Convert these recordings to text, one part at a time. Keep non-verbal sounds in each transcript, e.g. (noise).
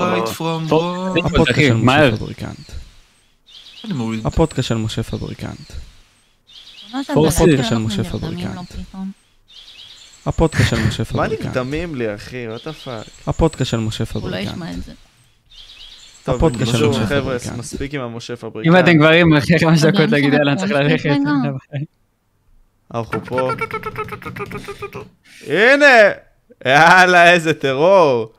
right from טוב. wrong. הפודקאסט אחי, של משה מהר. פבריקנט. אני מוריד. הפודקאסט של משה פבריקנט. ממש פורסי הבלטים, של אנחנו משה נרדמים פבריקנט. לו פתאום. הפודקאסט של משה מה פבריקנט. נרדמים לי, אחי? וואטה פאק. הפודקאסט של משה הוא לא פבריקנט. ישמע את זה. טוב, הפודקאסט של שוב, משה חבר'ה, פבריקנט. מספיק עם המשה אם פבריקנט. אתם כבר עם אחרי חמש דקות גם להגיד שם יאללה אנחנו צריך ממשיכים ללכת. רגע. אנחנו פה. הנה! יאללה, איזה טרור.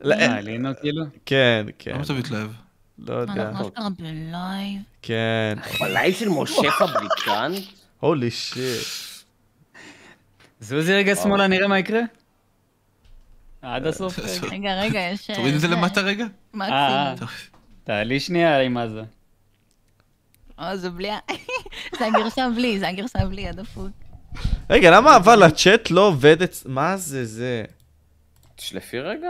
לא, אה, לינו, כאילו. כן, כן, למה אתה מתלהב? לא יודע. אוקיי. נכון? אנחנו אשכרה בלייב. כן. בלייב של משה פבריקנט? הולי שיט. זוזי רגע שמאלה נראה מה יקרה. עד הסוף. אה, רגע. רגע, רגע, יש... תוריד את זה למטה רגע? אה, אה. מקסימום. תעלי שנייה עם עזה. אה. או, אה, זה בלי... ה- (laughs) זה הגרשה בלי, זה הגרשה בלי, הדפוק. רגע, למה אבל הצ'אט לא עובד אצ... מה זה זה? תשלפי רגע.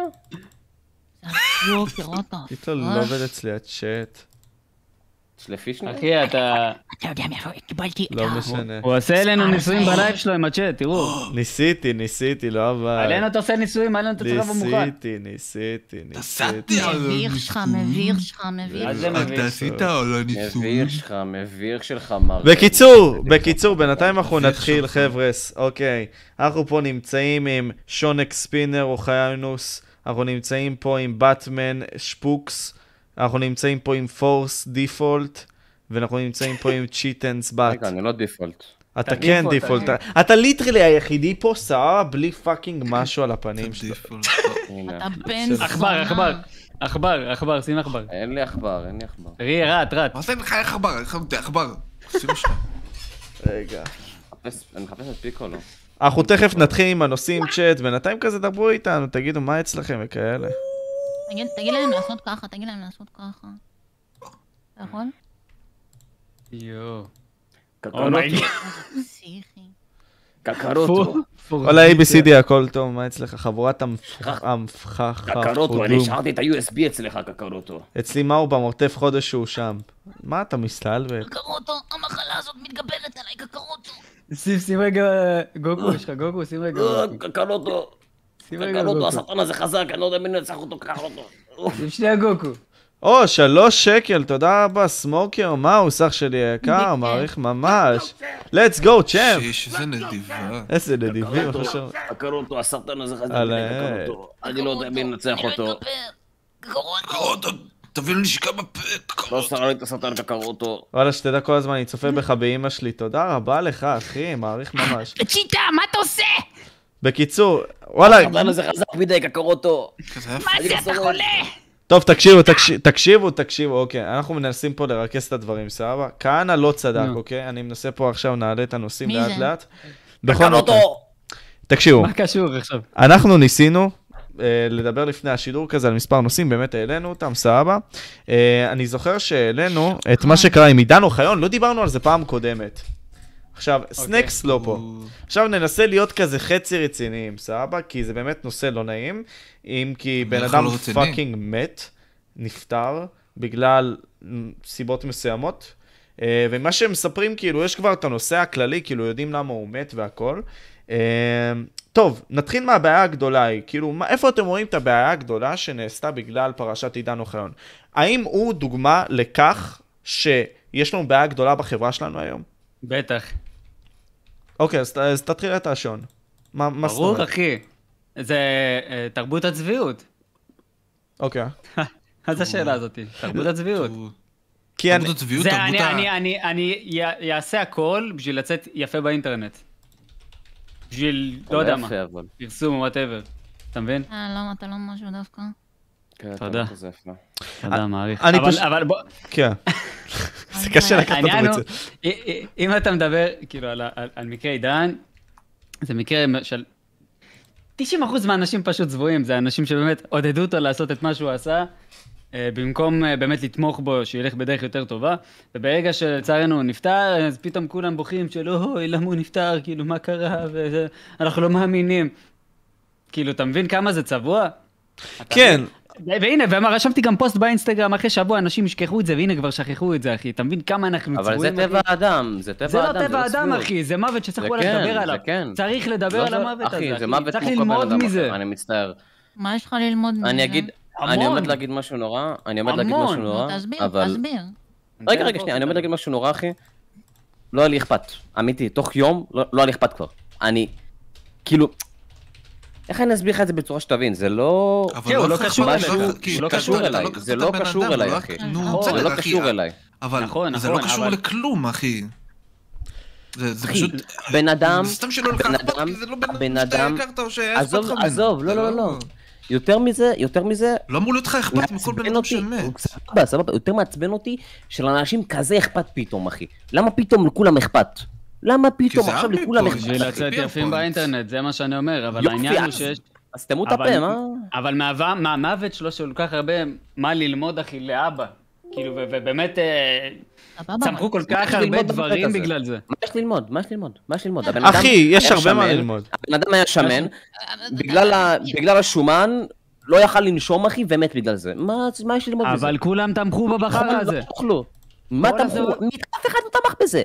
יואו, תראו אותו. פתאום לא אה, עובד אצלי הצ'אט. תשלפי שנייה. אחי אתה... אתה יודע מאיפה קיבלתי את לא ה... משנה. הוא עושה אלינו ניסויים בלייב שלו עם הצ'אט, תראו. ניסיתי, ניסיתי, לא עלינו עבד. אתה עושה ניסויים, עלינו אתה צריך לבוא מוכן. ניסיתי, ניסיתי, נסעתי. ניסיתי. מביך שלך, מביך שלך, אה, מביך. אז זה מביך. אתה עשית או לא ניסו? מביך שלך, מביך שלך מר. בקיצור, בקיצור, בינתיים אנחנו מביך נתחיל, שלך. חבר'ס. אוקיי, אנחנו פה נמצאים עם שונק ספינר אוחיינוס, אנחנו נמצאים פה עם באטמן שפוקס, אנחנו נמצאים פה עם פורס דיפולט, ואנחנו נמצאים פה עם צ'יטנס באט. רגע, אני לא דיפולט. אתה כן דיפולט, דיפולט. אתה ליטרלי היחידי פה סערה בלי פאקינג משהו על הפנים שלו. הנה. אתה בן זונה. עכבר, עכבר. עכבר, עכבר, שים עכבר. אין לי עכבר, אין לי עכבר. ראי, רט, רט. מה זה לך עכבר? איך אתה עכבר? עושים שלך. רגע. מחפש- אני מחפש את לא? פיקולו. אנחנו תכף נתחיל עם הנושאים צ'אט, בינתיים כזה דברו איתנו, תגידו מה אצלכם וכאלה. תגיד- תגיד להם לעשות ככה, תגיד להם לעשות ככה. נכון? אתה יכול? אה. יואו. קקרוטו. פסיכי. קקרוטו. כל ה-ABCD הכל טוב, מה אצלך? חבורת המפח- המפחח. קקרוטו, אני הפודום. השארתי את ה-USB אצלך, קקרוטו. אצלי מאורבם עוטף חודש שהוא שם. מה אתה מסתלבט? קקרוטו, המחלה הזאת מתגברת עליי, קקרוטו. שים, שים רגע, גוגו יש לך, גוגו, שים רגע. אה, קקרוטו. שים רגע קקרוטו, גוגו. הסרטן הזה חזק, אני לא יודע מי נצח אותו, קקרוטו. אוף. שים שנייה גוגו. או, שלוש שקל, תודה רבה, סמוקר, מאוס, אח שלי היקר, מעריך ממש. let's go, כן. צ'אמפ! שיש, איזה נדיבה. איזה נדיבים, קקרוטו, חשוב. קקרוטו, הסרטן הזה חזק, על מדי, העט. קקרוטו. אני לא יודע מי נצח אני לא אותו. אתגבר. קקרוטו. עוד, עוד, תביא לי נשיקה בפה. לא שרד לי את הסרטן בקרוטו. וואלה, שתדע כל הזמן, אני צופה בך באימא שלי. תודה רבה לך, אחי, מעריך ממש. צ'יטה, מה אתה עושה? בקיצור, וואלה, הסרטן הזה חזק מדי, קקרוטו. זה היה מה אני זה, בסדר. אתה חולה? טוב, תקשיבו, תקשיב- תקשיבו, תקשיבו, אוקיי, אנחנו מנסים פה לרכז את הדברים, סבבה? כהנא לא צדק, נו. אוקיי? אני מנסה פה עכשיו, נעלה את הנושאים מי זה? לאט לאט. בכל מקרה, קקרוטו! תקשיבו, מה קשור עכשיו? אנחנו ניסינו אה, לדבר לפני השידור כזה על מספר נושאים, באמת העלינו אותם, סבבה. אה, אני זוכר שהעלינו את אה. מה שקרה עם עידן אוחיון, לא דיברנו על זה פעם קודמת. עכשיו, סנקס לא פה. עכשיו ננסה להיות כזה חצי רציניים, סבבה? כי זה באמת נושא לא נעים. אם כי בן אנחנו אדם לא רציניים. פאקינג מת, נפטר, בגלל מ, סיבות מסוימות. אה, ומה שהם מספרים, כאילו, יש כבר את הנושא הכללי, כאילו, יודעים למה הוא מת והכל. אה, טוב, נתחיל מהבעיה הגדולה היא, כאילו, מה, איפה אתם רואים את הבעיה הגדולה שנעשתה בגלל פרשת עידן אוחיון? האם הוא דוגמה לכך שיש לנו בעיה גדולה בחברה שלנו היום? בטח. אוקיי, אז, ת- אז תתחיל את השעון. מה, מה זאת ברור, אומרת? אחי. זה אה, תרבות הצביעות. אוקיי. מה זה השאלה הזאתי? תרבות הצביעות. כי כן. אני... תרבות הצביעות, זה תרבות אני, ה- אני, אני, אני אעשה הכל בשביל לצאת יפה באינטרנט. בשביל, לא יודע מה, יפה, אבל. פרסום או וואטאבר. אתה מבין? אה, למה אתה לא משהו דווקא? כן, אתה תודה. לא כזה יפה. תודה, מעריך. אני אבל- פשוט- אבל בוא, כן. זה קשה לקחת אותו העניין הוא, ברצינות. אה, אה, אם אתה מדבר, כאילו, על ה- על- על מקרה עידן, זה מקרה של... 90% מהאנשים פשוט צבועים, זה אנשים שבאמת עודדו אותו לעשות את מה שהוא עשה, אה, במקום אה, באמת לתמוך בו, שילך בדרך יותר טובה, וברגע שלצערנו הוא נפטר, אז פתאום כולם בוכים של אוי, למה הוא נפטר, כאילו, מה קרה, וזה- אנחנו לא מאמינים. כאילו, אתה מבין כמה זה צבוע? כן, ו- והנה, ורשמתי גם פוסט באינסטגרם, אחרי שבוע אנשים ישכחו את זה, והנה כבר שכחו את זה, אחי. אתה מבין כמה אנחנו אבל זה צבועים? טבע אחי? האדם, זה טבע זה האדם, לא טבע האדם, צביעות. אחי, זה מוות שצריך זה כולם כן, לדבר זה עליו. כן. צריך לדבר לא על זה- המוות הזה, אחי. זה מוות צריך כמו כל בן ללמוד אדם מזה. אחר, אני מצטער. מה יש לך ללמוד מזה? אני אגיד, אני עומד להגיד משהו נורא, אני עומד להגיד המון. משהו נורא, נו, תסביר, אבל... תסביר. רגע, כן רגע, שנייה, אני עומד להגיד משהו נורא, אחי. לא היה לי אכפת, אמיתי, תוך יום לא לא היה לי אכפת כבר. אני, כאילו, איך אני אסביר לך את זה בצורה שתבין? זה לא... אבל כן, הוא לא צריך קשור משהו, אליי, כי הוא לא אתה- קשור אתה אליי, קשור זה לא לבן קשור אדם, אליי, לא- אחי. נו, נכון, זה לא בסדר, אחי. קשור אליי. אבל נכון, זה לא נכון, קשור אבל- לכלום, אחי. זה זה אחי, פשוט... בן אדם, זה סתם שלא לך בן אכפת, אדם- כי זה לא בן בן אדם שאתה אדם- הכרת או שהיה אכפת לך עזוב, ממנו. עזוב, זה לא, לא, לא. יותר מזה, יותר מזה, לא אמור להיות לך אכפת מכל בן אדם שמת. הוא- סבבה, סבבה, יותר מעצבן אותי שלאנשים כזה אכפת פתאום, אחי. למה פתאום לכולם אכפת? למה פתאום זה עכשיו אמביפול, לכולם זה אכפת? בשביל לצאת פינג יפים פונג. באינטרנט, זה מה שאני אומר, אבל יופי, העניין הוא אז- שיש... אז תמו את אבל- הפה, מה? אבל מהווה- מה- מהמוות שלו של כל כך הרבה מה ללמוד, אחי, לאבא. כאילו, ו- ובאמת, אה, סבבה, צמחו כל מה כך יש הרבה ללמוד במקרה דברים כזה? בגלל זה. מה יש ללמוד? מה יש ללמוד? מה יש ללמוד? הבן אדם אחי, יש היה הרבה מה שמן, ללמוד. הבן אדם היה שמן, אבל- בגלל אה, ה- בגלל השומן, לא יכל לנשום, אחי, ומת בגלל זה. מה מה יש ללמוד מזה? אבל כולם תמכו נכון, בבחר הזה. לא תאכלו. מה כל תמכו? הזמן- מי- אף אחד לא תמך בזה.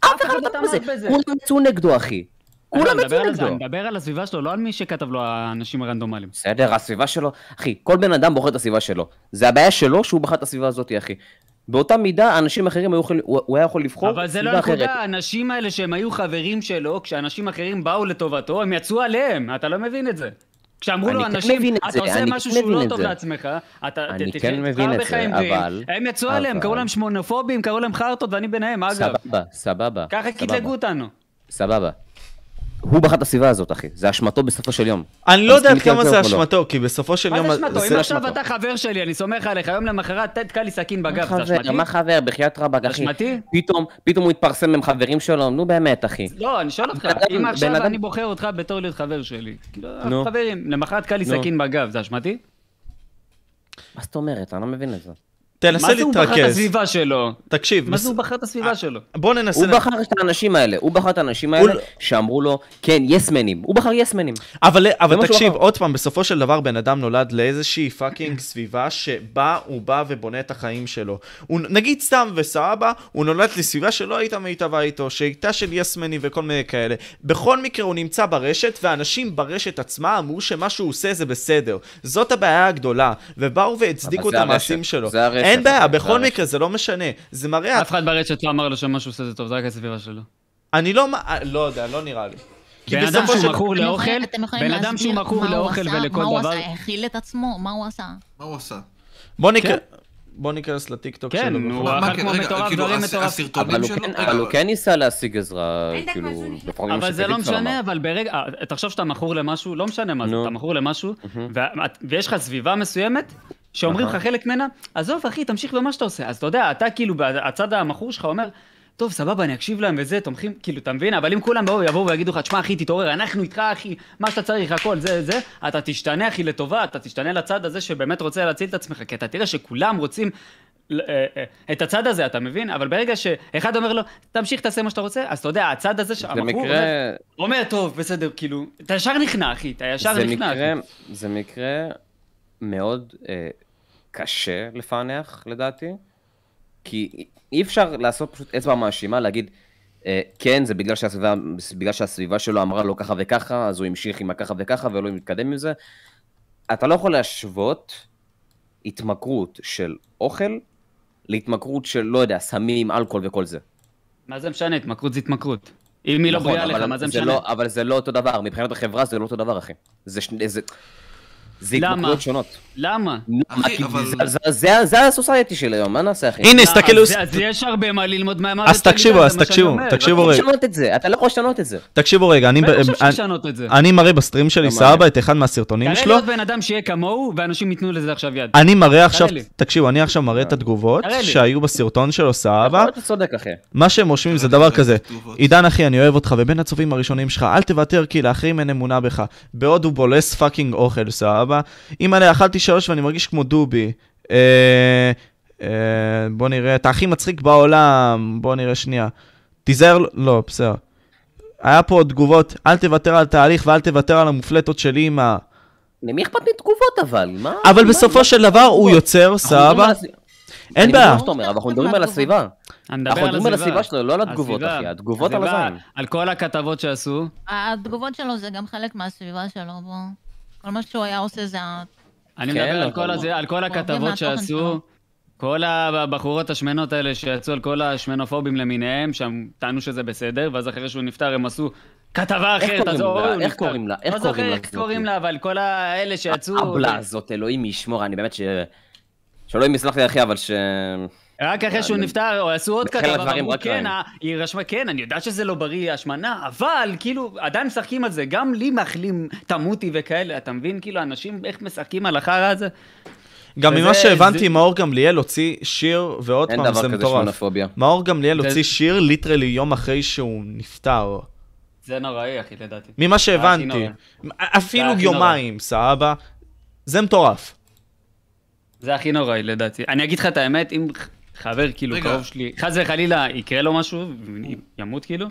אף אחד לא תמך בזה. כולם יצאו נגדו, אחי. כולם אני מדבר יצאו על זה, נגדו. אני מדבר על הסביבה שלו, לא על מי שכתב לו האנשים הרנדומליים. בסדר, הסביבה שלו, אחי, כל בן אדם בוחר את הסביבה שלו. זה הבעיה שלו שהוא בחר את הסביבה הזאת, אחי. באותה מידה, אנשים אחרים היו יכולים, הוא הוא היה יכול לבחור אבל זה לא סביבה אחרת. הנקודה, האנשים האלה שהם היו חברים שלו, כשאנשים אחרים באו לטובתו, הם יצאו עליהם, אתה לא מבין את זה. כשאמרו אני לו כן אנשים, מבין את אתה זה, עושה אני משהו כן שהוא לא מבין את טוב זה. לעצמך, אתה אני ת- כן תחיה מבין את זה, בחיים גאים. אבל- הם יצאו עליהם, קראו אבל- להם שמונופובים, קראו להם חרטות, ואני ביניהם, אגב. סבבה, סבבה. ככה סבבה, קטלגו אותנו. סבבה. הוא בחר את הסביבה הזאת, אחי. זה אשמתו בסופו של יום. אני לא מסכים יודע עד איתי על כמה זה זה או לא? אשמתו, כי בסופו של מה יום... זה אשמתו? זה לא אם עכשיו אשמתו. אתה חבר שלי, אני סומך עליך, יום למחרת תתקע לי סכין מה בגב, זה חבר, אשמתי? מה חבר, בחייאת רבאק, אחי. אשמתי? פתאום, פתאום הוא התפרסם עם חברים שלו, נו באמת, אחי. לא, אני שואל אותך, בן אדם- אם בן עכשיו אדם- אני בוחר אותך בתור להיות חבר שלי. כאילו, נו. חברים, למחרת קל לי נו. סכין בגב, זה אשמתי? מה זאת אומרת? אני לא מבין את זה. תנסה מה זה הוא בחר את להתרכז. הסביבה שלו? תקשיב, מה מס- אה, זה הוא בחר את הסביבה שלו? בוא ננסה... הוא לנ- בחר את האנשים האלה, הוא בחר את האנשים הוא האלה שאמרו לו, כן, יסמנים. הוא בחר יסמנים. אבל, אבל מה שהוא תקשיב, אמר. עוד פעם, בסופו של דבר בן אדם נולד לאיזושהי (clears throat) פאקינג סביבה שבה הוא בא ובונה את החיים שלו. הוא, נגיד סתם וסבא, הוא נולד לסביבה שלא הייתה מיטבה איתו, שהייתה של יסמני וכל מיני כאלה. בכל מקרה הוא נמצא ברשת, ואנשים ברשת עצמה אמרו שמה שהוא עושה זה בסדר. זאת הבעיה הגדולה, ובאו והצדיקו אבל את זה המעשים הרשת, שלו. זה הרשת, אין בעיה, אחי, זה בכל הרשת. מקרה זה לא משנה. זה מראה... אף אחד ברשת לא אמר לו שמה שהוא עושה זה טוב, זה רק הסביבה שלו. אני לא... מ- לא יודע, לא נראה לי. כי בן אדם בסופו של- שהוא מכור אתם יכולים- לאוכל, אתם יכולים בן אדם שהוא להסביר מכור מה הוא לאוכל עשה? ולכל מה הוא דבר... עשה? האכיל את עצמו, מה הוא עשה? מה הוא עשה? בוא ניכנס- כן. בוא ניכנס לטיקטוק כן, שלו. נו, בכל הוא מה- מה אכל כן, כמו רגע, מטורף, כאילו, דברים הס- מטורפים. אבל הסרטונים הוא שלו... אה, לא, כן- רגע, אבל הוא כן ניסה להשיג עזרה, אין כאילו, דבר שהוא בכל מיני אבל זה לא שפטית כבר משנה, אמר. אבל ברגע... אה, תחשוב שאתה מכור למשהו, לא משנה מה זה, נו. אתה מכור למשהו, ואת- ויש לך סביבה מסוימת, שאומרים נכון. לך חלק ממנה, עזוב אחי, תמשיך במה שאתה עושה. אז אתה יודע, אתה כאילו, הצד המכור שלך אומר, טוב, סבבה, אני אקשיב להם וזה, תומכים, כאילו, אתה מבין? אבל אם כולם באו, יבואו ויגידו לך, תשמע, אחי, תתעורר, אנחנו איתך, אחי, מה שאתה צריך, הכל, זה, זה, אתה תשתנה, אחי, לטובה, אתה תשתנה לצד הזה שבאמת רוצה להציל את עצמך, כי אתה תראה שכולם רוצים ל- אה, אה, את הצד הזה, אתה מבין? אבל ברגע שאחד אומר לו, תמשיך, תעשה מה שאתה רוצה, אז אתה יודע, הצד הזה, ש- זה המכור מקרה, אומר, אומר, טוב, בסדר, כאילו, אתה ישר נכנע, אחי, אתה ישר זה נכנע. מקרה, זה מקרה מאוד אה, קשה לפענח, לדעתי, כי אי- אי אפשר לעשות פשוט אצבע מאשימה, להגיד, אה, כן, זה בגלל שהסביבה, בגלל שהסביבה שלו אמרה לו ככה וככה, אז הוא המשיך עם הככה וככה, ולא מתקדם עם זה. אתה לא יכול להשוות התמכרות של אוכל להתמכרות של, לא יודע, סמים, אלכוהול וכל זה. מה זה משנה, התמכרות זה התמכרות. אם היא לא נכון, בריאה לך, אבל מה זה זה משנה? לא, אבל זה לא אותו דבר, מבחינת החברה זה לא אותו דבר, אחי. זה, שני- זה, זה למה? התמכרויות שונות. למה? נו, אחי, מה, כי אבל- זה- זה- זה- זה הסוסייטי של היום, מה נעשה, אחי? הנה, אה, הסתכלו, אז- אז יש הרבה מה ללמוד מהמוות אז שלי, תקשיבו, זה אז מה שאני תקשיבו, אומר. תקשיבו אתה לא רגע. יכול לשנות את זה, אתה לא יכול לשנות את זה. תקשיבו רגע, אני, ואני לא חושב אני- ששנות את זה. אני מראה בסטרים שלי למה? סבא את אחד מהסרטונים תראה לי שלו, עוד בן אדם שיהיה כמוהו, ואנשים ייתנו לזה עכשיו יד. אני מראה עכשיו, לי. תקשיבו, אני עכשיו מראה את התגובות תראה לי. נכון. שהיו בסרטון שלו סבא, אבל אתה לא צודק, אחי. מה שהם רושמים זה תראה לי דבר את כזה, התגובות. עידן אחי אני אוהב אותך ובין הצופים הראשונים שלך אל תוותר כי לאחרים אין אמונה בך, בעוד הוא בולס פאקינג אוכל סבא, אימא'לה אכלתי שלוש ואני מרגיש כמו דובי, אה, אה, בוא נראה, אתה הכי מצחיק בעולם, בוא נראה שנייה, תיזהר, לא בסדר, היה פה עוד תגובות, אל תוותר על תהליך ואל תוותר על המופלטות של אימא. למי אכפת מתגובות אבל? מה? אבל מה- בסופו מה- של דבר הוא אנחנו יוצר, מדברים סבבה? על הס- אין אני בעיה. מבין מה שאתה אומר, אבל אנחנו מדברים על הסביבה. אני מדבר אנחנו על מדברים על הסביבה הסביבה. שלו, לא על התגובות, הסביבה. אחי. התגובות על הסביבה, הזין. על כל הכתבות שעשו. התגובות שלו זה גם חלק מהסביבה שלו, בוא. כל מה שהוא היה עושה זה אני כן, מדבר על אבל- כל הזה- על כל אוהבים הכתבות מהתוכן שעשו, שלו. כל הבחורות השמנות האלה שיצאו על כל השמנופובים למיניהם, שם טענו שזה בסדר, ואז אחרי שהוא נפטר הם עשו כתבה איך אחרת, קוראים אז הוא לה? הוא איך נפטר. קוראים לה? איך לא זוכר קוראים לה איך זאתי? קוראים לה, אבל כל האלה שיצאו... הבלה הזאת, אלוהים ישמור, אני באמת ש... שאלוהים יסלח לי אחי, אבל ש... רק אחרי שהוא נפטר, או עשו עוד בחלק כתבה, מהדברים ואמרו רק כן, להם." ה- היא רשמה כן, אני יודעת שזה לא בריא, השמנה, אבל כאילו, עדיין משחקים על זה, גם לי מאחלים תמותי וכאלה, אתה מבין? כאילו, אנשים, איך משחקים על החרא הזה? גם וזה- ממה שהבנתי, זה- מאור גמליאל הוציא שיר, ועוד אין פעם, זה דבר כזה מטורף. שמונופוביה. מאור גמליאל זה- הוציא שיר ליטרלי יום אחרי שהוא נפטר. זה נוראי, אחי, לדעתי. ממה שהבנתי. נורא. אפילו זה הכי יומיים, סבבה. זה מטורף. זה הכי נוראי, לדעתי. אני אגיד לך את האמת, אם ח- חבר, כאילו, רגע. קרוב שלי, חס וחלילה, יקרה לו משהו, ימות, כאילו,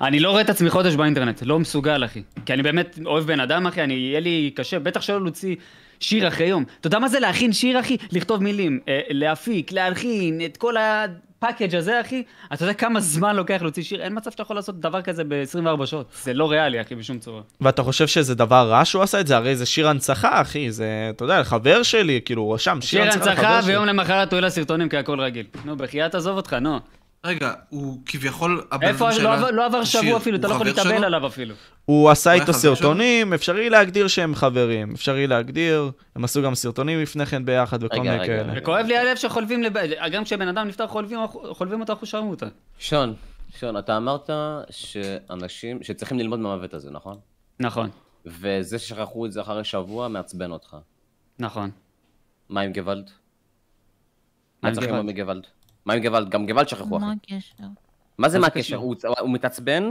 אני לא רואה את עצמי חודש באינטרנט, לא מסוגל, אחי. כי אני באמת אוהב בן אדם, אחי, אני, יהיה לי קשה, בטח שלא להוציא שיר אחרי יום. אתה יודע מה זה להכין שיר, אחי? לכתוב מילים, אה, להפיק, להלחין, את כל הפאקג' הזה, אחי. אתה יודע כמה זמן לוקח להוציא שיר? אין מצב שאתה יכול לעשות דבר כזה ב-24 שעות. זה לא ריאלי, אחי, בשום צורה. ואתה חושב שזה דבר רע שהוא עשה את זה? הרי זה שיר הנצחה, אחי. זה, אתה יודע, חבר שלי, כאילו, הוא רשם שיר שיר הנצחה לחבר שלי. הנצחה, ויום למחרת הוא העלה סרטונים כהכל רגיל. נו, בחייאת עזוב אותך, נו. רגע, הוא כביכול... הבן איפה, אדם לא שעלה עבר- לא עבר את שבוע השיר, אפילו, אתה הוא לא יכול חבר להתאבל שלו? עליו אפילו. הוא עשה היה איתו חבר שלו? סרטונים, אפשרי להגדיר שהם חברים. אפשרי להגדיר, הם עשו גם סרטונים לפני כן ביחד וכל רגע, מיני רגע, כאלה. רגע. וכואב לי הלב שחולבים לב... גם כשבן אדם נפטר חולבים חולבים אותו אחושרמוטה. שון, שון, אתה אמרת שאנשים, שצריכים ללמוד מהמוות הזה, נכון? נכון, וזה ששכחו את זה אחרי שבוע מעצבן אותך. נכון. מה עם גוואלד? מה מה עם צריך גוואלד? ללמוד מגוואלד? מה עם גוואלד? גם גוואלד שכחו אחי. מה הקשר? מה זה מה מה זה הקשר? קשור? הוא צ- הוא מתעצבן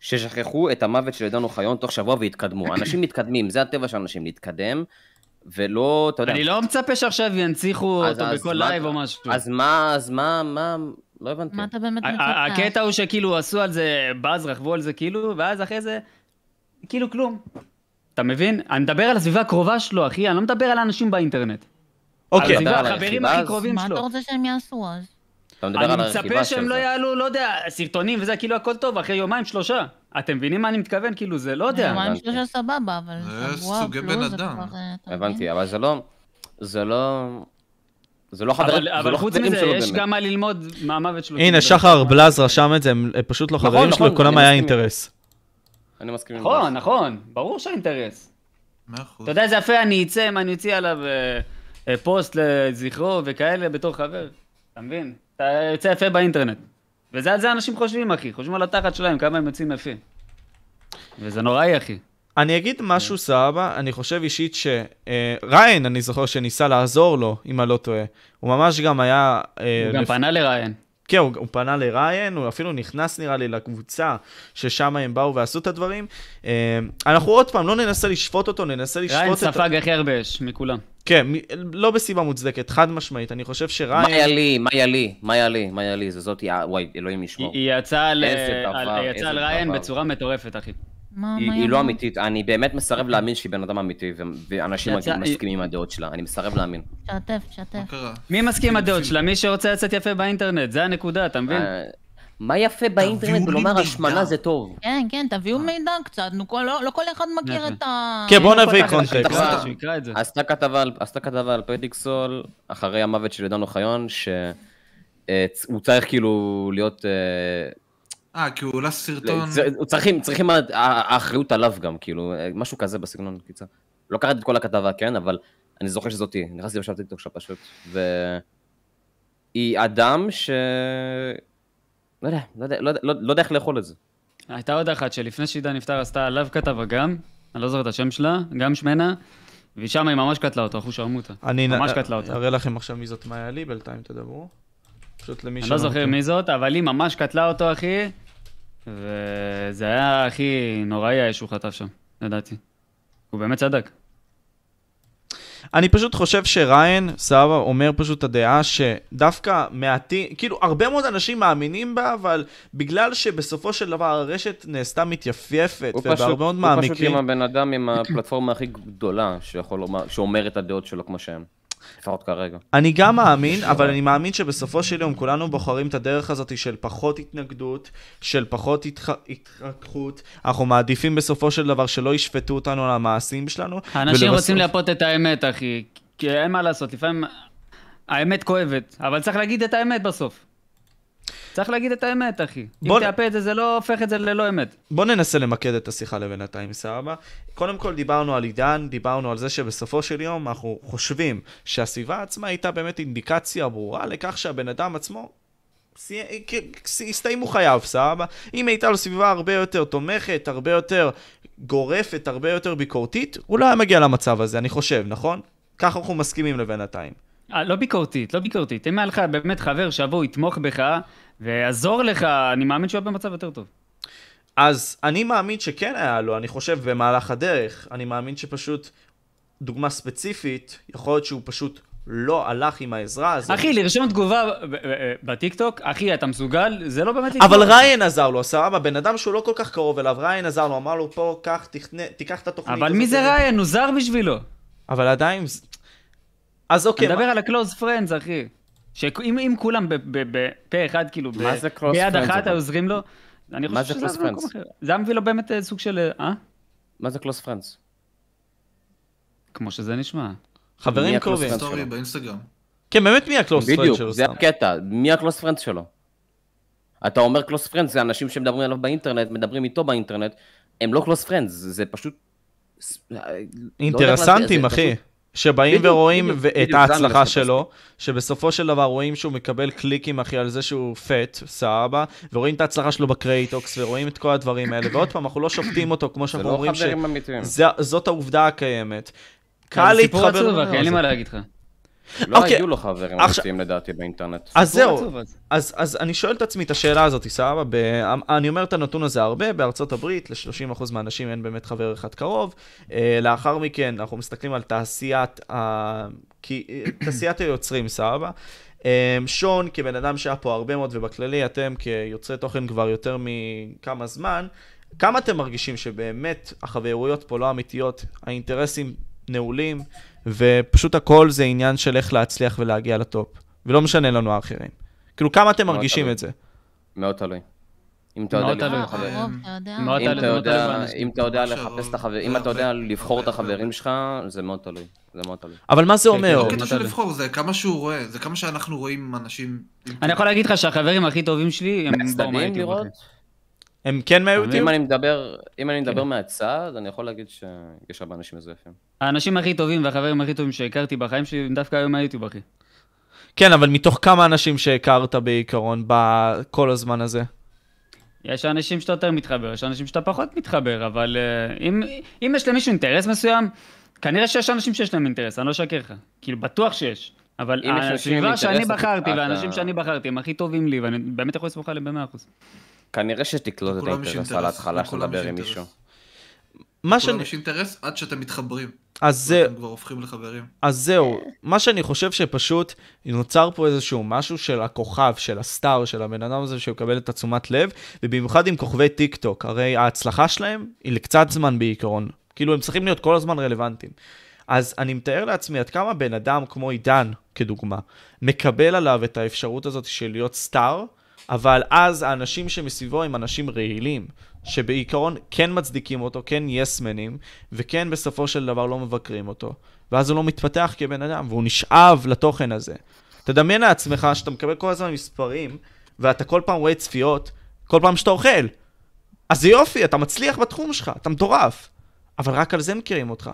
ששכחו את המוות של עידן אוחיון תוך שבוע (coughs) והתקדמו. אנשים מתקדמים, זה הטבע של אנשים, להתקדם, ולא, אתה יודע... אני לא מצפה שעכשיו ינציחו אז- אותו אז בכל מה- לייב או משהו. אז מה, אז מה, מה, לא הבנתי. מה אתה באמת ה- ה- מצפה? הקטע הוא שכאילו עשו על זה באז, רכבו על זה כאילו, ואז אחרי זה, כאילו כלום. אתה מבין? אני מדבר על הסביבה הקרובה שלו, אחי, אני לא מדבר על האנשים באינטרנט. אוקיי, הסביבה, על החברים הרכיבה הכי אז? קרובים מה אתה שלו. רוצה שהם יעשו אז? אתה מדבר על אני הרכיבה מצפה של שהם לא זה. יעלו, לא יודע, סרטונים וזה, כאילו הכל טוב, אחרי יומיים, שלושה. אתם מבינים מה אני מתכוון? כאילו, זה לא יודע. יומיים הבנתי. שלושה סבבה, אבל זה שבוע סוגי בן פלוס זה אדם. כבר... אה, אתה מבין? כן. הבנתי, אבל זה לא, זה לא, זה לא חברים, אבל, זה אבל לא חוץ חברים מזה, שלו יש באמת. גם מה ללמוד מהמוות שלו. הנה, כאילו, שחר זה- בלאז רשם את זה, הם הם פשוט לא נכון, חברים נכון, שלו, לכולם אני היה מסכים. אינטרס. אני מסכים עם נכון, זה. נכון, ברור שהאינטרס. מאה אחוז. אתה יודע איזה יפה אני אצא אם אני אוציא עליו אה, אה, פוסט לזכרו וכאלה בתור חבר. אתה מבין? אתה יוצא יפה באינטרנט. וזה על זה אנשים חושבים, אחי. חושבים על התחת שלהם, כמה הם יוצאים יפים. וזה נוראי, אחי. אני אגיד משהו סבבה, אני חושב אישית ש... אה, ריין, אני זוכר שניסה לעזור לו, אם אני לא טועה. הוא ממש גם היה... אה, הוא גם לפ- פנה לראיין. כן, הוא, הוא פנה לריין, הוא אפילו נכנס נראה לי לקבוצה ששם הם באו ועשו את הדברים. אה, אנחנו עוד פעם, לא ננסה לשפוט אותו, ננסה לשפוט ראיין את... ספג הכי הרבה אש מכולם. כן, מ- לא בסיבה מוצדקת, חד משמעית. אני חושב מה היה שריין... לי, מה היה לי, מה היה לי, מה היה לי, זה זאתי, אה, וואי, אלוהים היא ישמור. היא יצאה על- אה, איזה דבר, על היא איזה יצאה על ראיין דבר. בצורה מטורפת, אחי. מה, היא מה היא לא יענו? אמיתית, אני באמת מסרב להאמין שהיא בן אדם אמיתי, ו- ואנשים יצא- מסכימים עם הדעות שלה, אני מסרב להאמין. תשתף, תשתף. מה קרה? מי מסכים עם הדעות שלה? מי שרוצה לצאת יפה באינטרנט, זה הנקודה, אתה מבין? אה, מה יפה כן. תביאו באינטרנט לי ולומר מידע. השמנה זה טוב? כן, כן, תביאו אה. מידע קצת, נו, כל- לא לא כל אחד מכיר נכון. את ה... כן, בוא אין לו נביא פתח את קונטקסט. השטח אה, הזה, שהוא יקרא את זה. עשתה כתבה על- עשתה כתבה על פדיקסול, אחרי המוות של עידן אוחיון, שהוא צריך כאילו להיות... אה, אה, כי הוא עלה סרטון... זה- הוא צריכים, צריכים, ה- ה- האחריות עליו גם, כאילו, אה, משהו כזה בסגנון, קיצר. לא קראתי את כל הכתבה, כן, אבל אני זוכר שזאתי, נכנסתי עכשיו לטיקטוק שלה פשוט, והיא אדם ש... לא יודע, לא יודע, לא יודע- לא- לא יודע איך לאכול את זה. הייתה עוד אחת שלפני שעידן נפטר עשתה עליו כתבה גם, אני לא זוכר את השם שלה, גם שמנה, והיא שמה היא ממש קטלה אותו, אחושרמוטה. אני ממש נ- קטלה אותה. אראה לכם עכשיו מי זאת מאיה לי, בינתיים תדברו. פשוט למי אני לא זוכר מכיר. מי זאת, אבל היא ממש קטלה אותו, אחי, וזה היה הכי נוראי האש שהוא חטף שם, לדעתי. הוא באמת צדק. אני פשוט חושב שריין, סבבה, אומר פשוט את הדעה שדווקא מעטי, כאילו, הרבה מאוד אנשים מאמינים בה, אבל בגלל שבסופו של דבר הרשת נעשתה מתייפייפת, ובהרבה מאוד הוא פשוט מעמיקים... עם הבן אדם עם הפלטפורמה הכי גדולה שיכול לומר, שאומר את הדעות שלו כמו שהן. לפחות כרגע. אני גם (laughs) מאמין, אבל אני מאמין שבסופו של יום כולנו בוחרים את הדרך הזאת של פחות התנגדות, של פחות התח... התרככות. אנחנו מעדיפים בסופו של דבר שלא ישפטו אותנו על המעשים שלנו. האנשים ולבסוף- רוצים לייפות את האמת, אחי. כי אין מה לעשות, לפעמים האמת כואבת, אבל צריך להגיד את האמת בסוף. צריך להגיד את האמת, אחי. בוא אם נ- תאפה את זה, זה לא הופך את זה ללא אמת. בואו ננסה למקד את השיחה לבינתיים, סבבה? קודם כל דיברנו על עידן, דיברנו על זה שבסופו של יום אנחנו חושבים שהסביבה עצמה הייתה באמת אינדיקציה ברורה לכך שהבן אדם עצמו סי- כ- כ- הסתיימו חייו, סבבה? אם הייתה לו סביבה הרבה יותר תומכת, הרבה יותר גורפת, הרבה יותר ביקורתית, הוא לא היה מגיע למצב הזה, אני חושב, נכון? ככה אנחנו מסכימים לבינתיים. אה, לא ביקורתית, לא ביקורתית. אם היה לך באמת חבר שיבוא, יתמוך בך ויעזור לך, אני מאמין שהוא היה במצב יותר טוב. אז אני מאמין שכן היה לו, אני חושב, במהלך הדרך. אני מאמין שפשוט, דוגמה ספציפית, יכול להיות שהוא פשוט לא הלך עם העזרה הזאת. אחי, לרשום תגובה ב- ב- ב- בטיקטוק, אחי, אתה מסוגל? זה לא באמת... אבל לתמוך. ריין עזר לו, סבבה, בן אדם שהוא לא כל כך קרוב אליו, ריין עזר לו, אמר לו, פה, קח, תכנה, תיקח את התוכנית. אבל הזאת." מי זה ריין? הוא זר בשבילו. אבל עדיין... זה- אז אוקיי, אני מדבר על ה-close friends, אחי. שאם אם כולם ב- ב- ב- פה אחד, כאילו, ב- מה זה close ביד friends, אחת אבל? היו עוזרים לו, אני מה חושב שזה זה close היה במקום friends? אחר. זה היה מביא לו באמת אה, סוג של... אה? מה זה קלוס פרנדס? כמו שזה נשמע. חברים מי הקלוס קרובים. פרנדס? סטורי שלו. באינסטגרם. כן, באמת מי הקלוס פרנד בדיוק, שלו זה סתם? הקטע, מי הקלוס פרנדס שלו? אתה אומר קלוס פרנדס, זה אנשים שמדברים עליו באינטרנט, מדברים איתו באינטרנט, הם לא קלוס פרנדס, זה פשוט... לא יודע איך להסביר, אינטרסנטים, זה אחי. פשוט- שבאים בדיוק, ורואים בדיוק, ו- את בדיוק, זה ההצלחה המסר, שלו, שבסופו של דבר רואים שהוא מקבל קליקים, אחי, על זה שהוא פט, סבבה, ורואים את ההצלחה שלו בקרייטוקס, ורואים את כל הדברים האלה, ועוד פעם, אנחנו לא שופטים אותו, כמו זה שאנחנו לא אומרים חברים אמיתיים. שזאת העובדה הקיימת. קל זה סיפור להתחבר... עצוב, לדבר אחי, אין לי הזה. מה להגיד לך. לא אוקיי. היו לו חברים עכשיו- אה- אמיתיים לדעתי באינטרנט. אז סיפור זהו, עצוב, אז. אז, אז אני שואל את עצמי את השאלה הזאת, סבבה? ב... אני אומר את הנתון הזה הרבה, בארצות הברית ל-30% מהאנשים אין באמת חבר אחד קרוב. אה, לאחר מכן, אנחנו מסתכלים על תעשיית, ה... כי... אה, תעשיית היוצרים, סבבה? אה, שון, כבן אדם שהיה פה הרבה מאוד, ובכללי אתם כיוצרי תוכן כבר יותר מכמה זמן, כמה אתם מרגישים שבאמת החברויות פה לא אמיתיות, האינטרסים נעולים, ופשוט הכל זה עניין של איך להצליח ולהגיע לטופ, ולא משנה לנו האחרים. כאילו, כמה לא, אתם מאוד מרגישים תלוי. את זה? מאוד תלוי. אם אתה יודע מאוד תלוי. לבחור חברים. הרוב, אתה יודע. מאוד אם אתה תלוי יודע- באנשים. אם אתה יודע עכשיו, לחפש את זה החברים, אם אתה יודע הרבה, לבחור את הרבה, הרבה. החברים שלך, זה מאוד תלוי. זה מאוד תלוי. אבל מה זה כן, אומר? לא אם קטע אתה של לא- לבחור, זה כמה שהוא רואה, זה כמה שאנחנו רואים אנשים... אני יכול להגיד לך שהחברים הכי טובים שלי הם באו מהצדדים מהיוטיוב. לראות? אחי. הם כן מהיוטיוב? אם אני מדבר, אם אני כן. מדבר מהצד, אני יכול להגיד שיש הרבה אנשים מזויפים. האנשים הכי טובים והחברים הכי טובים שהכרתי בחיים שלי הם דווקא היו מהיוטיוב, אחי. כן, אבל מתוך כמה אנשים שהכרת בעיקרון בכל הזמן הזה? יש אנשים שאתה יותר מתחבר, יש אנשים שאתה פחות מתחבר, אבל אה, אם, אם יש למישהו אינטרס מסוים, כנראה שיש אנשים שיש להם אינטרס, אני לא אשקר לך. כאילו, בטוח שיש. אבל אם יש אנשים עם הסביבה אינטרס, שאני אתה- בחרתי אתה- והאנשים שאני בחרתי הם הכי טובים לי, ואני באמת יכול לסמוך עליהם ב-100%. כנראה שתקלוט את לכולם יש האינטרס על אינטרס, ההתחלה שאתה לכולם יש מדבר עם אינטרס. מישהו. מה לכולם שאני... יש אינטרס עד שאתם מתחברים. אז זה... אתם כבר הופכים לחברים. אז זהו, מה שאני חושב שפשוט נוצר פה איזשהו משהו של הכוכב, של הסטאר, של הבן אדם הזה שמקבל את התשומת לב, ובמיוחד עם כוכבי טיק טוק, הרי ההצלחה שלהם היא לקצת זמן בעיקרון. כאילו, הם צריכים להיות כל הזמן רלוונטיים. אז אני מתאר לעצמי עד כמה בן אדם כמו עידן, כדוגמה, מקבל עליו את האפשרות הזאת של להיות סטאר, אבל אז האנשים שמסביבו הם אנשים רעילים, שבעיקרון כן מצדיקים אותו, כן יסמנים, וכן בסופו של דבר לא מבקרים אותו. ואז הוא לא מתפתח כבן אדם, והוא נשאב לתוכן הזה. תדמיין לעצמך שאתה מקבל כל הזמן מספרים, ואתה כל פעם רואה צפיות, כל פעם שאתה אוכל. אז זה יופי, אתה מצליח בתחום שלך, אתה מטורף. אבל רק על זה מכירים אותך.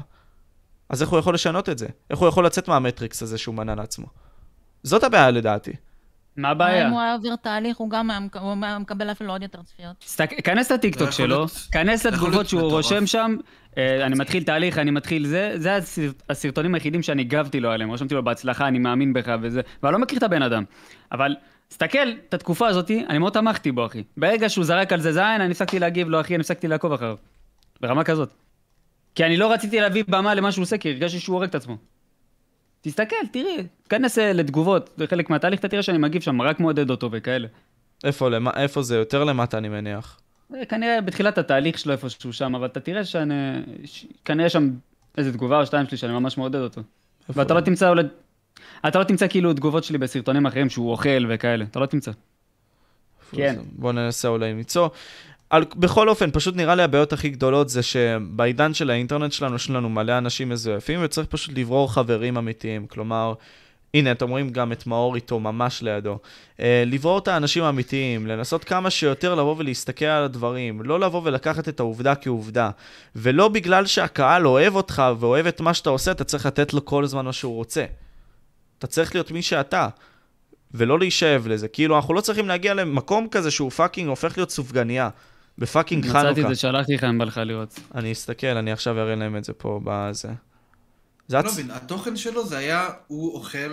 אז איך הוא יכול לשנות את זה? איך הוא יכול לצאת מהמטריקס הזה שהוא מנה לעצמו? זאת הבעיה לדעתי. מה אבל הבעיה? אם הוא היה עובר תהליך, הוא גם היה מק- הוא היה מקבל אפילו עוד יותר צפיות. סתק- כנס לטיקטוק זה יכול שלו, להיות- כנס יכול לתגובות להיות שהוא מטורף. רושם שם, אה, אני מתחיל תהליך, אני מתחיל זה, זה הסרט- הסרטונים היחידים שאני הגבתי לו עליהם, רשמתי לו בהצלחה, אני מאמין בך וזה, ואני לא מכיר את הבן אדם, אבל... תסתכל, את התקופה הזאת, אני מאוד תמכתי בו, אחי. ברגע שהוא זרק על זה זין, אני הפסקתי להגיב לו, אחי, אני הפסקתי לעקוב אחריו. ברמה כזאת. כי אני לא רציתי להביא במה למה שהוא עושה, כי הרגשתי שהוא הורג את עצמו. תסתכל, תראי, תיכנס אה, לתגובות, זה חלק מהתהליך, אתה תראה שאני מגיב שם, רק מעודד אותו וכאלה. איפה, למה, איפה זה? יותר למטה אני מניח. זה כנראה בתחילת התהליך שלו איפשהו שם, אבל אתה תראה שאני... ש- כנראה שם איזה תגובה או שתיים שלי שאני ממש מעודד אותו. איפה ואתה הוא? לא תמצא אולי... אתה לא תמצא כאילו תגובות שלי בסרטונים אחרים שהוא אוכל וכאלה, אתה לא תמצא. איפה כן. זה? בוא ננסה אולי למצוא. על, בכל אופן, פשוט נראה לי הבעיות הכי גדולות זה שבעידן של האינטרנט שלנו, יש לנו מלא אנשים מזויפים, וצריך פשוט לברור חברים אמיתיים. כלומר, הנה, אתם רואים גם את מאור איתו ממש לידו. אה, לברור את האנשים האמיתיים, לנסות כמה שיותר לבוא ולהסתכל על הדברים, לא לבוא ולקחת את העובדה כעובדה. ולא בגלל שהקהל אוהב אותך ואוהב את מה שאתה עושה, אתה צריך לתת לו כל הזמן מה שהוא רוצה. אתה צריך להיות מי שאתה. ולא להישאב לזה. כאילו, אנחנו לא צריכים להגיע למקום כזה שהוא פאקינג הופך להיות סופגניה. בפאקינג מצאתי חנוכה. את זה, שלחתי לך אם בא לך לראות. אני אסתכל, אני עכשיו אראה להם את זה פה בזה. זה לא הצ... מבין, התוכן שלו זה היה, הוא אוכל...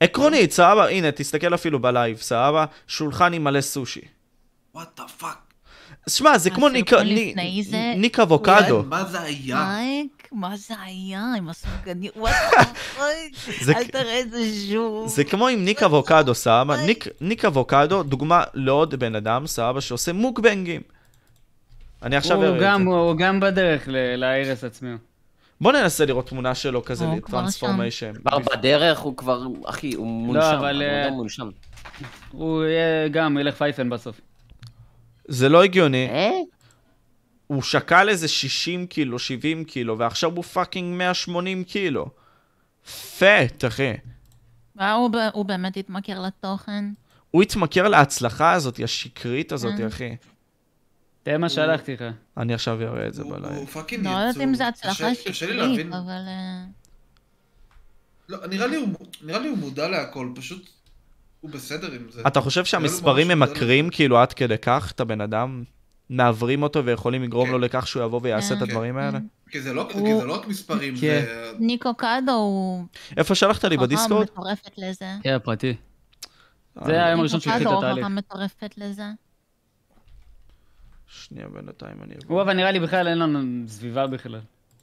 עקרונית, סבבה, הנה, תסתכל אפילו בלייב, סבבה, שולחן עם מלא סושי. וואט דה פאק. שמע, זה כמו ניק... הסרטון ני- אה, לפני זה- לא ניק אבוקדו. מה זה היה? מייק, מה זה היה עם (laughs) הסופגני? וואטה, זה- אל תראה את זה שוב. זה כמו עם ניק אבוקדו, סבבה? ניק, ניק אבוקדו, דוגמה לעוד בן אדם, סבבה, שעושה מוקבנגים. אני עכשיו הוא אראה את גם- זה. הוא גם בדרך ל- להרס עצמי. בוא ננסה לראות תמונה שלו כזה, הוא כבר לטרנספורמיישן. כבר בדרך הוא כבר, אחי, הוא מונשם. אבל, הבן אה, אדם מונשם. הוא יהיה גם, ילך פייפן בסוף. זה לא הגיוני. אה? הוא שקל איזה 60 קילו, 70 קילו, ועכשיו הוא פאקינג 180 קילו. פט, אחי. מה, הוא ב- הוא באמת התמכר לתוכן? הוא התמכר להצלחה הזאת, השקרית הזאת, אה. אחי. תראה מה שלחתי לך. אני עכשיו אראה את זה הוא- בלילה. הוא פאקינג לא יצור. יודעת אם זה הצלחה קשה- קשה לי שקרית, להבין. אבל... אה, לא, נראה לי הוא- נראה לי הוא מודע להכל, פשוט הוא בסדר עם זה. לא אתה חושב שהמספרים ממש ממכרים כאילו עד כדי כך את הבן אדם? מעוורים אותו ויכולים לגרום כן. לו לכך שהוא יבוא ויעשה את כן. אה. הדברים האלה? כי זה לא כי הוא- זה לא רק מספרים, כן. זה... ניקו קאדו הוא... איפה שלחת אה, לי? הוכחה בדיסקורד? מטורפת לזה. כן, הפרטי. זה אה, היום הראשון כן, שהתחיל את ניקו קאדו התהליך. הוכחה מטורפת לזה. שנייה בינתיים אני... הוא אבל נראה לי בכלל אין לנו סביבה בכלל.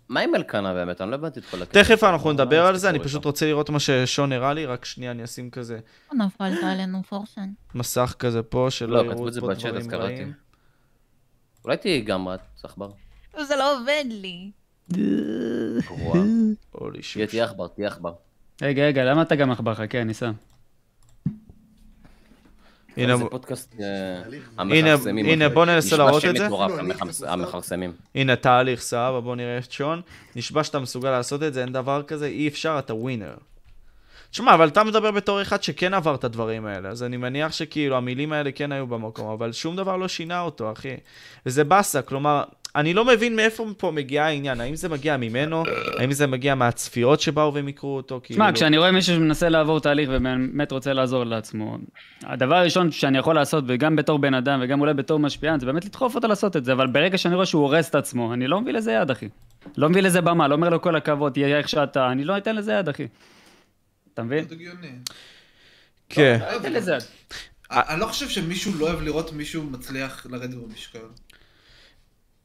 מה עם אלקנה באמת? אני לא הבנתי את כל הקטע. תכף אנחנו מה נדבר על זה, הסיפור אני פשוט איתו? רוצה לראות מה ששון הראה לי, רק שנייה אני אשים כזה הוא נפלת עלינו פורשן. מסך כזה פה, שלא לא, יראו כתבו את זה פה בצ'אט, דברים אז קראתי. רעים. אולי תהיי גם את עכבר. זה לא עובד לי. גרוע. הולי שיט. תהיה- תהיה עכבר, תהיה עכבר. רגע, רגע, למה אתה גם כן, עכבר? חכה, אני שם. הנה, זה פודקאסט אה, הנה, המכרסמים. הנה, אחי. בוא ננסה נשמע להראות שם את זה. מטורף, לא, אני המכרס- נכנס לסל. המכרסמים. הנה תהליך, סבבה, בוא נראה את שון. נשבע שאתה מסוגל לעשות את זה, אין דבר כזה, אי אפשר, אתה ווינר. תשמע, אבל אתה מדבר בתור אחד שכן עבר את הדברים האלה, אז אני מניח שכאילו המילים האלה כן היו במקום, אבל שום דבר לא שינה אותו, אחי. וזה באסה, כלומר, אני לא מבין מאיפה פה מגיע העניין, האם זה מגיע ממנו, האם זה מגיע מהצפיות שבאו והם יקרו אותו, כאילו... תשמע, כשאני רואה מישהו שמנסה לעבור תהליך ובאמת רוצה לעזור לעצמו, הדבר הראשון שאני יכול לעשות, וגם בתור בן אדם וגם אולי בתור משפיען, זה באמת לדחוף אותו לעשות את זה, אבל ברגע שאני רואה שהוא הורס את עצמו, אני לא מביא לזה יד, אחי. לא מביא לזה במה, לא אומר לו כל הכבוד, תהיה איך שאתה, אני לא אתן לזה יד, אחי. אתה לא מבין? לא מאוד הגיוני. כן. לא לא אתן יודע. לזה יד. אני לא חושב שמישהו לא אוהב לראות מישהו מצליח לרדת במשקל.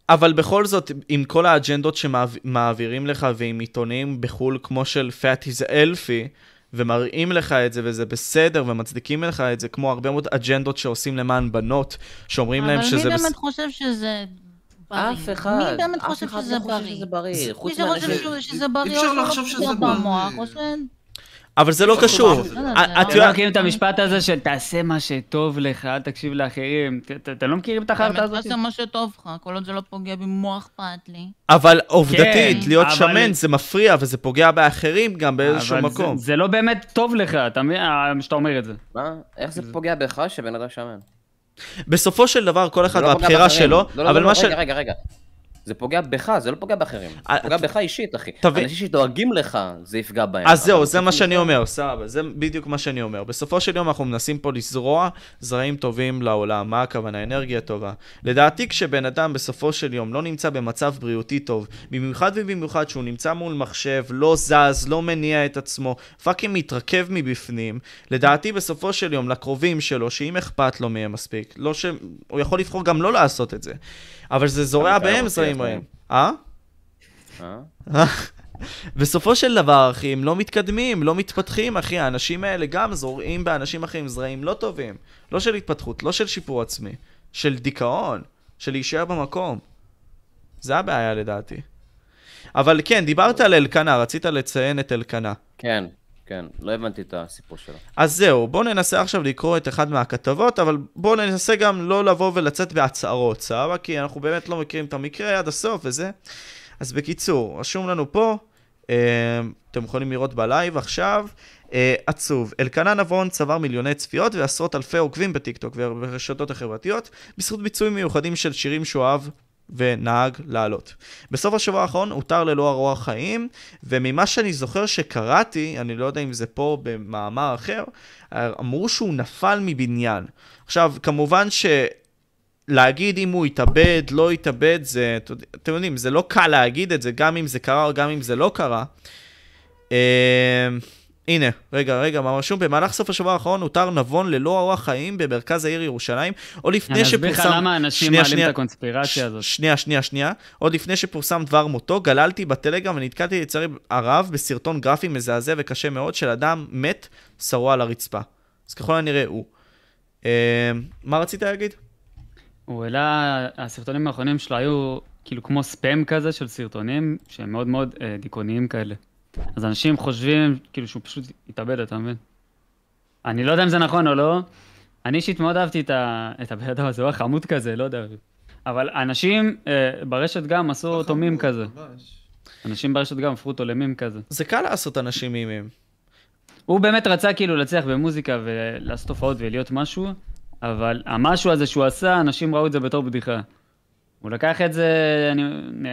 אבל בכל זאת, עם כל האג'נדות שמעבירים לך ועם עיתונים בחו"ל כמו של פאט איז אלפי, ומראים לך את זה וזה בסדר ומצדיקים לך את זה, כמו הרבה מאוד אג'נדות שעושים למען בנות, שאומרים אבל להם מי שזה... באמת חושב שזה בריא? אף אחד, מי באמת אף חושב אחד שזה לא חושב בריא? שזה מי בריא. חוץ שחושב מאנשים- שהוא- שזה אי בריא, אפשר או שהוא לא לחשוב פתוח שזה במוח, בריא. או שאין... אבל זה לא אי אפשר קשור. לחשוב על זה. אה, את לא, אתם לא יודעת... מכירים את המשפט הזה של תעשה מה שטוב לך, אל תקשיב לאחרים. ת- ת- אתם לא מכירים את החרטא באמת הזאת? תעשה מה שטוב לך, כל עוד זה לא פוגע במוח אכפת לי. אבל עובדתית, כן, להיות אבל- שמן זה מפריע וזה פוגע באחרים גם באיזשהו אבל מקום. זה, זה לא באמת טוב לך, אתה מבין? אה, שאתה אומר את זה. מה? איך זה פוגע בך שבן אדם שמן? בסופו של דבר, כל אחד זה לא פוגע והבחירה באחרים. שלו, לא, לא, אבל לא, מה לא, ש... רגע, רגע, רגע. זה פוגע בך, זה לא פוגע באחרים. זה אה, פוגע אתה- בך אישית, אחי. תבין- אנשים שדואגים לך, זה יפגע בהם. אז זהו, אבל זה מה חוץ מזה- שאני אומר, סבבה, זה בדיוק מה שאני אומר. בסופו של יום אנחנו מנסים פה לזרוע זרעים טובים לעולם. מה הכוונה? אנרגיה טובה. לדעתי כשבן אדם בסופו של יום לא נמצא במצב בריאותי טוב, במיוחד ובמיוחד שהוא נמצא מול מחשב, לא זז, לא מניע את עצמו, פאקינג מתרכב מבפנים, לדעתי בסופו של יום לקרובים שלו, שאם אכפת לו מהם מספיק, לא ש... הוא יכול לבחור גם לא לעשות את זה. אבל זה זורע אתה לא מתאר בהם אותי, זרעים אז רעים. מה? אה? אה? (laughs) בסופו של דבר, אחי, הם לא מתקדמים, לא מתפתחים, אחי. האנשים האלה גם זורעים באנשים אחרים זרעים לא טובים. לא של התפתחות, לא של שיפור עצמי. של דיכאון, של להישאר במקום. זה הבעיה לדעתי. אבל כן, דיברת על אלקנה, רצית לציין את אלקנה. כן. כן, לא הבנתי את הסיפור שלו. אז זהו, בואו ננסה עכשיו לקרוא את אחד מהכתבות, אבל בואו ננסה גם לא לבוא ולצאת בהצהרות, סבבה? כי אנחנו באמת לא מכירים את המקרה עד הסוף וזה. אז בקיצור, רשום לנו פה, אה, אתם יכולים לראות בלייב עכשיו, אה, עצוב. אלקנה נבון צבר מיליוני צפיות ועשרות אלפי עוקבים בטיקטוק וברשתות החברתיות, בזכות ביצועים מיוחדים של שירים שהוא אהב. ונהג לעלות. בסוף השבוע האחרון הותר ללא הרוח חיים, וממה שאני זוכר שקראתי, אני לא יודע אם זה פה במאמר אחר, אמרו שהוא נפל מבניין. עכשיו, כמובן שלהגיד אם הוא התאבד, לא התאבד, זה, אתם- אתם יודעים, זה לא קל להגיד את זה, גם אם זה קרה או גם אם זה לא קרה. אה, הנה, רגע, רגע, מה רשום? במהלך סוף השבוע האחרון הותר נבון ללא הרוח חיים במרכז העיר ירושלים, עוד לפני אני שפורסם... אסביר לך למה אנשים שנייה, מעלים שנייה. את הקונספירציה הזאת. ש- שנייה, שנייה, שנייה. עוד לפני שפורסם דבר מותו, גללתי בטלגרם ונתקלתי לצערי הרב בסרטון גרפי מזעזע וקשה מאוד של אדם מת, שרוע על הרצפה. אז ככל הנראה הוא. אה, מה רצית להגיד? הוא העלה, הסרטונים האחרונים שלו היו כאילו כמו ספאם כזה של סרטונים, שהם מאוד מאוד אה, דיכאוניים כאלה. אז אנשים חושבים כאילו שהוא פשוט התאבד, אתה מבין? אני לא יודע אם זה נכון או לא. אני אישית מאוד אהבתי את, ה... את הבן אדם הזה, הוא היה חמוד כזה, לא יודע. אבל אנשים אה, ברשת גם לא עשו לא, אותו מים כזה. ממש. אנשים ברשת גם הפכו אותו למים כזה. זה קל לעשות אנשים מימים. הוא באמת רצה כאילו להצליח במוזיקה ולעשות הופעות ולהיות משהו, אבל המשהו הזה שהוא עשה, אנשים ראו את זה בתור בדיחה. הוא לקח את זה, אני,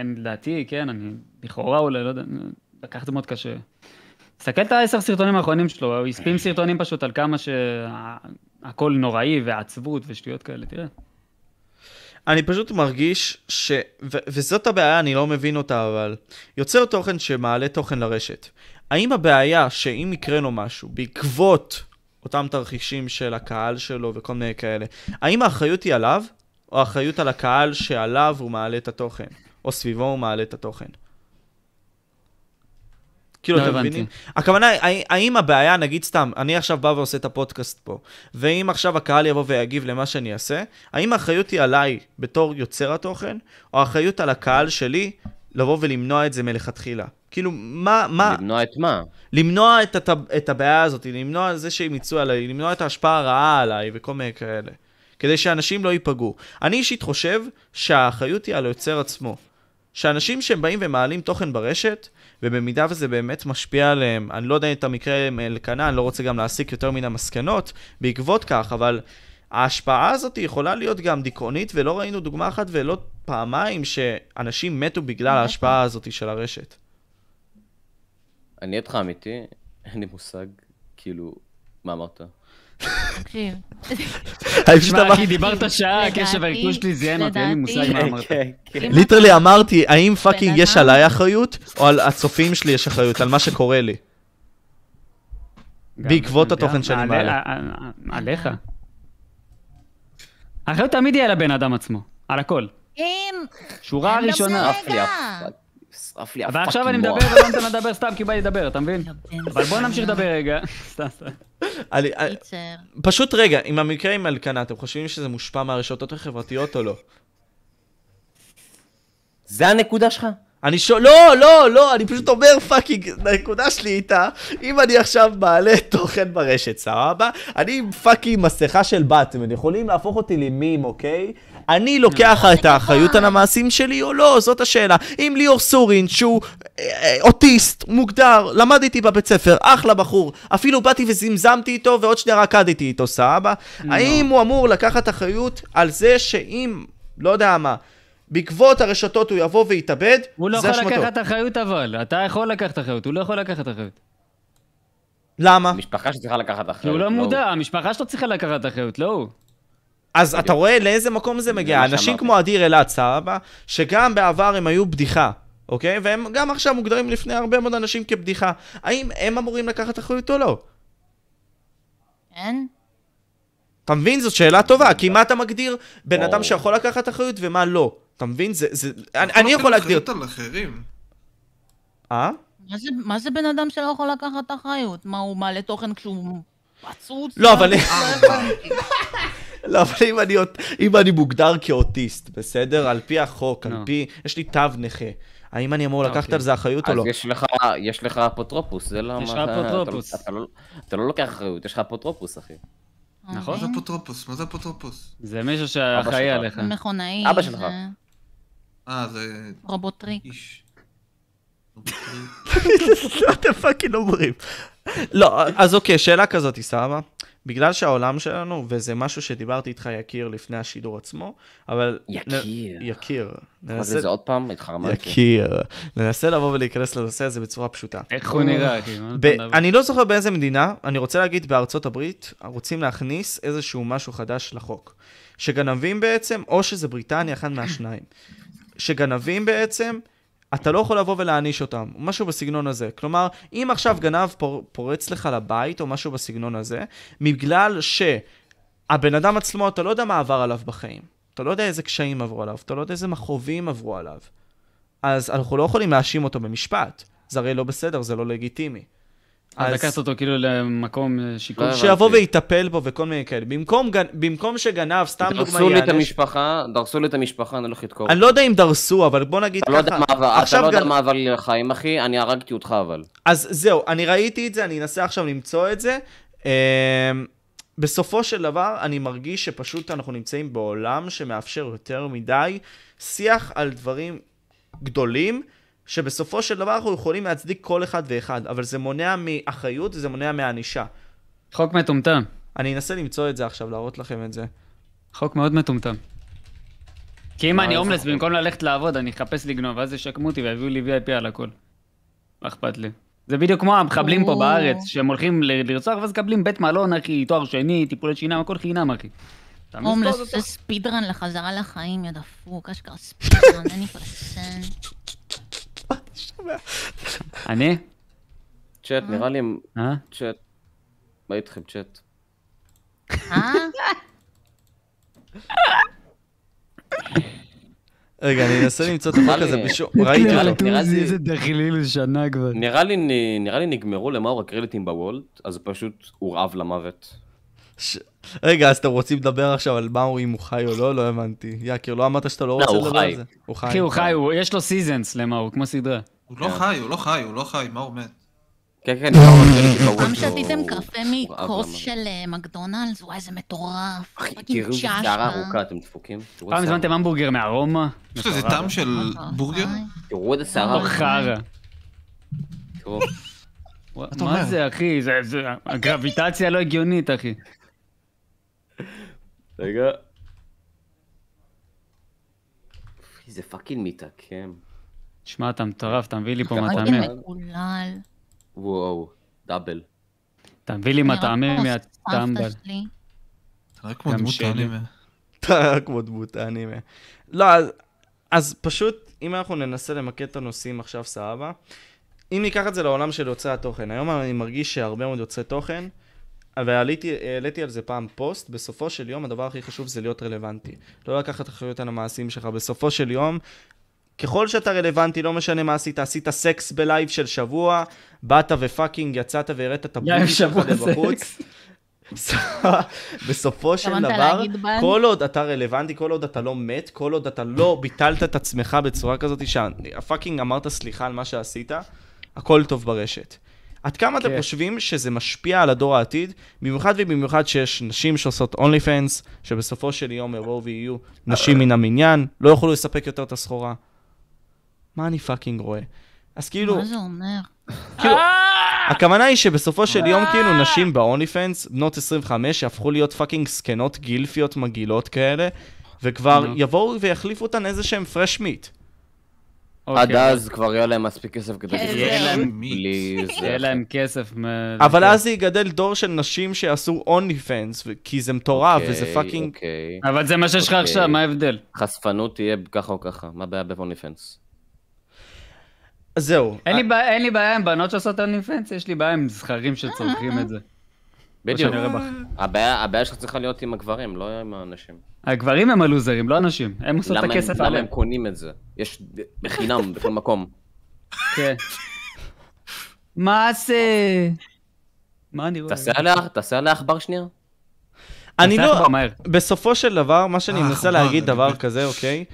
אני לדעתי, כן, אני לכאורה אולי, לא יודע, לקח את זה מאוד קשה. תסתכל את העשר סרטונים האחרונים שלו, הוא הספים סרטונים פשוט על כמה שהכל נוראי ועצבות ושטויות כאלה, תראה. אני פשוט מרגיש ש... ו- וזאת הבעיה, אני לא מבין אותה, אבל... יוצר תוכן שמעלה תוכן לרשת. האם הבעיה שאם יקרה לו משהו בעקבות אותם תרחישים של הקהל שלו וכל מיני כאלה, האם האחריות היא עליו, או האחריות על הקהל שעליו הוא מעלה את התוכן, או סביבו הוא מעלה את התוכן? כאילו, לא אתם הבנתי. מבינים? הכוונה, היא, האם הבעיה, נגיד סתם, אני עכשיו בא ועושה את הפודקאסט פה, ואם עכשיו הקהל יבוא ויגיב למה שאני אעשה, האם האחריות היא עליי בתור יוצר התוכן, או האחריות על הקהל שלי לבוא ולמנוע את זה מלכתחילה? כאילו, מה, מה, למנוע את מה? למנוע את, את, את הבעיה הזאת, למנוע את זה שהם יצאו עליי, למנוע את ההשפעה הרעה עליי וכל מיני כאלה. כדי שאנשים לא ייפגעו. אני אישית חושב שהאחריות היא על היוצר עצמו. שאנשים שהם באים ומעלים תוכן ברשת, ובמידה וזה באמת משפיע עליהם, אני לא יודע את המקרה עם אלקנה, אני לא רוצה גם להסיק יותר מן המסקנות בעקבות כך, אבל ההשפעה הזאת היא יכולה להיות גם דיכאונית, ולא ראינו דוגמה אחת ולא פעמיים שאנשים מתו בגלל ההשפעה הזאת של הרשת. אני אהיה איתך אמיתי, אין לי מושג, כאילו, מה אמרת? תקשיב. כן. תשמע, כי דיברת שעה, לדעתי- הקשב הריכוז שלי זיין אותי, אין לי מושג מה לדעתי- אמרת. אם ליטרלי אמרתי, האם פאקינג בן יש אדם- עליי אחריות, או על הצופים שלי יש אחריות, על מה שקורה לי. גם, בעקבות אתה יודע, התוכן שאני עלי- מעלה. ע- ע- אה, עליך. האחריות תמיד היא על הבן אדם עצמו, על הכל. אם... שורה אני לא ראשונה. מזלזלת. שרף לי הפאק- שרף לי אבל הפאקינג עכשיו אני מדבר מוח. ולא נותן לדבר סתם כי בא לי לדבר, אתה מבין? לבן אבל בוא זונה. נמשיך לדבר רגע. סתם, סתם. אני- אני- קיצר. פשוט רגע, עם המקרה עם אלקנה, אתם חושבים שזה מושפע מהרשתות החברתיות או לא? זה הנקודה שלך? אני שואל, לא, לא, לא, אני פשוט אומר פאקינג, הנקודה שלי איתה, אם אני עכשיו מעלה (laughs) תוכן ברשת, סבבה? אני עם פאקינג מסכה של באטמן, יכולים להפוך אותי למים, אוקיי? אני לוקח את האחריות על המעשים שלי או לא, זאת השאלה. אם ליאור סורין, שהוא אה, אה, אוטיסט, מוגדר, למד איתי בבית ספר, אחלה בחור, אפילו באתי וזמזמתי איתו ועוד שנייה רקדתי איתו, סבבה? האם הוא אמור לקחת אחריות על זה שאם, לא יודע מה, בעקבות הרשתות הוא יבוא ויתאבד, הוא לא זה יכול אשמתו. לקחת אחריות אבל, אתה יכול לקחת אחריות, הוא לא יכול לקחת אחריות. למה? המשפחה שצריכה לקחת אחריות. כי אה, הוא לא מודע, המשפחה שלו צריכה לקחת אחריות, לא הוא. אז אתה רואה לאיזה מקום זה מגיע. מה אנשים שאמרתי. כמו אדיר אלעד, סבבה? שגם בעבר הם היו בדיחה, אוקיי? והם גם עכשיו מוגדרים לפני הרבה מאוד אנשים כבדיחה. האם הם אמורים לקחת אחריות או לא? אין? אתה מבין? זאת שאלה טובה, כי מה אתה מגדיר בן או. אדם שיכול לקחת אחריות ומה לא? אתה מבין? זה... זה... אני, אני יכול להגדיר... לא אחריות על אחרים. לא אה? מה זה- מה זה בן אדם שלא יכול לקחת אחריות? מה, הוא מעלה תוכן כשהוא פצוץ? לא, אבל... (laughs) אה, לא, אבל אם אני, אוט- אם אני מוגדר כאוטיסט, בסדר? על פי החוק, על נו. פי... יש לי תו נכה. האם אני אמור לקחת אוקיי. על זה אחריות או אז לא? יש לך, יש לך אפוטרופוס, זה למה יש לך אתה- אתה לא- אפוטרופוס. אתה לא- אתה לא לוקח אחריות, יש לך אפוטרופוס, אחי. נכון. מה זה אוקיי. אפוטרופוס? מה זה אפוטרופוס? זה מישהו שאחראי שלך. עליך. נכון. מכונאי. כן. אבא שלך. זה אה, זה רובוטריק. איש. אתם פאקינג אומרים. לא, אז אוקיי, שאלה כזאת, סבבה. בגלל שהעולם שלנו, וזה משהו שדיברתי איתך, יקיר, לפני השידור עצמו, אבל... יקיר. יקיר. אז ננסה- זה עוד פעם, התחרמנתי. יקיר. ננסה לבוא ולהיכנס לנושא הזה בצורה פשוטה. איך הוא נראה, אחי? מה ב- אתה מדבר? אני לא זוכר באיזה מדינה, אני רוצה להגיד בארצות הברית, רוצים להכניס איזשהו משהו חדש לחוק. שגנבים בעצם, או שזה בריטניה, אחד מהשניים. שגנבים בעצם, אתה לא יכול לבוא ולהעניש אותם, משהו בסגנון הזה. כלומר, אם עכשיו גנב פור, פורץ לך לבית, או משהו בסגנון הזה, בגלל שהבן אדם עצמו, אתה לא יודע מה עבר עליו בחיים. אתה לא יודע איזה קשיים עברו עליו, אתה לא יודע איזה מכאובים עברו עליו. אז אנחנו לא יכולים להאשים אותו במשפט. זה הרי לא בסדר, זה לא לגיטימי. אז לקחת אותו כאילו למקום אה, שיקום. לא הבנתי. שיבוא ויטפל בו וכל מיני כאלה. במקום, גנ... במקום שגנב, סתם דוגמא, דרסו לי את המשפחה, דרסו לי את המשפחה, אני הולך לתקוף. אני לא יודע אם דרסו, אבל בוא נגיד אתה לא ככה. יודע מה עבר- אתה עכשיו לא יודע גנ- מה עבר לי לחיים, אחי, אני הרגתי אותך אבל. אז זהו, אני ראיתי את זה, אני אנסה עכשיו למצוא את זה. אמ, בסופו של דבר, אני מרגיש שפשוט אנחנו נמצאים בעולם שמאפשר יותר מדי שיח על דברים גדולים, שבסופו של דבר אנחנו יכולים להצדיק כל אחד ואחד, אבל זה מונע מאחריות וזה מונע מענישה. חוק מטומטם. אני אנסה למצוא את זה עכשיו, להראות לכם את זה. חוק מאוד מטומטם. כי אם מה אני איזה הומלס, חוק? במקום ללכת לעבוד, אני אחפש לגנוב, ואז ישקמו אותי ויביאו לי VIP על הכל. מה אכפת לי? זה בדיוק כמו המחבלים פה או. בארץ, שהם הולכים ל- לרצוח ואז מקבלים בית מלון, אחי, תואר שני, טיפולי שיניים, הכל חינם, אחי. אתה מבין? הומלס זה ספידרן לחזרה לחיים, יא דפוק, אשכרה ספידרן, אין לי פרסן. אני? צ'אט, נראה לי, אה? צ'אט. מה איתכם צ'אט? (laughs) אה? רגע, אני אנסה למצוא את החוק הזה לי- בשום... ראיתי נראה (laughs) לי- אותו. נראה לי- איזה דחליל שנה כבר. נראה לי נ- נראה לי נגמרו למאור הקרדיטים בוולט, אז הוא פשוט הורעב למוות. ש... רגע, אז אתם רוצים לדבר עכשיו על מה הוא, אם הוא חי או לא? לא הבנתי. יקיר, לא אמרת שאתה לא לא, רוצה הוא לדבר חי. על זה? הוא חי. אחי, הוא חי, הוא- יש לו סיזנס למה הוא, כמו סדרה. הוא כן. לא חי, הוא לא חי, הוא לא חי, מה הוא מת? כן, כן, נראה לי הקרדיטים בוולט. פעם הוא- שתיתם הוא קפה הורעב מכוס למוות. של אה, מקדונלדס? וואי, זה מטורף. אה. אחי, פאקינג תראו איזה צ'אשמה. שערה ארוכה, אתם דפוקים. תראו פעם איזה הזמנתם המבורגר מארומה? יש לזה טעם של אה, אה, נכון, בורגר? שערה- תראו איזה שערה לא ארוכה. חרא. תראו. אתה מה אומר? זה, אחי? זה- זה... הגרביטציה לא הגיונית, אחי. רגע. זה פאקינג מתעקם. שמע, אתה מטורף, אתה מביא לי פה אוי, מטעמים. זה מקולל. וואו, דאבל. אתה מביא לי מטעמים נראה כמו מהטמבל. אה, אוקיי, סבתא שלי. אתה רק כמו גם דמות שלי. האנימה. (laughs) אתה כמו דמות האנימה. לא, אז, אז פשוט, אם אנחנו ננסה למקד את הנושאים עכשיו, סבבה. אם ניקח את זה לעולם של יוצרי התוכן, היום אני מרגיש שהרבה מאוד יוצרי תוכן, ועליתי, העליתי על זה פעם פוסט, בסופו של יום הדבר הכי חשוב זה להיות רלוונטי. לא לקחת אחריות על המעשים שלך, בסופו של יום, ככל שאתה רלוונטי, לא משנה מה עשית, עשית סקס בלייב של שבוע, באת ופאקינג יצאת והראית את הבוטי לייב שלך שבוע בחוץ. סקס. (laughs) בסופו של התכוונת דבר, להגיד בנק? כל עוד אתה רלוונטי, כל עוד אתה לא מת, כל עוד אתה לא ביטלת את עצמך בצורה כזאת שהפאקינג אמרת סליחה על מה שעשית, הכל טוב ברשת. עד כמה אתם כן. חושבים שזה משפיע על הדור העתיד, במיוחד ובמיוחד שיש נשים שעושות אונלי פנס, שבסופו של יום יבואו ויהיו נשים מן המניין, לא יוכלו לספק יותר את הסחורה. מה אני פאקינג רואה? אז לא. כאילו, מה זה אומר? כאילו, הכוונה היא שבסופו של יום, כאילו, נשים בהוני פנס, בנות 25, שהפכו להיות פאקינג זקנות גילפיות מגעילות כאלה, וכבר נו. יבואו ויחליפו אותן איזה שהם פרש מיט. עד אוקיי. אז כבר יהיה להם מספיק כסף כדי... כן, לקנות זהו. שם בלי זה. יהיה להם כסף. מ- אבל אז זה יגדל דור של נשים שיעשו הוני פנס, כי זה מטורף, אוקיי, וזה פאקינג... אוקיי. אבל זה מה שיש לך אוקיי. עכשיו, מה ההבדל? חשפנות תהיה ככה או ככה, מה הבעיה בפוני פנס? זהו. אין לי בעיה- אין לי בעיה עם בנות שעושות אוניפנס, יש לי בעיה עם זכרים שצורכים את זה. בדיוק. שאני רואה הבעיה הבעיה שלך צריכה להיות עם הגברים, לא עם הנשים. הגברים הם הלוזרים, לא הנשים. הם עושות את למה הם- הכסף למה עליהם. הם קונים את זה? יש בחינם בכל (laughs) מקום. כן. מה זה? מה אני רואה? תעשה עליה- תעשה עליה עכבר שנייה. אני תעשה לא... עכבר מהר. בסופו של דבר, מה שאני אה, מנסה חבל, להגיד אני דבר באמת- כזה, אוקיי?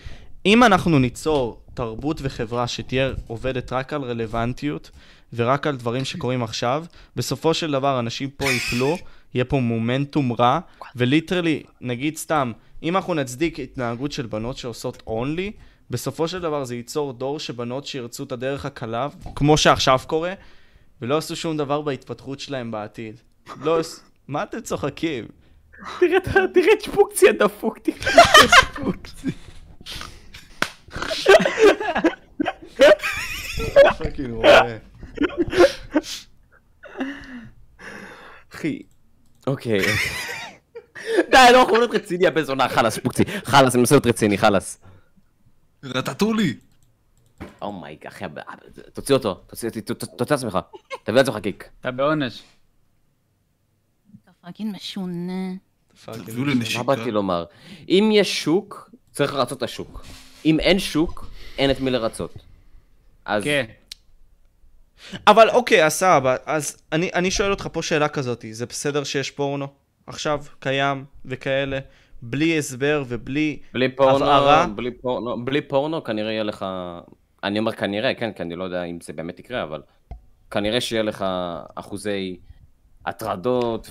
אם אנחנו ניצור את תרבות וחברה שתהיה עובדת רק על רלוונטיות ורק על דברים שקורים עכשיו, בסופו של דבר אנשים פה ייפלו, יהיה פה מומנטום רע, וליטרלי, נגיד סתם, אם אנחנו נצדיק התנהגות של בנות שעושות אונלי, בסופו של דבר זה ייצור דור שבנות שירצו את הדרך הקלה, כמו שעכשיו קורה, ולא עשו שום דבר בהתפתחות שלהם בעתיד. לא, עש- מה אתם צוחקים? תראה את שפוקצי הדפוק, תראה. פאקינג רואה. אחי. אוקיי. די, לא יכול להיות רציני, הבן זונה, חלאס, שפוקצי. חלאס, אני מנסה להיות רציני, חלאס. רטטולי. אומייג, אחי, הב- תוציא אותו, תוציא ת- ת- תוציא עצמך. תביא לעצמך קיק. אתה בעונש. אתה פאקינג משונה. תביאו לי מה נשיקה. באתי לומר? אם יש שוק, צריך לרצות את השוק. אם אין שוק, אין את מי לרצות. אז כן. אבל אוקיי, אז סבבה, אז אני, אני שואל אותך פה שאלה כזאת, זה בסדר שיש פורנו עכשיו, קיים וכאלה, בלי הסבר ובלי... בלי פורנו, הבהרה? בלי פורנו, בלי פורנו כנראה יהיה לך... אני אומר כנראה, כן, כי אני לא יודע אם זה באמת יקרה, אבל כנראה שיהיה לך אחוזי הטרדות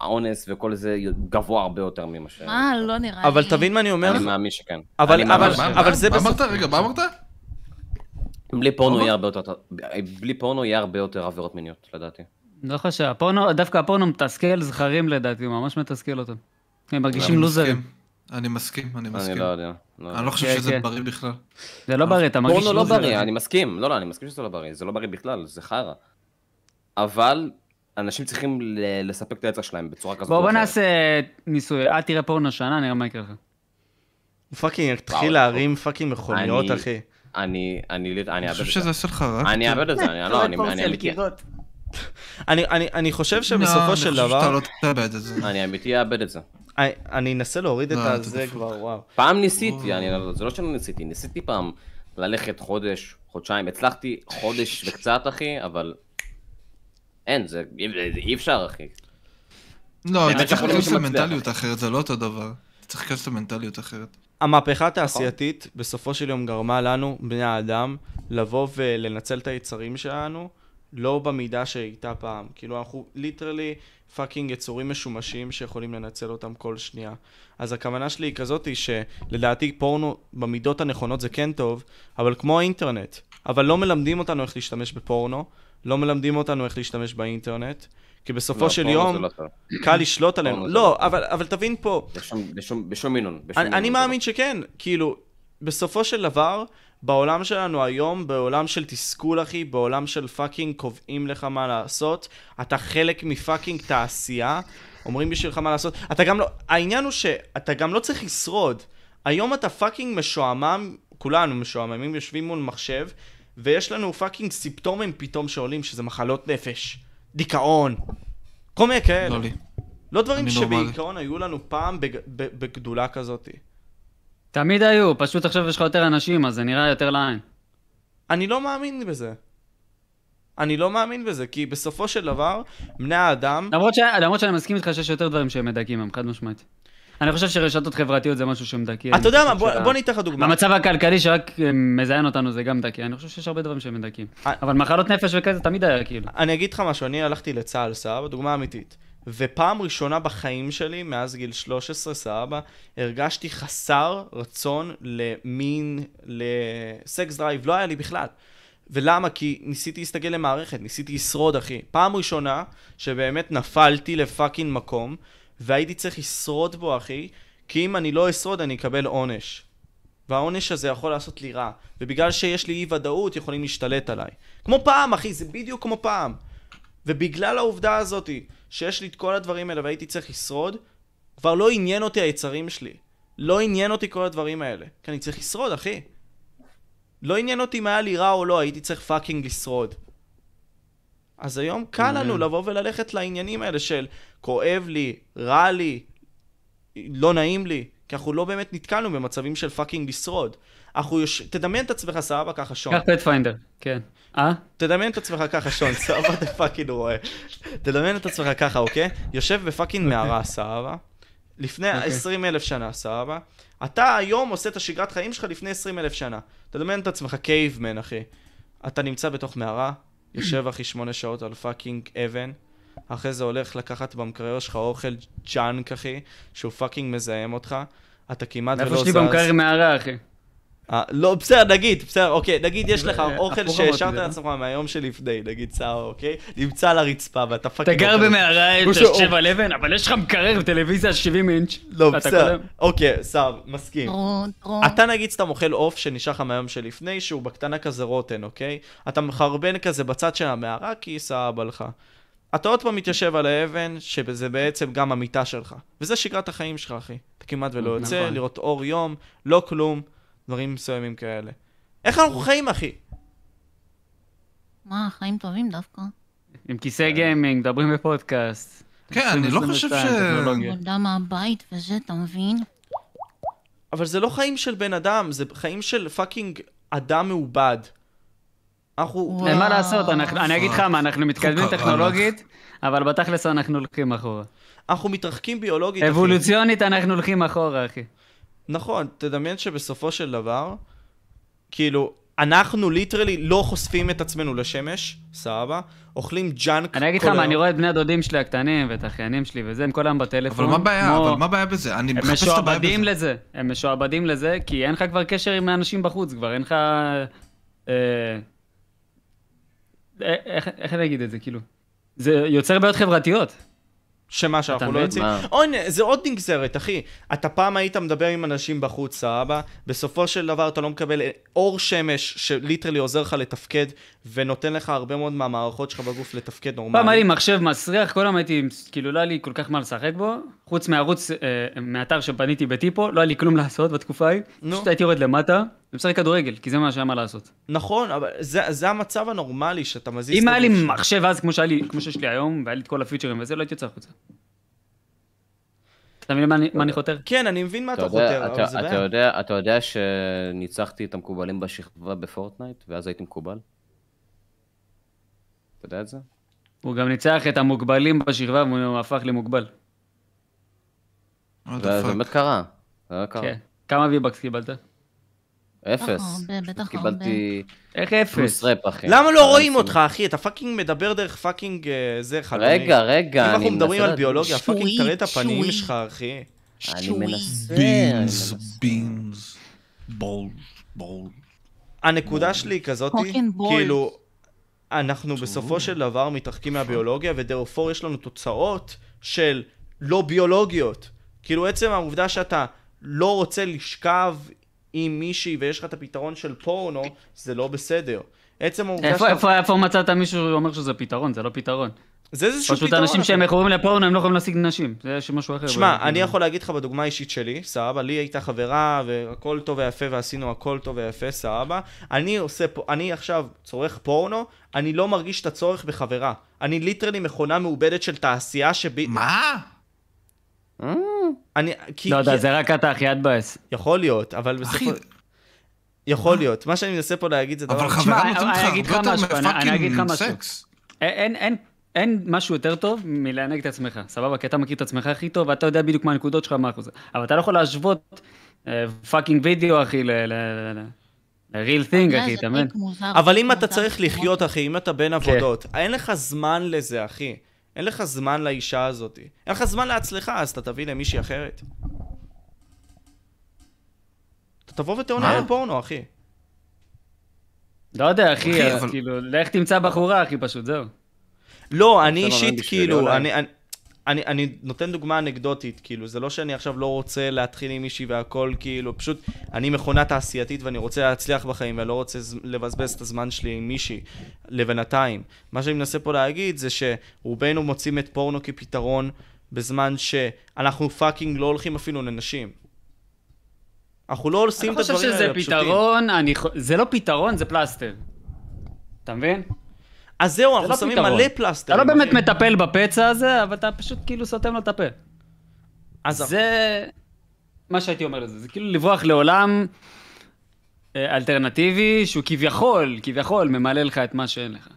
ואונס וכל זה גבוה הרבה יותר ממה ש... מה, לא נראה לי. אבל תבין מה אני אומר? אני מאמין שכן. אבל, אני אבל, ממש- מה- אבל מה- זה מה אמרת? בסוף... רגע, מה אמרת? בלי פורנו יהיה הרבה יותר... בלי פורנו יהיה הרבה יותר עבירות מיניות, לדעתי. לא חושב, הפורנו, דווקא הפורנו מתסכל זכרים לדעתי, הוא ממש מתסכל אותם. הם מרגישים אני לוזרים. מסכים. אני מסכים, אני אני מסכים. לא יודע. לא יודע. אני לא חושב כן, שזה כן. בריא בכלל. זה לא בריא, אתה מרגיש פורנו לא לוזר. בריא, אני מסכים. לא, לא, אני מסכים שזה לא בריא. זה לא בריא בכלל, זה חרא. אבל אנשים צריכים ל- לספק את היצע שלהם בצורה כזאת. בוא או בוא אחרת. נעשה ניסוי, אל תראה פורנו שנה, נראה מה יקרה לך. הוא פאקינג וואו, יתחיל להרים פאקינג אני- מכוניות, אחי. אני, אני, אני, אני אני אאבד חושב את שזה זה. יעשה לך רק... אני יותר. אאבד את זה, אני לא, אני אני אמיתי. כאילו. אני, אני, אני חושב לא, שבסופו אני חושב של שאתה דבר... לא תאבד את זה. אני אמיתי אאבד את זה. אני, אני אנסה להוריד את לא, אתה הזה דפוק. כבר, וואו. פעם ניסיתי, אני, לא- זה לא שלא ניסיתי, ניסיתי פעם ללכת חודש, חודשיים, הצלחתי חודש וקצת, אחי, אבל... אין, זה אי- זה אי אפשר, אחי. לא, באמת אתה צריך יכול להיות להיכנס שמצליח. למנטליות אחרת, זה לא אותו דבר. אתה צריך להיכנס למנטליות אחרת. נכון. המהפכה התעשייתית בסופו של יום גרמה לנו, בני האדם, לבוא ולנצל את היצרים שלנו, לא במידה שהייתה פעם. כאילו, אנחנו ליטרלי פאקינג יצורים משומשים שיכולים לנצל אותם כל שנייה. אז הכוונה שלי היא כזאת, היא שלדעתי פורנו במידות הנכונות זה כן טוב, אבל כמו האינטרנט. אבל לא מלמדים אותנו איך להשתמש בפורנו, לא מלמדים אותנו איך להשתמש באינטרנט, כי בסופו לא, של פורנו יום זה לא טוב. קל לשלוט פורנו עלינו. זה לא, לא אבל, אבל תבין פה, בשום- בשום- בשום מינון. בשום אני, מינון אני זה לא מאמין שכן, כאילו, בסופו של דבר, בעולם שלנו היום, בעולם של תסכול, אחי, בעולם של פאקינג קובעים לך מה לעשות, אתה חלק מפאקינג תעשייה, אומרים בשבילך מה לעשות, אתה גם לא, העניין הוא שאתה גם לא צריך לשרוד. היום אתה פאקינג משועמם, כולנו משועממים, יושבים מול מחשב, ויש לנו פאקינג סיפטומים פתאום שעולים, שזה מחלות נפש, דיכאון, כל מיני כאלה. לא לי. לא דברים אני נורמלי. שבעיקרון היו לנו פעם בג- ב- בגדולה כזאת. תמיד היו, פשוט עכשיו יש לך יותר אנשים, אז זה נראה יותר לעין. אני לא מאמין בזה. אני לא מאמין בזה, כי בסופו של דבר, בני האדם... למרות, ש... למרות שאני מסכים איתך שיש יותר דברים שהם מדכאים, הם חד משמעית. אני חושב שרשתות חברתיות זה משהו שמדכא. אתה יודע אני מה, חושב בוא שה- בוא אני אתן לך דוגמה. במצב הכלכלי שרק אה, מזיין אותנו זה גם מדכא, אני חושב שיש הרבה דברים שהם מדכאים. אה. אבל מחלות נפש וכזה תמיד היה כאילו. אני אגיד לך משהו, אני הלכתי לצה"ל, סבבה, דוגמה אמיתית. ופעם ראשונה בחיים שלי, מאז גיל 13, סבבה, הרגשתי חסר רצון למין, לסקס דרייב, לא היה לי בכלל. ולמה? כי ניסיתי להסתגל למערכת, ניסיתי לשרוד, אחי. פעם ראשונה שבאמת נפלתי לפאקינג מקום, והייתי צריך לשרוד בו, אחי, כי אם אני לא אשרוד, אני אקבל עונש. והעונש הזה יכול לעשות לי רע, ובגלל שיש לי אי ודאות יכולים להשתלט עליי. כמו פעם אחי, זה בדיוק כמו פעם. ובגלל העובדה הזאת שיש לי את כל הדברים האלה והייתי צריך לשרוד, כבר לא עניין אותי היצרים שלי. לא עניין אותי כל הדברים האלה, כי אני צריך לשרוד אחי. לא עניין אותי אם היה לי רע או לא, הייתי צריך פאקינג לשרוד. אז היום קל לנו לבוא וללכת לעניינים האלה של כואב לי, רע לי, לא נעים לי, כי אנחנו לא באמת נתקלנו במצבים של פאקינג לשרוד. אנחנו יש... תדמיין את עצמך סבבה ככה שון. קח פטפיינדר, כן. אה? תדמיין את עצמך ככה שון, (laughs) סבבה אתה פאקינג רואה. תדמיין את עצמך ככה, אוקיי? יושב בפאקינג מערה, סבבה. לפני אוקיי. 20 אלף שנה, סבבה? אתה היום עושה את השגרת חיים שלך לפני 20 אלף שנה. תדמיין את עצמך קייבמן, אחי. אתה נמצא בתוך מערה, יושב אחי שמונה שעות על פאקינג אבן, אחרי זה הולך לקחת במקרר שלך אוכל ג'אנק, אחי, שהוא פאקינג מזהם אותך. אתה כמעט ולא איפה זז. שלי במקרר מערה, אחי. אה, לא, בסדר, נגיד, בסדר, אוקיי, נגיד יש לך אה, אוכל הפוך אמרתי, שהשארת זה לא? לעצמך מהיום שלפני, נגיד סער, אוקיי? נמצא על הרצפה ואתה אתה פאקינג... גר אוכל- במערה, אתה הוא יושב שאור. על אבן, אבל יש לך מקרר וטלוויזיה 70 אינץ'. לא, אתה בסדר, קודם. אוקיי, סער, מסכים. טרון, טרון. אתה נגיד סתם אוכל עוף שנשאר לך מהיום שלפני, שהוא בקטנה כזה רוטן, אוקיי? אתה מחרבן כזה בצד של המערה, כי סבבה לך. אתה עוד פעם מתיישב על האבן, שזה בעצם גם המיטה שלך. וזה שגרת החיים שלך, אחי. אתה כמעט ולא יוצא, נכון. לראות אור יום, לא כלום, דברים מסוימים כאלה. איך אנחנו חיים, אחי? מה, חיים טובים דווקא. עם כן. כיסא גיימינג, מדברים בפודקאסט. כן, אני לא חושב ש... 2022, כן. טכנולוגיה. עבודה מהבית וזה, אתה מבין? אבל זה לא חיים של בן אדם, זה חיים של פאקינג אדם מעובד. אנחנו... וואו. אין מה לעשות, אנחנו- אני אגיד לך מה, אנחנו מתקדמים קרה לך? טכנולוגית, אבל בתכלס אנחנו (laughs) הולכים אחורה. אנחנו מתרחקים ביולוגית, אחי. אבולוציונית אנחנו הולכים אחורה, אחי. נכון, תדמיין שבסופו של דבר, כאילו, אנחנו ליטרלי לא חושפים את עצמנו לשמש, סבבה? אוכלים ג'אנק. אני אגיד לך כל מה, היום. אני רואה את בני הדודים שלי הקטנים ואת האחיינים שלי וזה, הם כל היום בטלפון. אבל מה הבעיה? כמו- אבל מה הבעיה בזה? אני הם מחפש את הבעיה משועבדים בזה. לזה, הם משועבדים לזה, כי אין לך כבר קשר עם האנשים בחוץ, כבר אין לך... אה, איך איך אני אגיד את זה, כאילו? זה יוצר בעיות חברתיות. שמה שאנחנו אתה לא מבין? יוצאים. מה? אוי, זה עוד נגזרת, אחי. אתה פעם היית מדבר עם אנשים בחוץ, סבבה? בסופו של דבר אתה לא מקבל אור שמש שליטרלי עוזר לך לתפקד, ונותן לך הרבה מאוד מהמערכות שלך בגוף לתפקד נורמלי. פעם היה לי מחשב מסריח, כל היום הייתי, עם- כאילו לא היה לי כל כך מה לשחק בו, חוץ מערוץ, אה, מאתר שבניתי בטיפו, לא היה לי כלום לעשות בתקופה ההיא, נו. פשוט הייתי יורד למטה, ומשחק כדורגל, כי זה מה שהיה מה לעשות. נכון, אבל זה, זה המצב הנורמלי שאתה מזיז אם את היה לי הגוף שלך. מחשב אז כמו שהיה לי- כמו שיש לי היום, והיה לי את כל הפיצ'רים וזה, לא הייתי יוצא החוצה. אתה מבין למה אני- מה אני חותר? כן, אני מבין מה אתה אתה יודע- חותר, אבל זה אתה- אתה בעיה. יודע- אתה יודע שניצחתי את המקובלים בשכבה בפורטנייט, ואז הייתי מקובל? אתה יודע את זה? הוא גם ניצח את המוגבלים בשכבה, והוא הפך למוגבל. What the זה fuck? זה באמת קרה. זה באמת קרה. כן. כמה V-Bucks קיבלת? אפס. הרבה, פשוט בטח קיבלתי איך אפס? פלוס רפ, אחי. למה לא אבל רואים זה- אותך, אחי? אתה פאקינג מדבר דרך פאקינג אה, זה חלוני. רגע, רגע, אם אני אנחנו מדברים על מנסה לדעת- ביולוגיה, שטויות, פאקינג תראה את הפנים שטויות. שלך, אחי. אני שטוי. מנסה. בינס, אני מנסה. בינס, בול, בול. הנקודה שלי היא כזאת, פאקינג בולט. כאילו, אנחנו בסופו של דבר מתרחקים מהביולוגיה, ודאופור יש לנו תוצאות של לא ביולוגיות. כאילו, עצם העובדה שאתה לא רוצה לשכב עם מישהי ויש לך את הפתרון של פורנו, זה לא בסדר. עצם העובדה איפה- שאתה... איפה איפה מצאת מישהו שאומר שזה פתרון? זה לא פתרון. זה איזשהו פתרון. פשוט אנשים אחי. שהם מכורים לפורנו, הם לא יכולים להשיג נשים. זה יש משהו אחר. כאילו. שמע, אבל- אני יכול להגיד לך בדוגמה האישית שלי, סבבה, לי הייתה חברה, והכל טוב ויפה, ועשינו הכל טוב ויפה, סבבה. אני עושה פה, אני עכשיו צורך פורנו, אני לא מרגיש את הצורך בחברה. אני ליטרלי מכונה מעובדת של תעשייה שבי... מה? אני... כי... לא יודע, כי- זה רק אתה, אחי, את באס. יכול להיות, אבל אחי, בסופו... יכול להיות. מה שאני מנסה פה להגיד זה דבר... אבל תשמע, חברה אני- נותנת לך אני אגיד הרבה לך יותר משהו, אני- אני אגיד לך מפאקינג משהו. סקס. אין- אין- אין משהו יותר טוב מלענג את עצמך, סבבה? כי אתה מכיר את עצמך הכי טוב, ואתה יודע בדיוק מה הנקודות שלך, מה אחוז. אבל אתה לא יכול להשוות פאקינג וידאו, אחי, ל-real thing, אחי, אתה מבין? אבל אם אתה צריך לחיות, אחי, אם אתה בין כן. עבודות, אין לך זמן לזה, אחי. אין לך זמן לאישה הזאת. אין לך זמן לעצמך, אז אתה תביא למישהי אחרת. אתה תבוא ותעונה מה? לפורנו, אחי. לא יודע, אחי, אחי, אז אבל- כאילו, לך תמצא בחורה, אחי, פשוט, זהו. לא, אני מאמן אישית, בשבילי, כאילו, אולי. אני... אני- אני, אני נותן דוגמה אנקדוטית, כאילו, זה לא שאני עכשיו לא רוצה להתחיל עם מישהי והכל, כאילו, פשוט אני מכונה תעשייתית ואני רוצה להצליח בחיים ואני לא רוצה ז- לבזבז את הזמן שלי עם מישהי, לבינתיים. מה שאני מנסה פה להגיד זה שרובנו מוצאים את פורנו כפתרון בזמן שאנחנו פאקינג לא הולכים אפילו לנשים. אנחנו לא עושים אני את הדברים חושב האלה שזה הפשוטים. פתרון, אני חו- זה לא פתרון, זה פלסטר. אתה מבין? אז זהו, אנחנו לא שמים פתרון. מלא פלסטרים. אתה לא באמת אחי. מטפל בפצע הזה, אבל אתה פשוט כאילו סותם לו את הפה. אז זה מה שהייתי אומר לזה, זה כאילו לברוח לעולם אה, אלטרנטיבי שהוא כביכול, כביכול ממלא לך את מה שאין לך.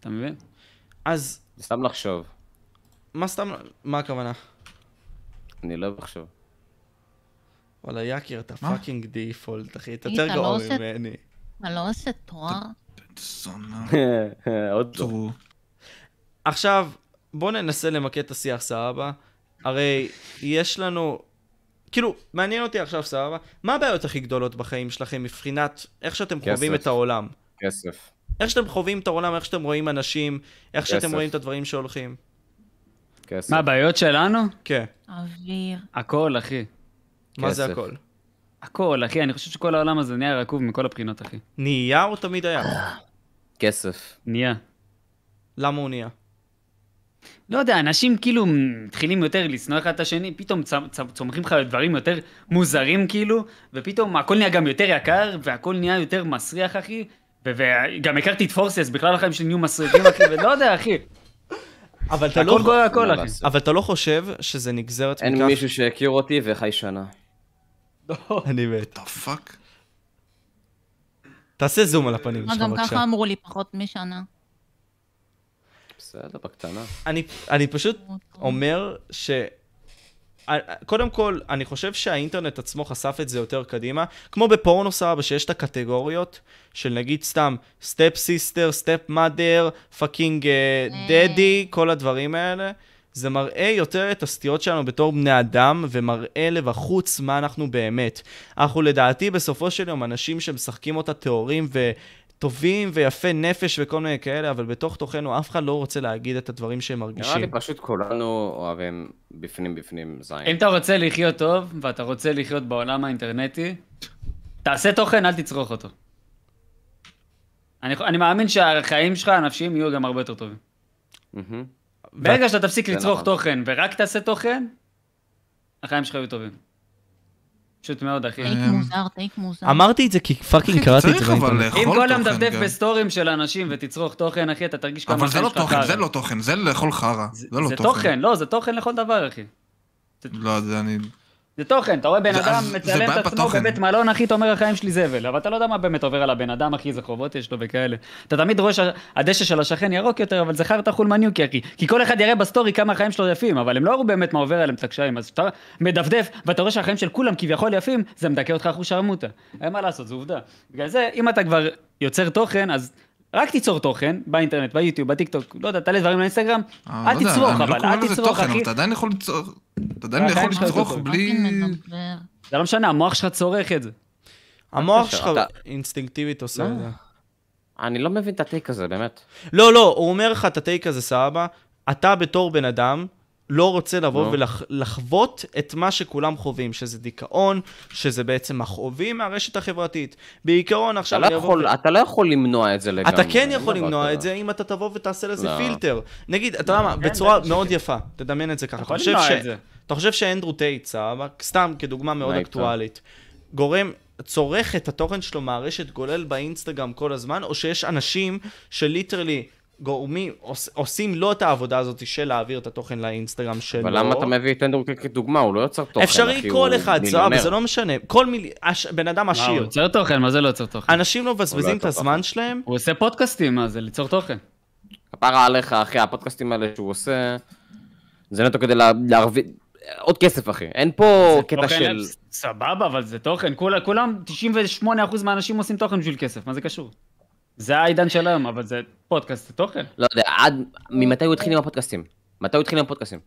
אתה מבין? אז סתם לחשוב. מה סתם, מה הכוונה? אני לא חושב. (laughs) וואלה, יקיר, אתה מה? פאקינג דיפולט, אחי, אתה היית יותר לא גרוע עושה- ממני. אתה לא עושה תואר? בן זונה. עוד (laughs) לא. טוב. עכשיו, בואו ננסה למקד את השיח, סבבה? הרי יש לנו... כאילו, מעניין אותי עכשיו, סבבה? מה הבעיות הכי גדולות בחיים שלכם מבחינת איך שאתם כסף. חווים את העולם? כסף. איך שאתם חווים את העולם, איך שאתם רואים אנשים, איך שאתם כסף. רואים את הדברים שהולכים. כסף. מה, הבעיות שלנו? כן, אוויר. הכל, אחי. מה זה כסף. הכל? הכל, אחי. אני חושב שכל העולם הזה נהיה רקוב מכל הבחינות, אחי. נהיה או תמיד היה? כסף. נהיה. למה הוא נהיה? לא יודע, אנשים כאילו מתחילים יותר לשנוא אחד את השני, פתאום צ- צ- צומחים לך דברים יותר מוזרים כאילו, ופתאום הכל נהיה גם יותר יקר, והכל נהיה יותר מסריח, אחי. ו- וגם הכרתי את פורסס, בכלל החיים שלי נהיו מסריחים, אחי, ולא יודע, אחי. אבל אתה לא... הכל קורה הכל, מה אחי. לעשות? אבל אתה לא חושב שזה נגזרת אין מכך... מישהו שהכיר אותי וחי שנה. (laughs) אני מת. דה פאק? תעשה זום על הפנים מה, שלך, גם בבקשה. ככה אמרו לי פחות משנה. בסדר, בקטנה. אני, אני פשוט אומר ש... קודם כל, אני חושב שהאינטרנט עצמו חשף את זה יותר קדימה. כמו בפורנו סבא, שיש את הקטגוריות של נגיד סתם סטפ סיסטר, סטפ מאדר, פאקינג דדי, אה, כל הדברים האלה. זה מראה יותר את הסטיות שלנו בתור בני אדם, ומראה לבחוץ מה אנחנו באמת. אנחנו לדעתי בסופו של יום אנשים שמשחקים אותה טהורים וטובים ויפי נפש וכל מיני כאלה, אבל בתוך תוכנו אף אחד לא רוצה להגיד את הדברים שהם נראה לי מרגישים. פשוט כולנו אוהבים בפנים בפנים אם זין. אתה רוצה לחיות טוב, ואתה רוצה לחיות בעולם האינטרנטי, תעשה תוכן, אל תצרוך אותו. אני, אני מאמין שהחיים שלך הנפשיים יהיו גם הרבה יותר טובים. מהמם. ברגע שאתה תפסיק זה לצרוך נכון. תוכן ורק תעשה תוכן, החיים שלך יהיו טובים. פשוט מאוד, אחי. טייק אמ, מוזר, טייק מוזר. אה. אמרתי את זה כי פאקינג קראתי את זה צריך אבל באינטרנט. לאכול אם כל היום תוכן תדפדף גם. בסטורים של אנשים ותצרוך תוכן, אחי, אתה תרגיש כמה אבל זה החיים לא שלך תוכן, חרא. זה לא תוכן, זה לאכול חרא. זה לא זה תוכן. תוכן, לא, זה תוכן לכל דבר, אחי. לא, זה אני... זה תוכן, אתה רואה בן זה- אדם אז- זה מצלם בעיה את עצמו בתוכן. בבית מלון, אחי, אתה אומר החיים שלי זבל, אבל אתה לא יודע מה באמת עובר על הבן אדם, אחי, איזה חובות יש לו וכאלה. אתה תמיד רואה שהדשא של השכן ירוק יותר, אבל זה חרטא חולמניוקי, אחי. כי כל אחד יראה בסטורי כמה החיים שלו יפים, אבל הם לא ראו באמת מה עובר עליהם את הקשיים, אז כשאתה מדפדף ואתה רואה שהחיים של כולם כביכול יפים, זה מדכא אותך אחוז שרמוטה. אין מה לעשות, זו עובדה. בגלל זה, אם אתה כבר יוצר תוכן, אז... רק תיצור תוכן, באינטרנט, ביוטיוב, בטיקטוק, לא יודע, תעלה דברים לאינסטגרם, אה, אל לא יודע, תצרוך, אני לא אבל קורא אל לזה תצרוך, תוכן, אחי. אבל אתה עדיין יכול לצרוך... אתה עדיין אה, יכול עדיין יש לך לצרוך תוכן. בלי... אוקיי, פאקינג מדבר. זה לא משנה, המוח שלך צורך את זה. המוח שלך אתה- אינסטינקטיבית עושה לא. את זה. אני לא מבין את הטייק הזה, באמת. לא, לא, הוא אומר לך את הטייק הזה, סבבה, אתה בתור בן אדם לא רוצה לבוא נו. ולחוות את מה שכולם חווים, שזה דיכאון, שזה בעצם מכאובים מהרשת החברתית. בעיקרון אתה עכשיו... לא אני אבוא יכול- ו- אתה לא יכול למנוע את זה לגמרי. לא אתה כן אין יכול דבר למנוע כזה. את זה אם אתה תבוא ותעשה לזה לא. פילטר. נגיד, אתה יודע מה, כן, בצורה בטח מאוד שכן. יפה, תדמיין את זה ככה. אתה אתה יכול חושב למנוע ש- את זה. אתה חושב שאנדרו טייט, סבבה? סתם כדוגמה מאוד מה איתו? אקטואלית. גורם, צורך את התוכן שלו מהרשת, גולל באינסטגרם כל הזמן, או שיש אנשים שליטרלי גורמים, עוש, עושים לא את העבודה הזאת של להעביר את התוכן לאינסטגרם שלו. אבל למה אתה מביא את אנדרו קירק כדוגמה? הוא לא יוצר תוכן, לא. אפשרי אחי, כל הוא אחד, סבבה, מיליונר. זה לא משנה. כל מילי... הש... בן אדם מה, הוא עשיר. יוצר תוכן, מה זה לא יוצר תוכן? אנשים לא מבזבזים את יוצר הזמן שלהם, הוא עושה פודקאסטים, מה זה ליצור תוכן. כפרה עליך, אחי, הפודקאסטים האלה שהוא עושה, זה נטו כדי לה- להרוויח... עוד כסף, אחי. אין פה לא קטע תוכן, של... ס- סבבה, אבל זה תוכן, כולה- כולם, 98% מהאנשים עושים תוכן בשביל כסף, מה זה קשור? זה העידן של היום, אבל זה פודקאסט, זה תוכן. לא יודע, עד... ממתי הוא התחיל עם הפודקאסטים? מתי הוא התחיל עם הפודקאסטים?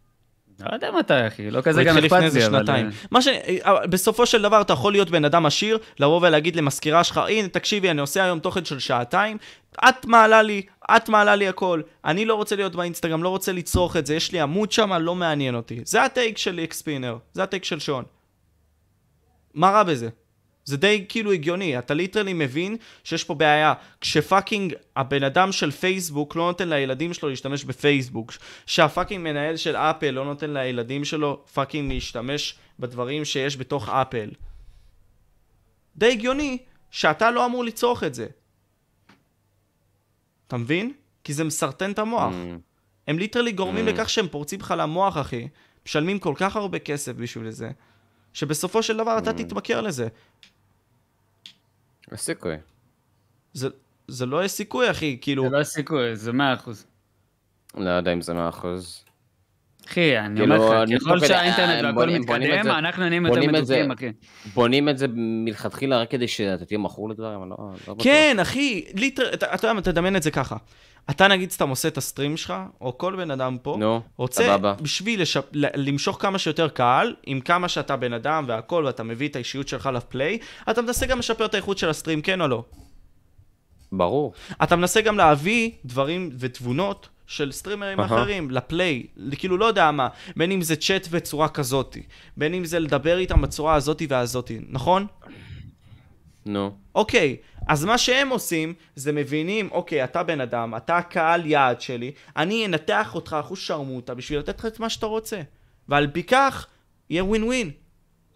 לא יודע מתי, אחי, לא הוא כזה גם התחיל אכפת לי, לפני איזה אבל, שנתיים. אה, מה ש... אבל בסופו של דבר אתה יכול להיות בן אדם עשיר, לבוא ולהגיד למזכירה שלך, הנה תקשיבי, אני עושה היום תוכן של שעתיים, את מעלה לי, את מעלה לי הכל, אני לא רוצה להיות באינסטגרם, לא רוצה לצרוך את זה, יש לי עמוד שם, לא מעניין אותי. זה הטייק של אקספינר, זה הטייק של שון. מה רע בזה? זה די כאילו הגיוני, אתה ליטרלי מבין שיש פה בעיה. כשפאקינג הבן אדם של פייסבוק לא נותן לילדים שלו להשתמש בפייסבוק, שהפאקינג מנהל של אפל לא נותן לילדים שלו פאקינג להשתמש בדברים שיש בתוך אפל. די הגיוני שאתה לא אמור לצרוך את זה. אתה מבין? כי זה מסרטן את המוח. הם ליטרלי גורמים Mm. לכך שהם פורצים לך למוח, אחי. משלמים כל כך הרבה כסף בשביל זה, שבסופו של דבר אתה Mm. תתמכר לזה. יש סיכוי. זה, זה לא יש סיכוי, אחי, כאילו... זה לא סיכוי, זה 100%. לא יודע אם זה 100%. אחי, אני כאילו, אומר אני לך, ככל מסתכל- שהאינטרנט הם והכל בונים- בונים את מתקדם, זה- אנחנו נהיים יותר בונים את זה. מדויקים, אחי. בונים את זה מלכתחילה רק כדי שאתה תהיה מכור לדברים, אני לא... לא בטוח. כן, אחי, ליטר, אתה אתה יודע מה, תדמיין את זה ככה. אתה נגיד סתם עושה את הסטרים שלך, או כל בן אדם פה, נו, רוצה סבבה. בשביל לשפ... ל- למשוך כמה שיותר קהל, עם כמה שאתה בן אדם והכל, ואתה מביא את האישיות שלך לפליי, אתה מנסה גם לשפר את האיכות של הסטרים, כן או לא? ברור. אתה מנסה גם להביא דברים ותבונות של סטרימרים uh-huh. אהה. אחרים, לפליי, כאילו לא יודע מה, בין אם זה צ'אט בצורה כזאתי, בין אם זה לדבר איתם בצורה הזאתי והזאתי, נכון? נו. אוקיי, אז מה שהם עושים, זה מבינים, אוקיי, אתה בן אדם, אתה הקהל יעד שלי, אני אנתח אותך אחוז שרמוטה בשביל לתת לך את מה שאתה רוצה. ועל פי כך, יהיה ווין ווין.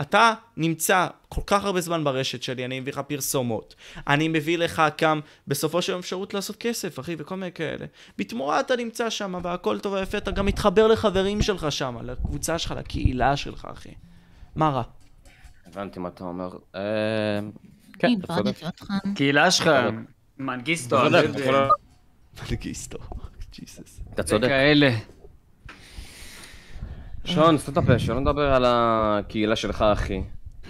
אתה נמצא כל כך הרבה זמן ברשת שלי, אני מביא לך פרסומות, אני מביא לך גם בסופו של יום אפשרות לעשות כסף, אחי, וכל מיני כאלה. בתמורה אתה נמצא שם, והכל טוב ויפה, אתה גם מתחבר לחברים שלך שם, לקבוצה שלך, לקהילה שלך, אחי. מה רע? (laughs) הבנתי מה אתה אומר. אה, כן, אתה צודק. איבדתי אותך. קהילה שלך, צודק. מנגיסטו, אתה צודק, אביב, אתה צודק. (laughs) מנגיסטו, ג'יסוס. אתה צודק. כאלה. שון, סתום את הפה, שלא נדבר על הקהילה שלך, אחי.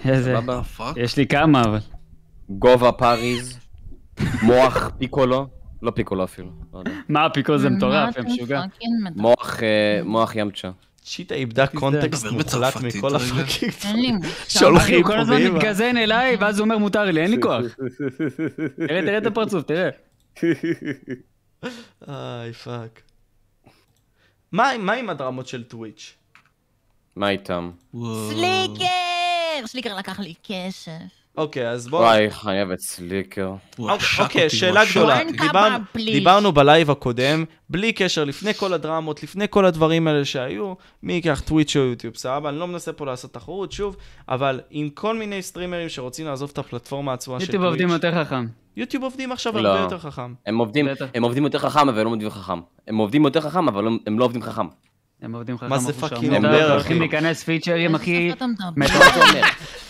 איזה... סבבה? פאק. יש לי כמה, אבל... גובה פריז, מוח פיקולו, לא פיקולו אפילו, לא יודע. מה, הפיקו זה מטורף, הם מה משוגע. אתם פאקינג מדברים? מוח, אה, מוח ימצ'ה. צ'יטה איבדה קונטקסט דבר מוחלט בצרפתית, מכל רגע. הפאקינג. אין לי מושג. (laughs) שולחים אחי, הוא כל הזמן ואימא. מתגזן אליי, ואז הוא אומר מותר לי, אין לי כוח. תראה, תראה את הפרצוף, (laughs) תראה. איי, פאק. מה מה עם הדרמות של טוויץ'? מה איתם? וואו. סליקר! סליקר לקח לי כסף. אוקיי, אז בואו... וואי, חייב את סליקר. וואו, אוקיי, שק אוקיי, אותי, שאלה וואו, שק גדולה. אותי. כמה, דיברנו- please. דיברנו בלייב הקודם, בלי קשר, לפני כל הדרמות, לפני כל הדברים האלה שהיו, מי ייקח טוויץ' או יוטיוב, סבבה? אני לא מנסה פה לעשות תחרות, שוב, אבל עם כל מיני סטרימרים שרוצים לעזוב את הפלטפורמה העצומה של יוטיוב טוויץ'. עובדים יותר חכם. יוטיוב עובדים עכשיו לא. הרבה יותר חכם. הם עובדים, בטח. הם עובדים יותר חכם, אבל לא עובדים חכם. הם עובדים יותר חכם, אבל לא- הם לא עובדים חכם. הם עובדים חכם. מה זה אחוז פאקינג שרמוטה, אומר, הולכים אחי? להיכנס פיצ'רים, איזה אחי. שפה אתה מדבר? מה זה אומר?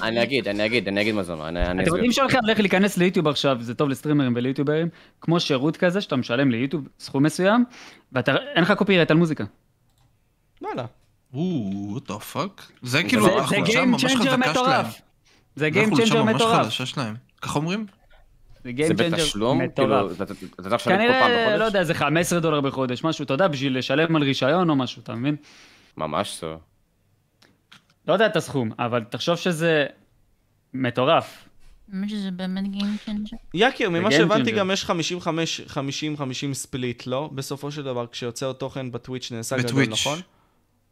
אני אגיד, אני אגיד, אני אגיד מה זה אומר, אני אני אתם אסביר. יודעים שהולכים הולך להיכנס ליוטיוב עכשיו, זה טוב לסטרימרים וליוטיוברים, כמו שירות כזה שאתה משלם ליוטיוב סכום מסוים, ואתה, אין לך קופירייט על מוזיקה. לא, וואלה. וואו, what the fuck? זה כאילו זה- זה החולשה ממש חזקה שלהם. לא זה זה גיים החולשה צ'נג'ר ממש מטורף. חדשה שלהם. כך אומרים? זה זה גיים צ'נג'ר בתשלום? כאילו, מטורף. אתה- אתה אתה צריך לשלם כל פעם כנראה, לא בחודש? יודע, זה 15 דולר בחודש, משהו, אתה יודע, בשביל לשלם על רישיון או משהו, אתה מבין? ממש טוב. לא יודע את הסכום, אבל תחשוב שזה מטורף. האמת שזה באמת גיים צ'נג'ר. יקיר, ממה זה game שהבנתי changer. גם יש 55-50-50 ספליט, לא? בסופו של דבר, כשיוצר תוכן בטוויץ' נעשה גדול, בטוויץ'. נכון?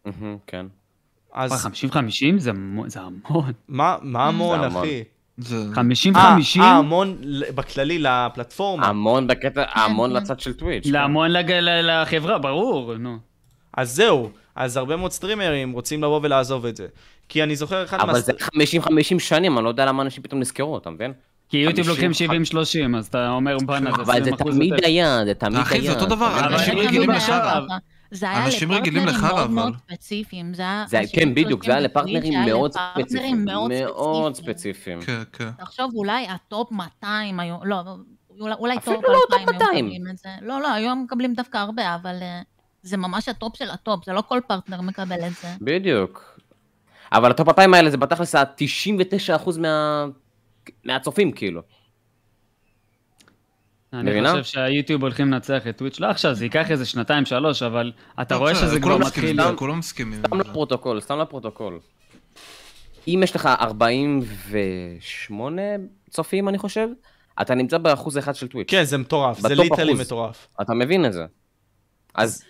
מהמם, כן. וואי, אז 50-50 זה מו- זה המון. מה מה המון, זה המון. אחי? זה... 50-50 אה, אה, המון ל- בכללי לפלטפורמה. המון בקטע, המון כן. לצד של טוויץ'. כן. להמון לג- ל- לחברה, ברור, נו. אז זהו, אז הרבה מאוד סטרימרים רוצים לבוא ולעזוב את זה. כי אני זוכר אחד אבל מהס- זה 50-50 שנים, אני לא יודע למה אנשים פתאום נזכרו, אתה מבין? כי יוטיוב לוקחים 50. 70-30, אז אתה אומר, בואנה, זה 20% אבל זה תמיד יותר. היה, זה תמיד היה. אחי, זה אותו אתה דבר, מבין? אבל אנשים אין רגילים לנו לחרא. בעיה. זה היה אנשים רגילים לפרטנרים לחרא, מאוד אבל. מאוד ספציפיים, זה היה... זה היה- כן, אנשים בדיוק, זה היה שלושים וטוויץ' לפרטנרים מאוד לפרטנרים ספציפיים. מאוד ספציפיים. ספציפיים. כן, כן. תחשוב, אולי הטופ 200 היום, לא, אולי, אולי אפילו טופ לא הטופ 200 היו 200. מקבלים את זה. לא, לא, היום מקבלים דווקא הרבה, אבל אה, זה ממש הטופ של הטופ, זה לא כל פרטנר מקבל את זה. בדיוק. אבל הטופ 200 האלה זה בתכלס ה-99% מה... מהצופים, כאילו. אני מבינה? חושב שהיוטיוב הולכים לנצח את טוויץ', לא עכשיו, זה ייקח איזה שנתיים-שלוש, אבל אתה רואה שזה כבר כולם מסכימים, מתחיל... לא זה, כולם מסכימים. סתם לפרוטוקול, סתם לפרוטוקול. אם יש לך 48 צופים, אני חושב, אתה נמצא באחוז אחד של טוויץ'. כן, זה מטורף, זה בטופ ליטרלי אחוז. מטורף. אתה מבין את זה. אז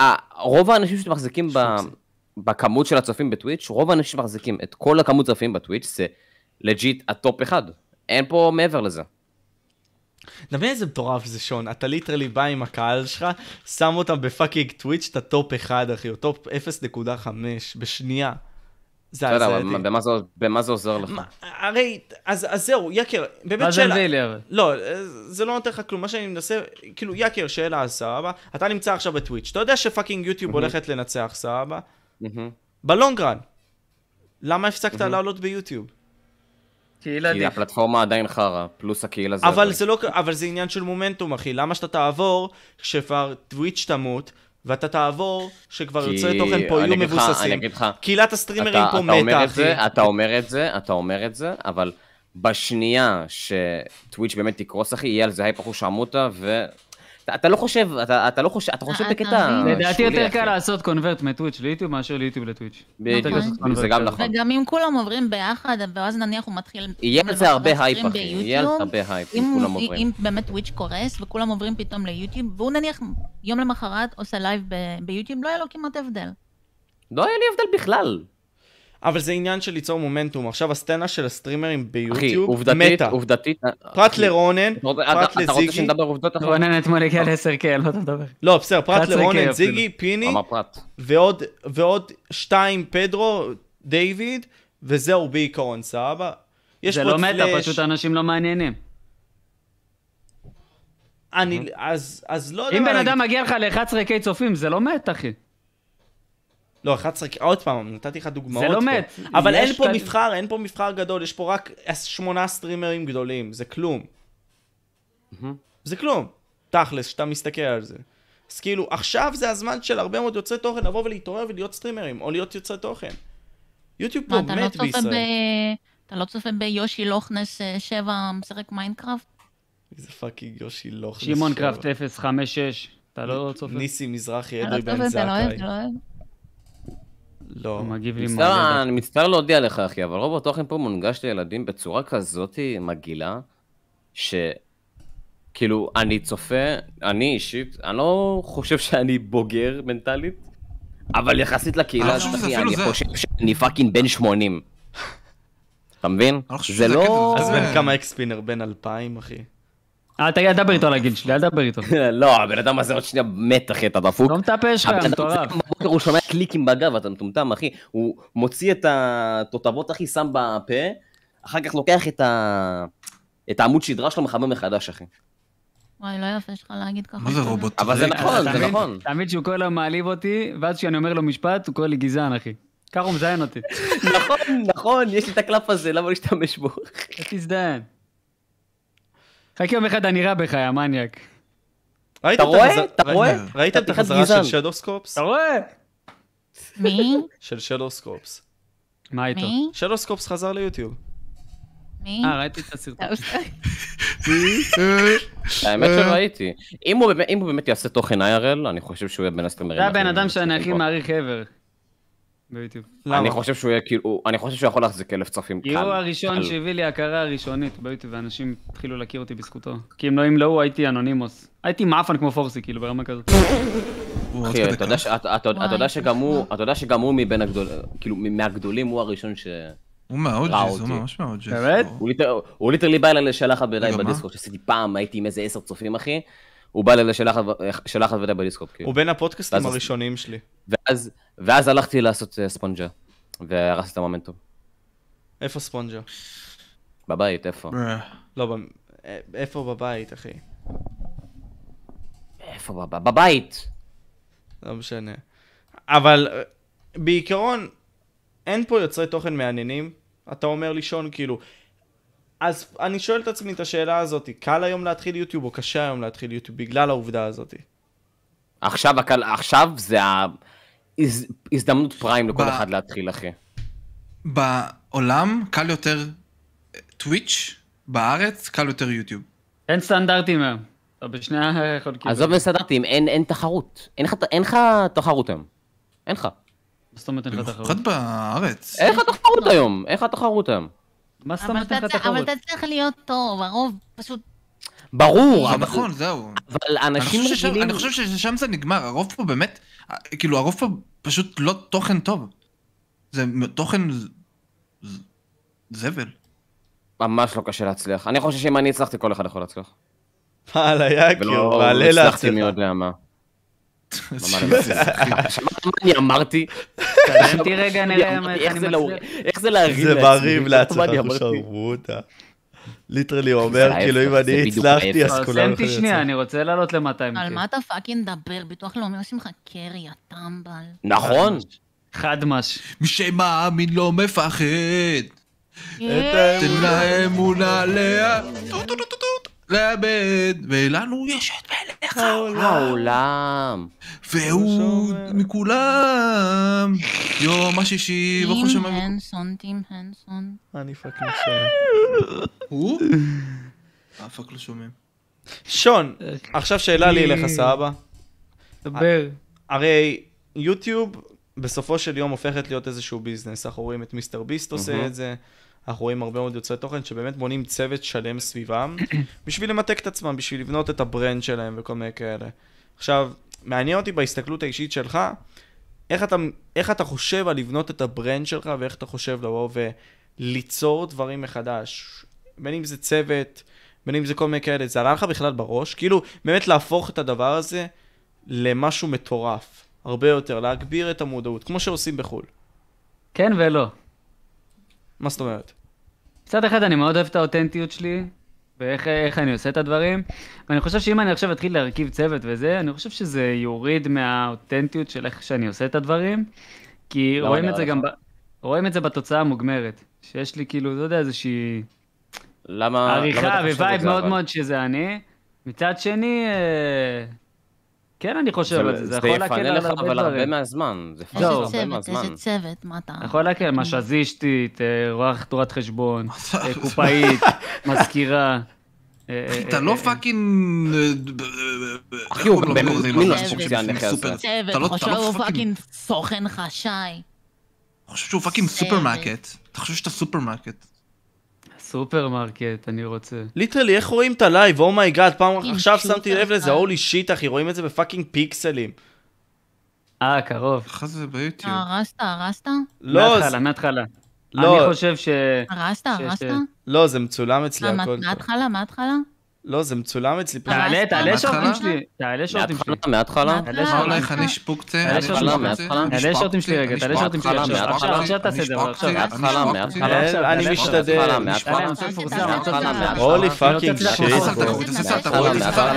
אה, רוב האנשים שמחזיקים ב... בכמות של הצופים בטוויץ', רוב האנשים שמחזיקים את כל הכמות הצופים בטוויץ', זה לג'יט הטופ אחד. אין פה מעבר אה, לזה. דמיין איזה מטורף זה שון, אתה ליטרלי בא עם הקהל שלך, שם אותם בפאקינג טוויץ' את הטופ 1 אחי, או טופ 0.5 בשנייה. זה אתה יודע, הזייתי. אבל במה זה- במה זה עוזר לך? מה, הרי, אז, אז זהו, יקר, מה באמת זה שאלה. זה לי, אבל? לא, זה לא נותן לך כלום, מה שאני מנסה, כאילו, יקר, שאלה, סבבה? אתה נמצא עכשיו בטוויץ', אתה יודע שפאקינג יוטיוב הולכת לנצח, סבבה? מהמם. בלונגרן, למה הפסקת לעלות ביוטיוב? קהילה כי דיף. הפלטפורמה עדיין חרא, פלוס הקהילה זה... לא אבל זה לא, אבל זה עניין של מומנטום, אחי, למה שאתה תעבור, כשכבר טוויץ' תמות, ואתה תעבור, שכבר כי יוצרי תוכן פה יהיו אני אגיד לך- אני מבוססים. אגיד לך, קהילת הסטרימרים אתה, פה אתה אומר מתה, את אחי. זה, אה- אתה אומר את זה, אתה אומר את זה, אבל בשנייה שטוויץ' באמת תקרוס, אחי, יהיה על זה הייפ אחוז שרמוטה, ו... אתה, אתה לא חושב, אתה, אתה לא חושב, אתה חושב אתה בקטע... מבין. לדעתי שולי, יותר אחי. קל לעשות קונברט מטוויץ' ליוטיוב מאשר ליוטיוב לטוויץ'. בדיוק, יותר קל לעשות זה convert גם כזה. נכון. וגם אם כולם עוברים ביחד, ואז נניח הוא מתחיל... יהיה על זה הרבה לבקר הייפ, סטרים אחי, יהיה על זה ביוטיוב, הרבה הייפ, אם אם, כולם אם, עוברים. אם באמת טוויץ' קורס וכולם עוברים פתאום ליוטיוב, והוא נניח יום למחרת עושה לייב ב- ביוטיוב, לא היה לו כמעט הבדל. לא היה לי הבדל בכלל. אבל זה עניין של ליצור מומנטום. עכשיו הסצנה של הסטרימרים אחי, ביוטיוב עובדתית, מתה. עובדתית... פרט אחי, לרונן, אוקיי. אתה רוצה- פרט אתה- אתה רוצה לזיגי. שנדבר עובדות אחרות? רונן אתמול הגיע ל-10K, על מה אתה מדבר? לא, בסדר, פרט 11K לרונן, אפילו. זיגי, פיני, אמר פרט. ועוד, ועוד שתיים, פדרו, דיוויד, וזהו בעיקרון, סבבה? יש זה פה לא את מטה, פלאש. פשוט אנשים לא מעניינים. אני, אז, אז לא יודע אם מה בן להגיד. אדם מגיע לך ל-11K צופים, זה לא מת, אחי. לא, 11, עוד פעם, נתתי לך דוגמאות. לא פה. מת. אבל אין יש פה כאן- מבחר, אין פה מבחר גדול, יש פה רק שמונה סטרימרים גדולים, זה כלום. זה כלום, תכלס, כשאתה מסתכל על זה. אז כאילו, עכשיו זה הזמן של הרבה מאוד יוצרי תוכן לבוא ולהתעורר ולהיות סטרימרים, או להיות יוצרי תוכן. יוטיוב מה, פה אתה לא מת צופה ב... בישראל. אתה לא צופה ביושי לוכנס אה, שבע משחק מיינקראפט? איזה פאקינג יושי לוכנס. שמעון שבע. קראפט 056, אתה לא צופה? ניסי מזרחי, אתה לא אדרי צופה, בן אתה לא אוהב, זכאי. אתה לא אוהב. לא. הוא מגיב לי מצטער, מלא. אני מצטער להודיע לך, אחי, אבל רוב התוכן פה מונגש לילדים בצורה כזאת מגעילה, ש... כאילו, אני צופה, אני אישית, אני לא חושב שאני בוגר מנטלית, אבל יחסית לקהילה אני לא הזאת, חושב שזה אחי, אפילו אני זה. חושב שאני פאקינג בן 80. אתה מבין? אני חושב זה שזה לא... הקטע, אז זה- בן כמה אקספינר? בן 2,000, אחי. אה, תגיד, אל תדבר איתו על הגיל שלי, אל תדבר איתו. (laughs) לא, הבן אדם הזה עוד שנייה מת, אחי, אתה דפוק. לא מטפש לך, הבן אדם מטורף. קם בבוקר הוא שומע קליקים בגב, אתה מטומטם, אחי. הוא מוציא את התותבות, אחי, שם בפה, אחר כך לוקח את ה... את העמוד שדרה שלו מחמם (laughs) מחדש, אחי. וואי, לא יפה שלך להגיד ככה. מה זה רובוט? אבל זה נכון, אתה זה מבין? נכון. תמיד שהוא כל היום מעליב אותי, ואז כשאני אומר לו משפט, הוא קורא לי גזען, אחי. ככה הוא מזיין (laughs) אותי. נכון, נכון, יש לי את הקלף הזה, למה להשתמש בו? תזדיין. חכה יום אחד אני רע בך, יא מניאק. ראית את אתה רואה? החזר- אתה ראית- רואה? ראית אתה את פתיחת החזרה של גזען. שדוסקופס? אתה רואה? (laughs) מי? של שדוסקופס. מה (laughs) איתו? מי? שדוסקופס חזר ליוטיוב. מי? אה, ראיתי את הסרטון. האמת אה. שראיתי. אם הוא באמת- אם הוא באמת יעשה תוכן IRL, אני חושב שהוא יהיה בין הסטרימרים. זה הבן הכי- אדם שאני הכי מעריך ever. ביוטיוב. אני למה? חושב שהוא יהיה כאילו, אני חושב שהוא יכול להחזיק אלף צופים כי קל. הוא הראשון קל. שהביא לי הכרה ראשונית ביוטיוב, ואנשים התחילו להכיר אותי בזכותו. כי אם לא, אם לא הוא, הייתי אנונימוס. הייתי מעפן כמו פורסי, כאילו, ברמה כזאת. הוא עוד אחי, כזה אתה יודע ככה. ש- אתה- אתה- אתה יודע וואי, שגם הוא, נכון. אתה יודע שגם הוא מבין הגדולים, כאילו מ- מהגדולים הוא הראשון ש... הוא מהאוג'יס, הוא ראותי. ממש מהאוג'יס. באמת? הוא- הוא ליטר- הוא ליטרלי בא אליי לשאלה אחת בלעדיי רגע, מה? בדיסקוט, שעשיתי פעם, הייתי עם איזה עשר צופים אחי, הוא בא אליי לשאלה אחת- שאלה אחת בלעדיי בדיסקוט, כאילו. הוא בין הפודקאסטים ואז- הראשונים שלי. ואז- ואז הלכתי לעשות אה, ספונג'ה, והרסתי את המומנטום. איפה ספונג'ה? בבית, איפה? אה, לא, ב- אה, איפה בבית, אחי? איפה? בב- בבית! לא משנה. אבל אה, בעיקרון, אין פה יוצרי תוכן מעניינים. אתה אומר לישון, כאילו... אז אני שואל את עצמי את השאלה הזאת, קל היום להתחיל יוטיוב או קשה היום להתחיל יוטיוב בגלל העובדה הזאת? (laughs) עכשיו הקל- עכשיו זה ה- הז- הזדמנות פריים לכל ב- כאילו- אחד להתחיל, אחי. בעולם קל יותר טוויץ', בארץ קל יותר יוטיוב. אין סטנדרטים היום. אתה בשני החולקים. עזוב וסדרתי, אם אין אין תחרות. אין לך- אין לך תחרות היום. אין לך. מה זאת אומרת אין לך תחרות? לא. במיוחד בארץ. אין לך תחרות לא. היום, אין לך תחרות היום. מה זאת אבל אומרת אין אתה לך צריך- אבל תחרות? אתה צריך להיות טוב, הרוב פשוט... ברור, זה אבל- נכון, זהו. אבל אני אנשים חושב ששם- רגילים... אני חושב ששם זה נגמר, הרוב פה באמת, אה, כאילו הרוב פה פשוט לא תוכן טוב. זה מ- תוכן ז- ז- זבל. ממש לא קשה להצליח. אני חושב שאם אני הצלחתי, כל אחד יכול להצליח. וואלה, יקיו, ולא לא מעלה הצלחתי מי להצלחה. יודע מה. (laughs) ממש זה- לא. זה- שמעת מה אני אמרתי? תן רגע (laughs) נראה אמרתי, איך איך אני זה להוריד- מצליח. איך זה להרים זה מרים מה אני להצלחה, אמרתי? חשברותה. ליטרלי הוא אומר, ההפך, כאילו אם זה אני בדיוק הצלחתי, אז ההפך. כולם סמתי שנייה, אני רוצה לעלות ל-200. כן. על מה אתה פאקינג מדבר? ביטוח לאומי עושים לך קרי, יא טמבל. נכון. חד מש. מי שמאמין לא מפחד, כן. תן לה אמונה עליה. טו, טו, טו, טו, טו. לעבד, ולנו יש את מלך העולם, העולם. והוא שומר. מכולם. יום השישי, טים וכל שמיים. הנסון, טים הנסון. אני פאקינג שומע. הוא? אה, פאק לא שומעים. שון, עכשיו שאלה לי אליך, סבא. דבר. הרי יוטיוב בסופו של יום הופכת להיות איזשהו ביזנס. אנחנו רואים את מיסטר ביסט עושה מהמם. את זה, אנחנו רואים הרבה מאוד יוצרי תוכן שבאמת בונים צוות שלם סביבם, בשביל למתק את עצמם, בשביל לבנות את הברנד שלהם וכל מיני כאלה. עכשיו, מעניין אותי בהסתכלות האישית שלך, איך אתה, איך אתה חושב על לבנות את הברנד שלך ואיך אתה חושב לבוא וליצור דברים מחדש. בין אם זה צוות, בין אם זה כל מיני כאלה, זה עלה לך בכלל בראש? כאילו, באמת להפוך את הדבר הזה למשהו מטורף, הרבה יותר, להגביר את המודעות, כמו שעושים בחו"ל. כן ולא. מה זאת אומרת? מצד אחד אני מאוד אוהב את האותנטיות שלי, ואיך איך אני עושה את הדברים, ואני חושב שאם אני עכשיו אתחיל להרכיב צוות וזה, אני חושב שזה יוריד מהאותנטיות של איך שאני עושה את הדברים, כי למה רואים נראה את זה לך? גם, ב... רואים את זה בתוצאה המוגמרת, שיש לי כאילו, לא יודע, איזושהי אה, למה... למה עריכה אתה חושב את ווייב זה, מאוד אבל? מאוד שזה אני, מצד שני, אה, כן אני חושב על זה, זה יכול להקל יפנה על לך הרבה אבל הרבה דברים. מהזמן. כן. זה יפנה לך לא, איזה הרבה צוות, מהזמן. איזה צוות, מה אתה... יכול להקל, משזישתית, נכון, אה, רואה תורת חשבון, אתה- אה, (laughs) קופאית, מזכירה. אה, אה, אתה אה, לא אה, פאקינג... אחי, הוא באמת מינוס פונקציה הנכה הזה. צוות, אתה לא חושב הוא פאקינג... פאקינג סוכן חשאי. אתה חושב שהוא פאקינג צוות. סופרמרקט. אתה חושב שאתה סופרמרקט. אה, סופרמרקט, אני רוצה. ליטרלי, איך רואים את הלייב? אומייגאד, פעם עם עכשיו שוק שמתי לב אחד. לזה, הולי שיט, אחי, רואים את זה בפאקינג פיקסלים. אה, קרוב. איך זה ביוטיוב? הרסת, הרסת? לא, זה- מההתחלה, מההתחלה. לא. אני חושב ש... הרסת, ש- הרסת? לא, זה מצולם אצלי, אה, מה- הכל. מההתחלה, מההתחלה? לא, זה מצולם אצלי. פשוט. תעלה, תעלה מההתחלה? שורטים שלי. תעלה שורטים שלי. מההתחלה, מההתחלה. מההתחלה, יש מה לך- הולך? אני מההתחלה. שפוקצה. תעלה אני שורטים שפוקצה, מההתחלה. אני תעלה שורטים שלי שפוקצה, רגע, אני תעלה שורטים שלי שפוקצה, עכשיו. אני עכשיו, עכשיו תעשה את שפוקצה, זה, אבל עכשיו. אני מההתחלה, שפוקצה. מההתחלה. כן, עכשיו, אני עכשיו, משתדל, מההתחלה, משפט. תעלה, אני רוצה מההתחלה, לפרסם. מההתחלה, מההתחלה. הולי מההתחלה. פאקינג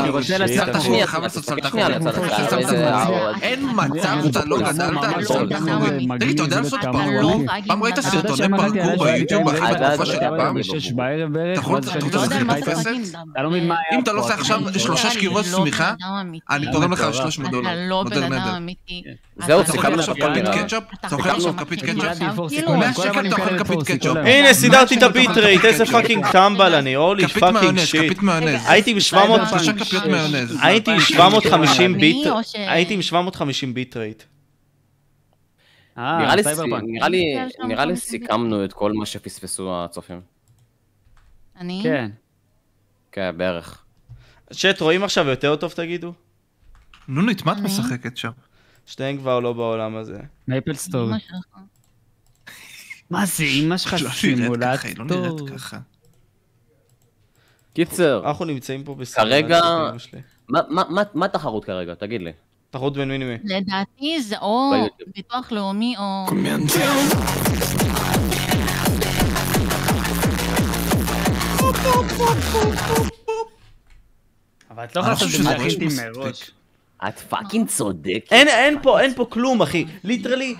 אני רוצה שיט, להצליח תעשה תחרות, תעשה תחרות, תעשה תחרות. תעשה לעשות רוצה לעשות- מההתחלה, בו. מההתחלה, תחרות, שנייה, חייב לעשות שנייה, תחרות. לצד תעשה אחד, תחרות. איזה הערות. אה, אין מצב שאתה לא גדלת על לא, פרקור. לא, תגיד, אתה יודע לעשות לא, פרקור? לא, לא, פעם ראית לא, סרטוני פרקור ביוטיוב אחרי לא, התקופה לא, של לא, לא, הפעם? לא, בשש בערב בערך, אתה יכול- ואז אתה כשאני רוצה לא לעשות יודע את מה זה אתה פייסל? פאקינג מדבר. אתה לא מבין מה היה אם אתה לא פה, כאילו- עושה עכשיו אתה שלושה לא שקירות בן סמיכה, אדם אמיתי. אני תורם לך 300 אתה דולר. לא מודל בן נדר. אדם אמיתי. זהו, אתה אתה סיכמנו אוכל לא עכשיו בן אדם כפית הפרקינג. אמיתי. קטשופ? אתה אתה אוכל חושב עכשיו שאתה כפית מתחיל קטשופ? עכשיו, פורסים, כאילו, כל כן, מאה אתה שקל לא אתה אוכל בן אדם. כפית קטשופ. הנה, סידרתי את מה שקורה, הביט רייט, איזה פאקינג טמבל לא, אני, הולי כפית פאקינג מיונז, שיט. כפית מיונז. הייתי ב-700 שלושה כפיות מיונז. הייתי עם אלפיים 750 אני ביט, או ש- הייתי עם 750 ביט רייט. אה, נראה לי- סייברפאנק. נראה לי- אני מסתכל נראה לי שם, סיכמנו את כל מה שפספסו הצופים. אני? כן. כן, בערך. צ'אט, רואים עכשיו יותר טוב תגידו? נונית, מה את אני? משחקת שם? שתיהן כבר לא בעולם הזה. מייפל סטורי. אמא שלך. מה זה, אמא שלך לא נראית ככה, היא לא סימולטור? נראית ככה. קיצר, אנחנו נמצאים פה בסדר. כרגע- אתם שלי. מה- מה- מה- מה התחרות כרגע? תגיד לי. תחרות בין מי למי. לדעתי זה או ביוטיוב. ביטוח לאומי או... אבל את לא אני יכולה לא לעשות חושב את זה שזה להכין ממש מראש. מספיק. את פאקינג צודקת. אין, אין פה, אין פה כלום, אחי. ליטרלי,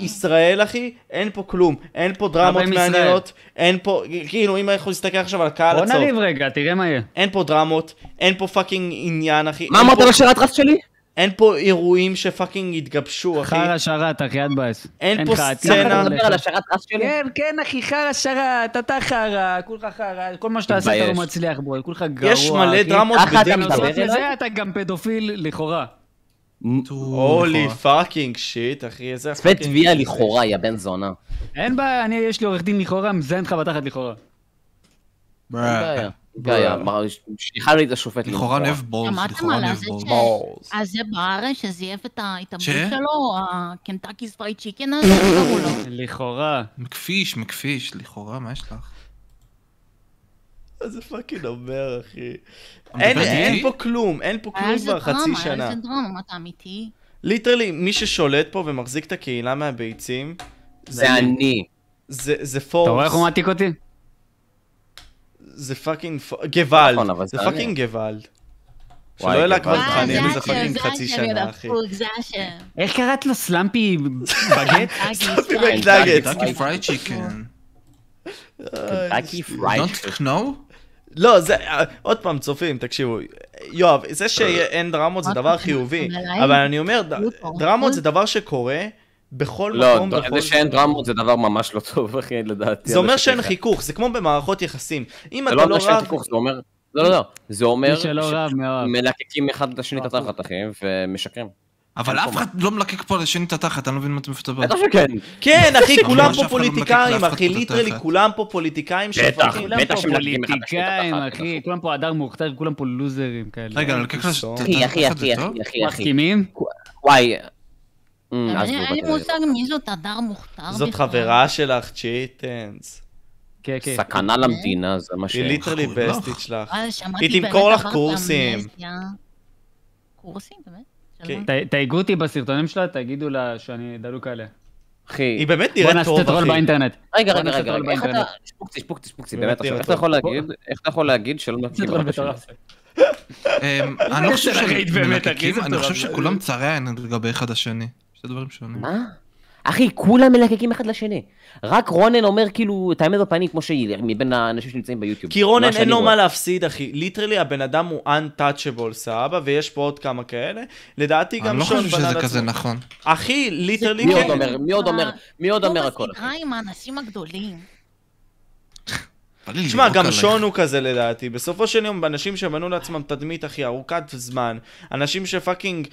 ישראל, אחי, אין פה כלום. אין פה דרמות אבל עם ישראל. מעניינות. אין פה, כאילו, אם אנחנו נסתכל עכשיו על הקהל בוא הצהוב. נריב רגע, תראה מה יהיה. אין פה דרמות, אין פה פאקינג עניין, אחי. מה אין אמרת פה- על שירת רף שלי? אין פה אירועים שפאקינג התגבשו, אחי. חרא שרת, אחי, אל תבאס. אין פה לך עתיד. סצנה. אתה מדבר על השערת רף שלי? כן, כן, אחי, חרא שרת, אתה חרא, כולך חרא, כל מה שתעשה אתה מתבייש. לא מצליח בו, כולך גרוע. יש מלא אחי. דרמות ככה אתה בדין. מדבר? בנוסף לזה אתה גם פדופיל לכאורה. הולי פאקינג שיט, אחי, איזה... צפה פאקינג- תביעה לכאורה, יא בן זונה. אין בעיה, אני, יש לי עורך דין לכאורה, מזיין אותך בתחת לכאורה. אין בעיה. בעיה, שליחה לי את השופט. לכאורה למחרת. נב בורס, שמעתם לכאורה על נב זה בורס. ש- בוז. אז זה בארץ שזייף את ההתאבדות ש? שלו, הקנטקיס פרייד צ'יקן (laughs) הזה, איך קראו לו. לכאורה. מכפיש, מכפיש, לכאורה, מה יש לך? איזה פאקינג אומר, אחי. אתה אין, מדבר אין איתי? פה כלום, אין פה היה על כלום אה, זה כבר חצי דרמה, היה שנה. על זה דרמה, מה אתה אמיתי? ליטרלי, מי ששולט פה ומחזיק את הקהילה מהביצים, זה אני. זה זה אתה רואה איך הוא פורס, מעתיק אותי? זה פאקינג פ- גוואלד, נכון, אבל זה זה אני. פאקינג גוואלד. שלא וואי, יהיה לה כבר גוואלד. וואי, תכנים, אה, זה השם, פאקינג זה חצי השם, שנה, ידע, אחי. פוק, זה השם. איך קראת לו סלאמפי (laughs) בגט? קנטקיס פרייד. באמת דאגט. אה, קנטקי פרייד צ'יקן. אה, קנטקי פרייד. Don't know? לא, זה, עוד פעם, צופים, תקשיבו. יואב, זה שאין דרמות זה עוד דבר פעם, חיובי, אבל אבל אין. אני אומר, ד- אוקיי. דרמות זה דבר שקורה בכל לא, מקום, דו- בכל... זה שאין דרמות זה דבר ממש לא טוב, אחי, לדעתי. זה אומר אנשים שאין ככה. חיכוך, זה כמו במערכות יחסים. אם זה אתה לא לא אומר שאין רב, חיכוך, זה אומר... לא, לא, לא. זה אומר מי שלא רב מאוהב. מלקקים אחד את השני את התחת, אחי, ומשקרים. אבל אף אחד לא מלקק פה לשני את התחת, אני לא מבין מה אתם מדברים. בטח שכן. כן, אחי, ממש כולם אף אחד לא מדליק פה לאף פוליטיקאים, אחד אחי, את ליטרלי, התחת. כולם פה פוליטיקאים בטח, שפכים. כולם בטח פה שמלקקים אחד את השני את פוליטיקאים, התחת, אחי, כולם פה הדר מוכתר, כולם פה לוזרים כאלה. רגע, לקק לך את אחי, אחי, אחי, התחת זה אחי, טוב? אחי, אחי, אחי. מסכימים? וואי. אמ, אבל עזבו, אין לי בטח. מושג מי זאת הדר מוכתר בכלל. אה. זאת חברה שלך, צ'יטנס. כן, כן. סכנה למדינה, זה מה ש... היא ליטרלי חולה לך. בסטית שלך. אה. וואי, אה, שמעתי היא באמת תמכור לך דבר קורסים. באמנזיה. קורסים, באמת? כן. שלום. ת- תייגו אותי בסרטונים שלה, תגידו לה שאני דלוק עליה. אחי, היא באמת בוא נראית נעשה טוב, את אחי. הטרול באינטרנט. רגע, בוא רגע, נעשה רגע, טרול רגע, איך אתה... באינטרנט. שפוקצי, שפוקצי, שפוקצי, באמת באמת, עכשיו, נראה איך אתה טוב. יכול להגיד, איך אתה יכול להגיד שלא מלקקים אחד את השני? אמ, אני לא (laughs) חושב זה רהיט באמת, אחי, שמלקקים, זה אני מטורף. חושב שכולם צרי עין לגבי אחד השני. שני דברים שונים. מה? אחי, כולם מלקקים אחד לשני. רק רונן אומר כאילו את האמת בפנים כמו שהיא, מבין האנשים שנמצאים ביוטיוב. כי רונן מה אין שאני לו רואה. מה להפסיד, אחי. ליטרלי הבן אדם הוא untouchable, סבבה? ויש פה עוד כמה כאלה. לדעתי אני גם לא שון חושב בנה שזה על כזה עצמו. נכון. אחי, ליטרלי מי לא, כן. עוד אומר, מי עוד אומר, מי לא עוד אומר טוב, הכל, אז אחי. סדרה עם האנשים הגדולים. בא לי תשמע, לירוק גם עלייך. שון הוא כזה לדעתי. בסופו של יום, אנשים שבנו לעצמם תדמית, אחי, ארוכת זמן. אנשים שפאקינג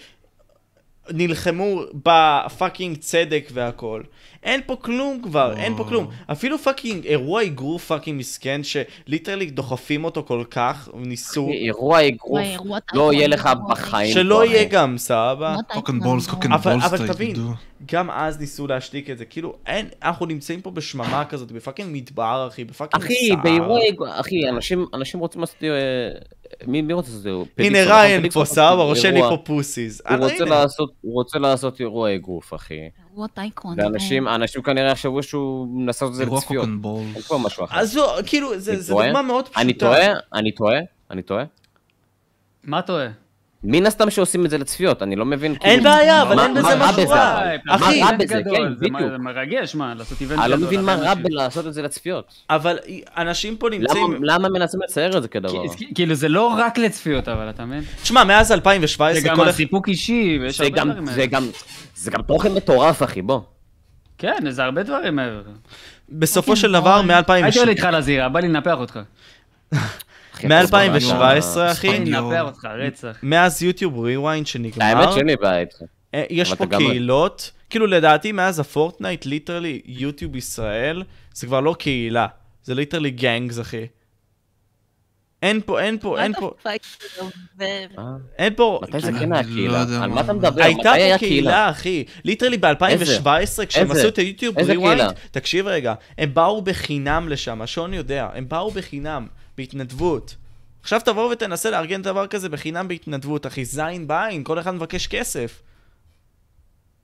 נלחמו בפאקינג צדק והכל. אין פה כלום כבר, אין פה כלום. אפילו פאקינג אירוע אגרוף פאקינג מסכן, שליטרלי דוחפים אותו כל כך, ניסו, אירוע אגרוף, וואי, אה, אירוע לא יהיה טייפון, לך אירוע בחיים. שלא פה, אחי. יהיה גם, סבבה? כמו קוקן טייקון בולס, גדול. קוקן אבל- בולס, אבל תבין, תגידו. גם אז ניסו להשתיק את זה, כאילו, אין, אנחנו נמצאים פה בשממה כזאת, בפאקינג מדבר, אחי, בפאקינג אחי, באירוע אגרוף, אחי, אנשים- אנשים רוצים לעשות... אה, מי מי רוצה לעשות? הנה פדיקור, ריין נכון? פה, פדיקור, סבבה, רושם לי אירוע. פה פוסיס. הוא אה, רוצה הנה. לעשות- הוא רוצה לעשות אירוע אגרוף, אחי. אירוע טייקון. אה. ואנשים, אנשים כנראה יחשבו שהוא מנסה לעשות את זה אירוע לצפיות. קוקן אין בולס. פה משהו אחר. אז זו, כאילו, זה אני זה טועה? דוגמה מאוד פשוטה. אני טועה, אני טועה, אני טועה. מה טועה? מן הסתם שעושים את זה לצפיות, אני לא מבין. אין כאילו, בעיה, אבל מה- אין בזה מה רע משהו בזה, רע. אבל? אחי, מה רע בזה, גדול, כן, זה מה- בדיוק. זה מרגש, מה, לעשות איבנט אני גדול. לא מבין מה לאנשים. רע בלעשות את זה לצפיות. אבל אנשים פה נמצאים... למה- למה מנסים לצייר את זה כדבר? כי- כי- כאילו זה לא רק לצפיות אבל אתה מבין? תשמע, מאז זה 2017 גם אה, כל... סיפוק אישי ויש זה הרבה גם- דברים זה מעבר. גם- זה גם תוכן מטורף, אחי, בוא. כן זה הרבה דברים מעבר. בסופו של דבר, הייתי עולה איתך מ-2017, לזירה בא לי לנפח אותך. אחי, מ-2017, אתה- אחי, בא לי יואו. לנפח אותך רצח. מאז יוטיוב ריוויינד שנגמר, האמת שאין לי בעיה איתך. אה, יש אבל פה אתה גם- קהילות, כאילו לדעתי מאז הפורטנייט, ליטרלי יוטיוב ישראל, זה כבר לא קהילה, זה ליטרלי גנגס, אחי. אין פה, אין פה, אין פה, אה, אין פה... מתי זה אני כן לא היה יודע קהילה? על מה מה אתה זה. מדבר? מתי הייתה פה היה לא, קהילה, אחי. ליטרלי ב-2017, כשהם איזה? עשו את היוטיוב איזה ריוויינד, קהילה? תקשיב רגע, הם באו בחינם לשם, שון יודע, הם באו בחינם, בהתנדבות. עכשיו תבוא ותנסה לארגן דבר כזה בחינם בהתנדבות, אחי, זין בעין, כל אחד מבקש כסף.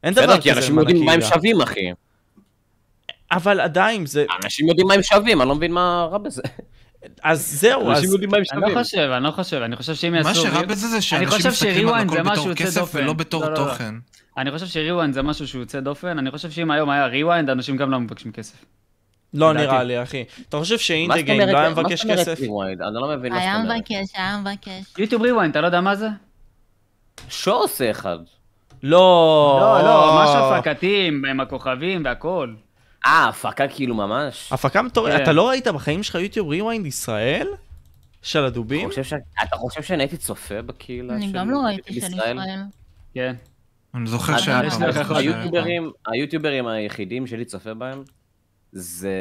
אין דבר בסדר, כי כזה אנשים למען יודעים מה הם הקהילה. שווים, אחי. אבל עדיין, זה... אנשים יודעים מה הם שווים, אני לא מבין מה רע בזה. אז זהו, אז... יודעים מה הם אני לא חושב, אני לא חושב, אני חושב שאם יעשו... מה שרע רי- בזה זה שאנשים חושב מסתכלים על ש-rewind זה הכל משהו בתור יוצא כסף דופן. ולא לא, בתור לא, לא. תוכן. אני חושב שריוויינד זה משהו שהוא יוצא דופן, אני חושב שאם היום היה ריוויינד, אנשים גם לא מבקשים כסף. לא לדעתי. נראה לי, אחי. אתה חושב מה שאינדה זאת גיים אומרת? לא היה מה מבקש זאת אומרת כסף? rewind? אני לא מבין מה היה זאת אומרת. מבקש, היה מבקש. יוטיוב ריוויינד, אתה לא יודע מה זה? שו עושה אחד. לא. לא, לא, משהו הפקתים, עם הכוכבים והכל. אה, הפקה כאילו ממש? הפקה מטורפת. כן. אתה לא ראית בחיים שלך יוטיוב ריוויינד ישראל? של אתה הדובים? חושב ש- אתה חושב שאני הייתי צופה בקהילה אני של גם לא ראיתי של ישראל? ישראל. כן. אני זוכר אתה- שהיה יש פעם. לך משהו יכול- שהיה היוטיוברים- היוטיוברים היחידים שאני צופה בהם זה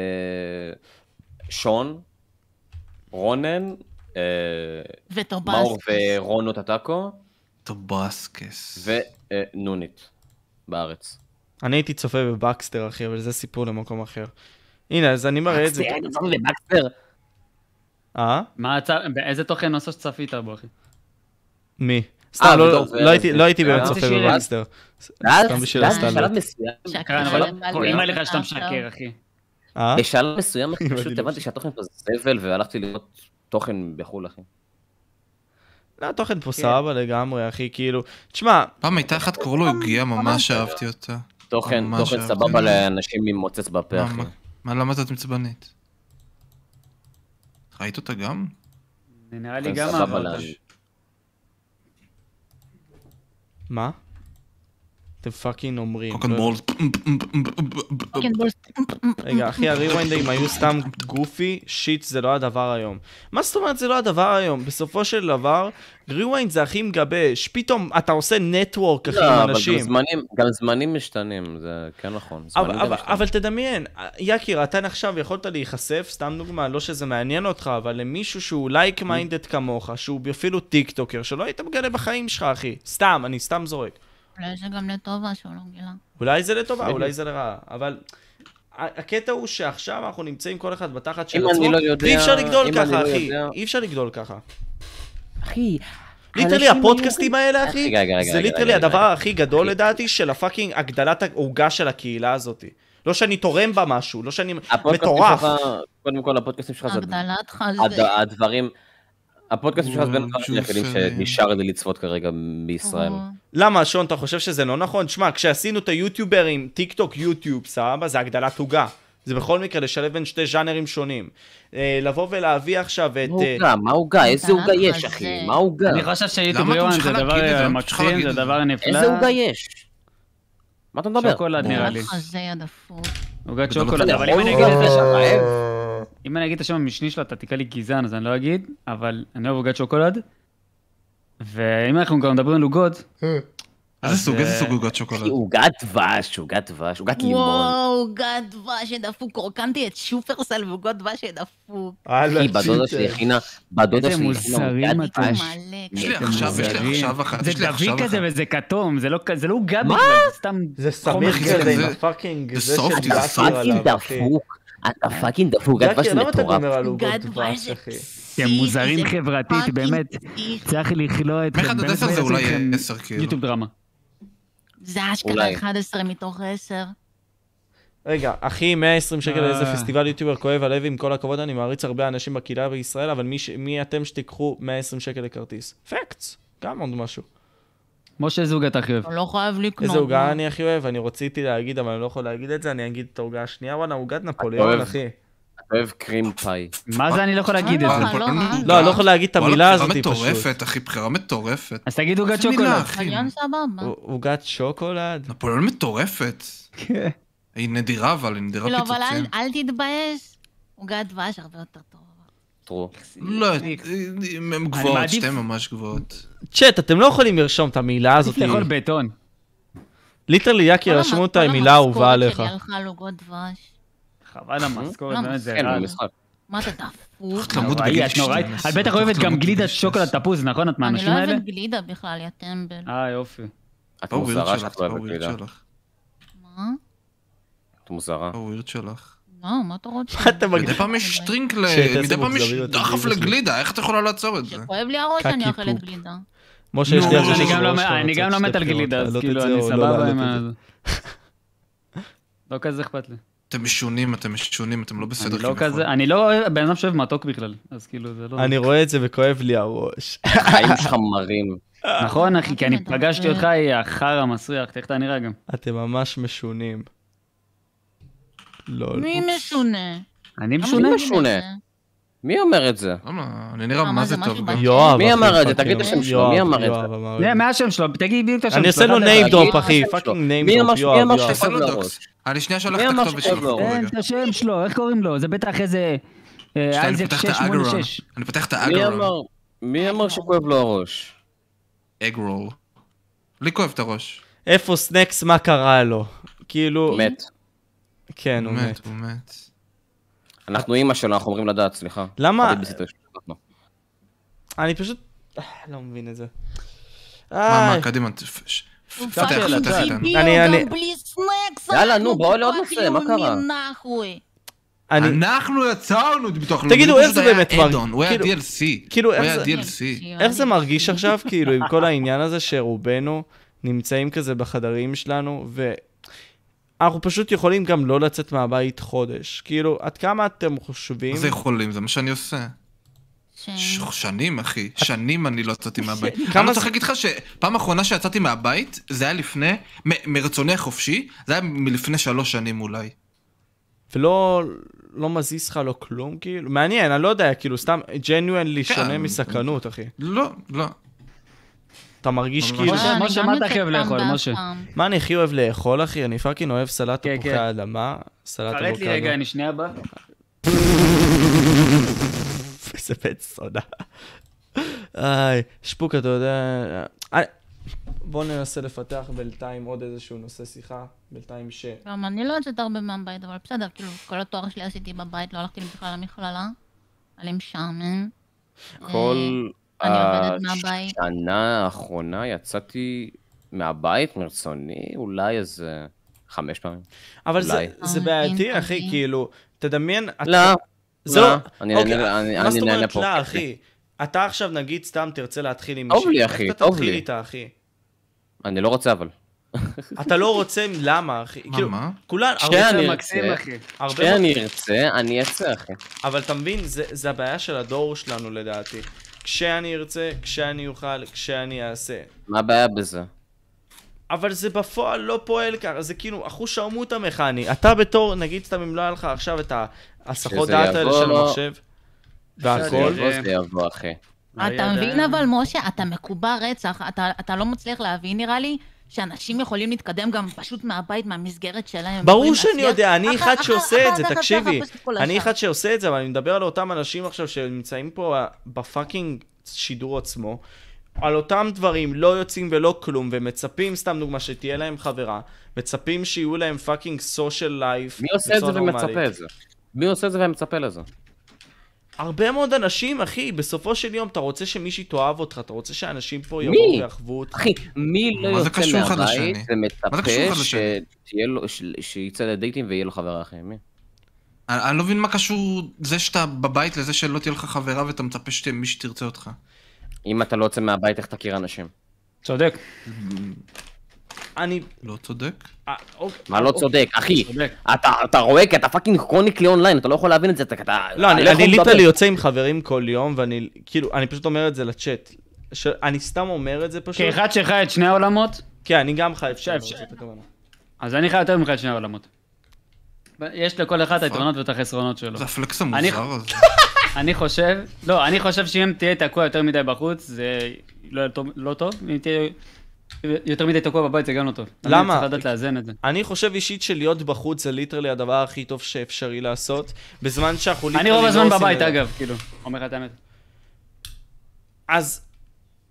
שון, רונן, אה, וטובס. מאור ורונו טטקו פעם. טובסקס. ונונית בארץ. אני הייתי צופה בבקסטר, אחי, אבל זה סיפור למקום אחר. הנה, אז אני מראה את זה. בקסטר, היינו צופים בבקסטר. אה? מה הצ- באיזה תוכן עושה שצפית בו, אחי? מי? סתם, לא- ודוב לא הייתי- וארז. לא הייתי באמת אה, צופה שירי. בבקסטר. ואז- סתם בשביל ואז הסטנדרט. בשלב מסוים, כן, אבל- אבל קוראים עליך שאתה משקר, אחי. אה? (laughs) בשלב מסוים אם אני פשוט לא הבנתי שם. שהתוכן פה זה זבל והלכתי לראות תוכן בחו"ל אחי. לא, התוכן כן. פה סבבה לגמרי, אחי, כאילו... תשמע, פעם הייתה אחת קראו לו הגיעה, (laughs) ממש אהבתי אותה. תוכן, ממש תוכן אהבתי. סבבה לאנשים עם מוצץ בפה מה- אחי. מה- מה, למה את עצבנית? ראית אותה גם? נראה לי כן, גם סבבה אהבה לאן. אותה. מה? אתם פאקינג אומרים. קוקן לא- בול. פוקינג בולס. רגע, אחי, הריוויינדים היו סתם גופי, שיט, זה לא הדבר היום. מה זאת אומרת זה לא הדבר היום? בסופו של דבר, ריוויינד זה הכי מגבש. פתאום אתה עושה נטוורק, אחי, לא, עם אבל גם אנשים. זמנים- גם זמנים משתנים, זה כן נכון. זמנים אבל, גם אבל, משתנים. אבל תדמיין, יקיר, אתה עכשיו יכולת להיחשף, סתם דוגמה, לא שזה מעניין אותך, אבל למישהו שהוא לייק מיינדד כמוך, שהוא אפילו טיק טוקר, שלא היית מגלה בחיים שלך, אחי. סתם, אני סתם זורק. אולי זה גם לטובה שהוא לא גילה. אולי זה לטובה, בדיוק. אולי זה לרעה, אבל... ה- הקטע הוא שעכשיו אנחנו נמצאים כל אחד בתחת אם של אני עצמו, לא יודע- ואי אפשר לגדול אם אני ככה, לא אחי, יודע- אי אפשר לגדול ככה. אחי, ליטרלי אנשים הפודקאסטים האלה, אחי, רגע, רגע, רגע, זה רגע, ליטרלי רגע, הדבר רגע. הכי גדול אחי. לדעתי של הפאקינג הגדלת העוגה של הקהילה הזאת. לא שאני תורם בה משהו, לא שאני הפודקאסטים מטורף. שלך, קודם כל הפודקאסטים שלך זה הגדלת הד- חזה. הדברים, הפודקאסטים שלך זה Mm, בין הדברים ג'וסרים. היחידים שנשאר לי לצפות כרגע בישראל. אה. למה, שון, אתה חושב שזה לא נכון? שמע, כשעשינו את היוטיוברים, טיק טוק, יוטיוב, סבבה, זה הגדלת עוגה. זה בכל מקרה לשלב בין שתי ז'אנרים שונים. אה, לבוא ולהביא עכשיו את... מה אה, עוגה? מה עוגה? איזה עוגה יש, אחי? זה- מה עוגה? אני חושב שיוטיוב למה אתה ריוואן ממשיכה זה דבר להגיד את זה? אה, למה את ממשיכה מקסים, להגיד זה את זה? דבר נפלא. איזה עוגה יש? מה אתה מדבר? שוקולד נראה לי. הגדלת חזה הדפוק. עוגת גדול שוקולד, מצליח. אבל אם אני אוי, אגיד את השם, רעב. אם אני אגיד את השם המשני שלה, אתה תקרא לי גזען, אז אני לא אגיד, אבל אני אוהב עוגת שוקולד. ואם אנחנו גם מדברים על עוגות, איזה סוג, אה, איזה סוג עוגת אחי, שוקולד? עוגת דבש, עוגת דבש, עוגת לימון. וואו, עוגת דבש שדפוק. קורקנתי את שופרסל ועוגות דבש שדפוק. הלאה, אחי, בדודה צ'יטר. שלי הכינה, בדודה איזה שלי מוזרים הכינה עוגת אתם. דבש. מלא. יש לי כזה. עכשיו, יש לי מוזרים. עכשיו אחת, כן, זה יש לי דביק עכשיו כזה אחת. וזה כתום, זה לא כ- זה לא עוגה בכלל, זה סתם... אה, זה חומר סמיך גלם, כזה עם זה- הפאקינג זה זה של soft, זה דאקר soft. עליו, פאקינג אחי. דפוק. אתה פאקינג דפוק, עוגת דבש דאקר, זה למה אתה מטורף. גומר על עוגות עוגת דבש דבש, זה אחי? פסיכי, אתם מוזרים זה חברתית, פאקינג באמת. פסיכי. צריך לכלוא אתכם. מאחד עד באמת עשר זה ולשים אולי לכם עשר, כאילו. יוטיוב דרמה. זה אשכרה אולי. 11 מתוך 10. רגע, אחי, 120 שקל אה. לאיזה פסטיבל יוטיובר כואב הלב, עם כל הכבוד, אני מעריץ הרבה אנשים בקהילה בישראל, אבל מי ש- מי אתם שתיקחו 120 שקל לכרטיס? פקטס, גם עוד משהו. משה, איזה עוגה אתה הכי אוהב? אתה לא חייב לקנות. איזה עוגה אני הכי אוהב? אני רציתי להגיד, אבל אני לא יכול להגיד את זה, אני אגיד את העוגה השנייה, וואלה, עוגת נפוליאון, אוהב. אחי. אתה אוהב קרים פאי. מה זה אני לא יכול להגיד את אה, זה? לא, לא. לא, אני לא יכול להגיד את המילה הזאת בחירה פשוט. מטורפת, אחי, בחירה מטורפת. אז תגיד עוגת איזה מילה, שוקולד. אחי? חליון סבבה. עוגת שוקולד? נפוליאון מטורפת. היא נדירה, אבל היא נדירה כאילו, אבל לא פיצוצים. אל- אל תתבייש, עוגת דבש הרבה יותר טוב. טרו. לא, הן גבוהות, מעדיף- שתיהן ממש גבוהות. צ'אט, אתם לא יכולים לרשום את המילה הזאת. צריך לאכול בטון. ליטרלי, יקי, כל רשמו המ- את המילה האהובה עליך. כל המשכורת שלי הלכה על עוגות דבש. חבל המשכורת, אה, באמת זה כן, רע. במשחק. מה אתה דפוק? את למות נוראי, בגיל את נוראית. 12. את בטח אוהבת את גם למות גלידת בגיל שוקולד 12. תפוז, נכון? את אני מהאנשים לא האלה? אוהבת גלידה בכלל, יא טמבל. אה, יופי. את פה ווירד מוזרה שלך, שאת פה אוהבת ווירד לידה. שלך. מה? את מוזרה. פה (laughs) ווירד שלך. לא, מה אתה רוצה? מה אתה מגניב? מדי פעם יש שטרינק, ל- שאת איזה מדי פעם יש מוגזמיות, דחף אתם לגלידה, איך את יכולה לעצור את זה? שכואב לי הראש, אני קקי אוכלת פוק. גלידה. משה, יש נו, לי אני הרגשה גם לא- שבראש שלנו אני גם צריך לא שתי מת על בחירות, גלידה, אז להעלות את כאילו, זה אני או לא סבבה להעלות עם את ה... זה. (laughs) לא כזה אכפת לי. אתם משונים, אתם משונים, אתם לא בסדר. אני לא כביכול. כזה, אני לא אוהב- בן אדם שאוהב מתוק בכלל, אז כאילו זה לא... אני רואה את זה וכואב לי הראש. חיים שלך מרים. נכון אחי, כי אני אתה מדבר? פגשתי אותך, יא חרא מסריח, איך אתה נראה גם. אתם ממש משונים. לא, לא. מי משונה? אני למה משונה? אני משונה. מי אומר את זה? למה? אני נראה אה, לא, מה מה זה זה, טוב. משהו גם. ב- יואב, מי אחי, אמר את זה? פאקינג תגיד את השם שלו, יואב, מי אמר את יואב זה? לא אמר את זה, זה. מה השם שלו? תגיד בדיוק את השם שלו. אני אעשה לו אתה name יודע. drop, תגיד אחי, את השם שלו. fucking name מי drop, אמר- מי יואב, אמר יואב. שכואב תעשה לו לראש? דוקס. אני שנייה שולח מי את אמר הכתובת שכואב שלך. לו? רגע. תן את השם שלו, איך קוראים לו? זה בטח איזה... אה, שנייה, אני אייזק פותח את האגרון. 686. אני פותח את מי האגרון. אמר- מי אמר שכואב לו הראש? אג רול. לי כואב את הראש. איפה סנקס, מה קרה לו? כאילו... מת. כן, הוא הוא מת. מת, הוא מת. אנחנו אימא שלו, אנחנו אומרים לדעת, סליחה. למה- הבייביסיטר שלנו. אני פשוט... אה, לא מבין את זה. מה, איי. מה, קדימה, תפש. הוא פתח, פאקינג פתח, פתח. ציביו, אני- אני- גם בלי סנקס. יאללה, אנחנו נו, בואו לעוד ביטוח נושא, מה קרה? לאומי, נחוי. אני... אנחנו יצרנו את ביטוח לאומי. תגידו, הוא איך פשוט זה היה באמת מרגיש? add-on, הוא היה כאילו- DLC. כאילו, הוא איך היה זה- DLC. כן, איך זה מרגיש עכשיו, כאילו, עם כל העניין הזה שרובנו נמצאים כזה בחדרים שלנו, ואנחנו פשוט יכולים גם לא לצאת מהבית חודש. כאילו, עד כמה אתם חושבים... מה זה יכולים? זה מה שאני עושה. ש- ש- שנים, אחי. שנים אני לא יצאתי מהבית. כמה אני לא צריך זה- להגיד לך שפעם אחרונה שיצאתי מהבית, זה היה לפני, מ- מרצוני החופשי, זה היה מלפני שלוש שנים אולי. ולא... לא מזיז לך לא כלום, כאילו? מעניין, אני לא יודע, כאילו, סתם, ג'נואנלי כן. שונה מסקרנות, אחי. לא, לא. אתה מרגיש ממש. כאילו... משה, אה, אני משה, גם מה אתה יוצאת חייב פעם לאכול, באף משה? פעם. מה אני הכי אוהב לאכול, אחי? אני פאקינג אוהב סלט כן, תפוחי כן. האדמה, סלט חרט לי רגע, אני שנייה בא. איזה בן סודה. איי, שפוק, אתה יודע... אה, בוא ננסה לפתח בינתיים עוד איזשהו נושא שיחה, בינתיים ש... גם אני לא יוצאת הרבה מהבית, אבל בסדר, כאילו, כל התואר שלי עשיתי בבית, לא הלכתי בכלל למכללה. היה לי משעמם. כל אני עובדת מהבית. השנה האחרונה יצאתי מהבית מרצוני אולי איזה חמש פעמים. אבל זה- אולי. זה אה, בעייתי, אין, אחי, אין. כאילו, תדמיין... אתה- לא, זו... לא, אני אוקיי, נהנה- אני- מה אני זאת נהנה אומרת פה. לא, אחי? אתה עכשיו, נגיד, סתם תרצה להתחיל עם טוב מישהי. לי, אחי, איך אתה טוב תתחיל לי. איתה, אחי? אני לא רוצה אבל. אתה לא רוצה, למה, אחי? מה, כאילו, מה? כולן, הרבה- שאני זה ארצה. מקסים, אחי. הרבה מאוד- כשאני ארצה, אני אצא אחי. אבל אתה מבין, זה, זה הבעיה של הדור שלנו לדעתי. כשאני ארצה, כשאני אוכל, כשאני אעשה. מה הבעיה בזה? אבל זה בפועל לא פועל ככה, זה כאילו אחוש העמות המכני. אתה בתור, נגיד סתם אם לא היה לך עכשיו את ההסחות שזה דעת האלה יבוא. של המחשב, זה והכל, יבוא, זה יבוא אחי. אה, אתה מבין אבל, משה, אתה מקובע רצח, אתה- אתה לא מצליח להבין, נראה לי, שאנשים יכולים להתקדם גם פשוט מהבית, מהמסגרת שלהם. הם ברור יכולים שאני להצליח. יודע, אני אחר- אחד אחר- שעושה אחר את זה, כך אפשר תקשיבי. לחפש את כל אני השאר. אחד שעושה את זה, אבל אני מדבר על אותם אנשים עכשיו שנמצאים פה בפאקינג שידור עצמו, על אותם דברים, לא יוצאים ולא כלום, ומצפים, סתם דוגמה, שתהיה להם חברה, מצפים שיהיו להם פאקינג סושיאל לייף. מי עושה את זה ומצפה את זה? מי עושה את זה ומצפה לזה? הרבה מאוד אנשים, אחי, בסופו של יום אתה רוצה שמישהי תאהב אותך, אתה רוצה שאנשים פה מי? יבואו ויחוו אותך. אחי, מי לא מה זה יוצא קשור אחד מהבית לשני? מה זה קשור ומצפה אחד לשני? שתהיה לו- ש- שיצא לדייטים ויהיה לו חברה אחי? מי? אני, אני לא מבין מה קשור זה שאתה בבית לזה שלא תהיה לך חברה ואתה מצפה שתהיה מי שתרצה אותך. אם אתה לא יוצא מהבית, איך תכיר אנשים? צודק, אני... לא צודק? אה, אוקיי, מה לא אוקיי. צודק? אחי, צודק. אתה, אתה רואה כי אתה פאקינג קרוניקלי אונליין, אתה לא יכול להבין את זה, אתה... אתה לא, אני, יכול אני לדבר. ליטרלי יוצא עם חברים כל יום, ואני כאילו, אני פשוט אומר את זה לצ'אט. ש... אני סתם אומר את זה פשוט. כאחד שחי אוקיי, את שני העולמות, כן, אני גם חייב שם. כן, אפשר. אז אני חי יותר ממך את שני העולמות. יש לכל אחד את היתרונות ואת החסרונות שלו. זה הפלקס לא. אני- המוזר הזה. אני חושב, לא, אני חושב שאם תהיה תקוע יותר מדי בחוץ, זה לא טוב, לא טוב. אם תהיה יותר מדי תקוע בבית, זה גם לא טוב. תמיד למה? צריך לדעת לאזן את זה. אני חושב אישית שלהיות בחוץ זה ליטרלי הדבר הכי טוב שאפשרי לעשות, בזמן שאנחנו אני לא רוב הזמן עושים את בבית, זה. אגב, כאילו, אומר לך את האמת. אז,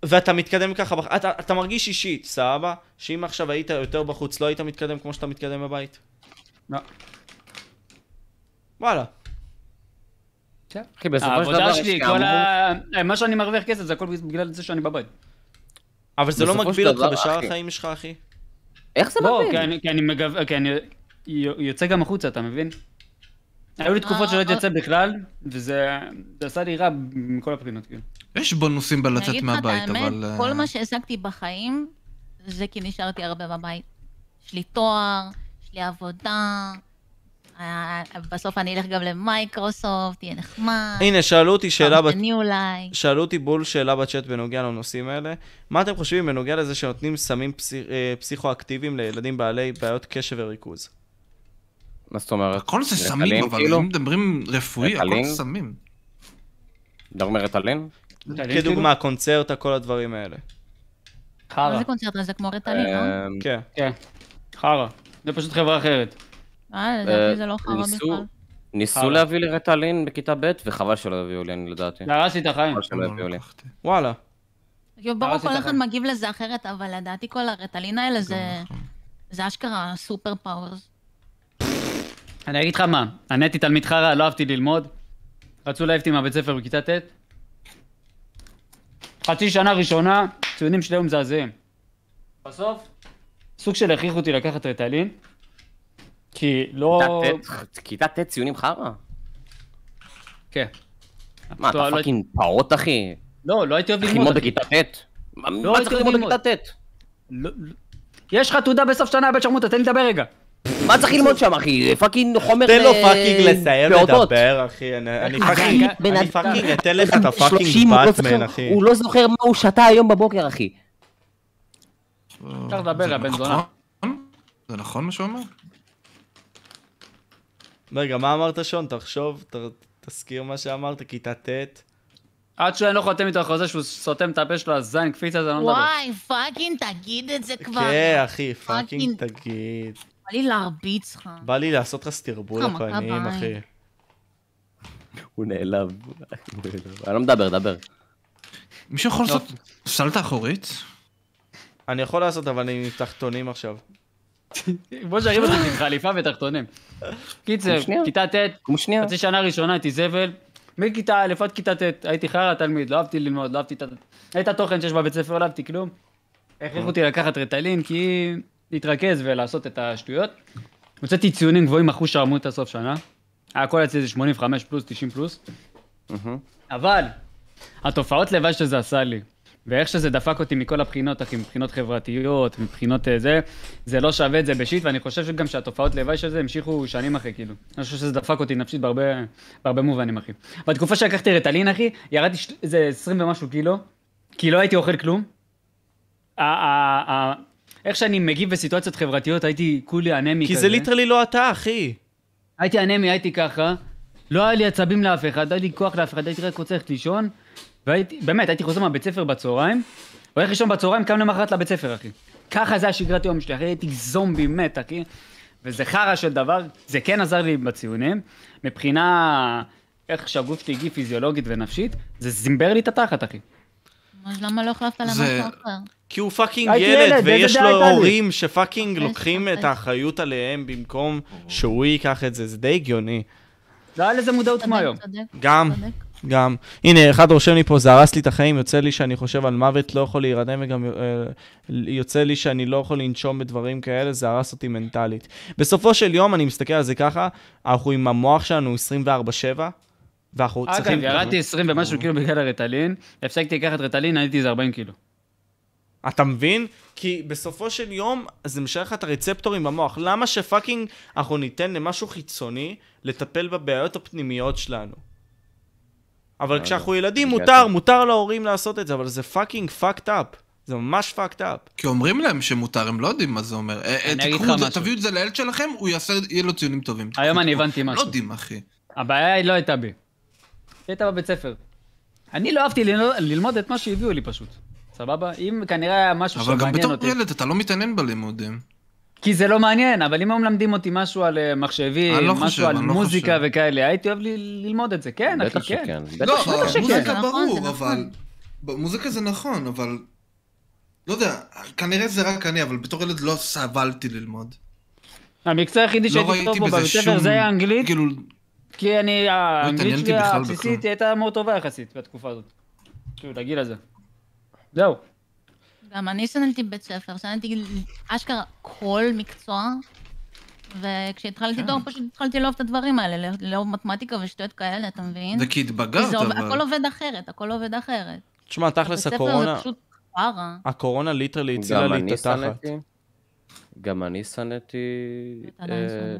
ואתה מתקדם ככה, בח- אתה, אתה מרגיש אישית, סבבה? שאם עכשיו היית יותר בחוץ, לא היית מתקדם כמו שאתה מתקדם בבית? לא. וואלה. אחי, בסופו של דבר כן. העבודה יש שלי, כאמור- כל ה... אה, מה שאני מרוויח כסף זה הכל בגלל זה שאני בבית. אבל זה לא בסופו של מגביל אותך דבר, בשאר אחי. החיים שלך, אחי. איך זה לא, מבין? כי אני- כי אני מגו... כי אני יוצא גם החוצה, אתה מבין? היו לי תקופות שלא הייתי יוצא בכלל, וזה זה עשה לי רע מכל הבחינות, כאילו. יש בונוסים אני בלצאת אגיד לך את מהבית, האמת, אבל... אה, כל מה שהשגתי בחיים, זה כי נשארתי הרבה בבית. יש לי תואר, יש לי עבודה, אה, בסוף אני אלך גם למייקרוסופט, יהיה נחמד. הנה, שאלו אותי שאלה בת... אני אולי. שאלו אותי בול שאלה בצ'אט בנוגע לנושאים האלה. מה אתם חושבים בנוגע לזה שנותנים סמים פסיכ... אה, פסיכואקטיביים לילדים בעלי בעיות קשב וריכוז? מה זאת אומרת? הכל זה סמים, ריטלין, אבל כאילו? אם מדברים רפואי, הכל ריטלין? זה סמים. דרום רטלין? כדוגמה, קונצרטה, כל הדברים האלה. מה כן. חרא. זה קונצרט הזה? כמו אה, ריטלין, לא? אמ, כן. כן. חרא. זה פשוט חברה אחרת. אה, אה, לדעתי זה לא חרא ניסו- בכלל. ניסו חרא. להביא לי רטלין בכיתה ב' וחבל שלא הביאו לי, אני לדעתי. זה הרס לי את החיים. חבל שלא לא הביאו לי. לקחתי. וואלה. כאילו, ברור, הרסתי את כל אחד החיים. מגיב לזה אחרת, אבל לדעתי כל הרטלין האלה זה... זה אשכרה סופר פאוורס. אני אגיד לך מה, אני הייתי תלמיד חרא, לא אהבתי ללמוד. רצו להעיף אותי מהבית ספר בכיתה ט'. חצי שנה ראשונה, ציונים שלי היו מזעזעים. בסוף, סוג של הכריחו אותי לקחת ריטלין, כי לא... כיתה ט'- כיתה ט' ציונים חרא? כן. מה, אתה לא, לא- פאקינג פעוט, אחי? לא, לא הייתי אוהב צריך ללמוד ללמוד. בכיתה ט'? מה- לא מה צריך הייתי ללמוד ללמוד. בכיתה ט'? לא- לא- יש לך תעודה בסוף שנה, בית שרמוטה, תן לי לדבר רגע. מה צריך ללמוד שם, אחי? פאקינג חומר... תן לו אה, פאקינג לסיים פעוטות. לדבר, אחי. אני אני אחי, פאקינג, בן אני אדם- פאקינג אתן לך את הפאקינג 30, הוא לא זוכר- באטמן, אחי. הוא לא זוכר מה הוא שתה היום בבוקר, אחי. אה, אפשר לדבר, זה הבן זונה. נכון? זה נכון מה שהוא אומר? רגע, מה אמרת שון? תחשוב, ת, תזכיר מה שאמרת, כיתה ט'. עד שהוא אינו חותם איתו על חוזה שהוא סותם את הפה שלו, אז זין קפיץ הזה, אני לא מדבר. וואי, פאקינג תגיד את זה כבר. כן, אחי, פאקינג פאקינג. תגיד. בא לי להרביץ לך. בא לי לעשות לך סטרבול כמה לפנים, כבאי. אחי. הוא נעלב. הוא נעלב. אני לא מדבר, דבר. מישהו יכול לא, לעשות סלטה אחורית? אני יכול לעשות, אבל אני עם תחתונים עכשיו. בוא שירים אותך עם חליפה ותחתונים. קיצר, שנייה. כיתה ט', קום שנייה. חצי שנה ראשונה הייתי זבל, מכיתה א' עד כיתה ט', הייתי חרא תלמיד, לא אהבתי ללמוד, לא אהבתי את ה... את התוכן שיש בבית ספר, לא אהבתי כלום. הכריחו אותי לקחת רטלין, כי להתרכז ולעשות את השטויות. הוצאתי ציונים גבוהים, אחוז שרמוטה סוף שנה. הכל אצלי זה 85 פלוס, 90 פלוס. אבל, התופעות לוואי שזה עשה לי, ואיך שזה דפק אותי מכל הבחינות, אחי, מבחינות חברתיות, מבחינות אה, זה, זה לא שווה את זה בשיט, ואני חושב שגם שהתופעות לוואי של זה המשיכו שנים אחרי, כאילו. אני חושב שזה דפק אותי נפשית בהרבה, בהרבה מובנים, אחי. בתקופה שלקחתי רטלין, אחי, ירדתי של- איזה 20 ומשהו קילו, כי לא הייתי אוכל כלום. ה- ה- ה- איך שאני מגיב בסיטואציות חברתיות, הייתי כולי אנמי כי כזה. זה ליטרלי לא אתה, אחי. הייתי אנמי, הייתי ככה, לא היה לי עצבים לאף אחד, לא היה לי כוח לאף אחד, הייתי רק רוצה ללכת לישון, והייתי, באמת, הייתי חוזר מהבית ספר בצהריים, הולך לישון בצהריים, קם למחרת לבית ספר, אחי. ככה זה השגרת יום שלי, אחי, הייתי זומבי מת, אחי. וזה חרא של דבר, זה כן עזר לי בציונים, מבחינה איך שהגוף שלי הגיב פיזיולוגית ונפשית, זה זימבר לי את התחת, אחי. אז למה לא החלפת זה- למשהו אחר? כי הוא פאקינג הייתי ילד, ילד, איזה ויש דעה לו הייתה לי? הורים שפאקינג אוקיי, לוקחים את אוקיי. האחריות עליהם במקום שהוא ייקח את זה, זה די הגיוני. לא היה לזה מודעות כמו צודק, היום. צודק, גם, צודק. גם. הנה, אחד רושם לי פה, זה הרס לי את החיים, יוצא לי שאני חושב על מוות, לא יכול להירדם, וגם אה, יוצא לי שאני לא יכול לנשום בדברים כאלה, זה הרס אותי מנטלית. בסופו של יום, אני מסתכל על זה ככה, אנחנו עם המוח שלנו 24-7, ואנחנו צריכים... אגב, ירדתי 20 ומשהו קילו בגלל הרטלין, הפסקתי לקחת רטלין, הייתי איזה 40 קילו. אתה מבין? כי בסופו של יום זה משאיר לך את הרצפטורים במוח. למה שפאקינג אנחנו ניתן למשהו חיצוני לטפל בבעיות הפנימיות שלנו? אבל יאללה. כשאנחנו ילדים הגעת. מותר, מותר להורים לעשות את זה, אבל זה פאקינג fucked up. זה ממש fucked up. כי אומרים להם שמותר, הם לא יודעים מה זה אומר. אה, אה, אני אגיד תיקחו לך את זה, משהו. תביאו את זה לילד שלכם, הוא יעשה, יהיה לו ציונים טובים. היום תיקחו, אני תיקחו. הבנתי משהו. לא יודעים, אחי. הבעיה היא לא הייתה בי. היא הייתה בבית ספר. אני לא אהבתי ללמוד, ללמוד את מה שהביאו לי פשוט. סבבה? אם כנראה היה משהו אבל גם שמעניין בתור אותי. ילד אתה לא מתעניין בלימודים. כי זה לא מעניין, אבל אם היו מלמדים אותי משהו על אה, אני מחשבים, לא חושב, משהו על אני לא מוזיקה חושב. וכאלה, הייתי אוהב ל- ללמוד את זה. כן, בטח אחי, כן. שכן. בטח לא, שכן. שכן. זה מוזיקה נכון, ברור, זה אבל... נכון. מוזיקה זה נכון, אבל... לא יודע, כנראה זה רק אני, אבל בתור ילד לא סבלתי ללמוד. המקצוע היחידי לא שהייתי ראיתי טוב בו בזה בבית שום... ספר זה היה אנגלית, כאילו, לא כי אני, האנגלית התעניינתי שלי בכלל הבסיסית בכלום. הייתה מאוד טובה יחסית בתקופה הזאת. כאילו, לגיל הזה. זהו. גם אני שננתי בית ספר, שננתי אשכרה כל מקצוע, כן. וכשהתחלתי דור פשוט התחלתי לאהוב את הדברים האלה, לא- לא מתמטיקה ושטויות כאלה, אתה מבין? זה כי כי התבגרת, כן. זה עובד- הכל אבל... עובד אחרת, הכל עובד אחרת. תשמע, בית תכלס ספר הקורונה, זה פשוט חרא. הקורונה ליטרלי הצילה גם לי אני את התחת. שנאתי. גם אני שנאתי... אתה עדיין אה, שונא.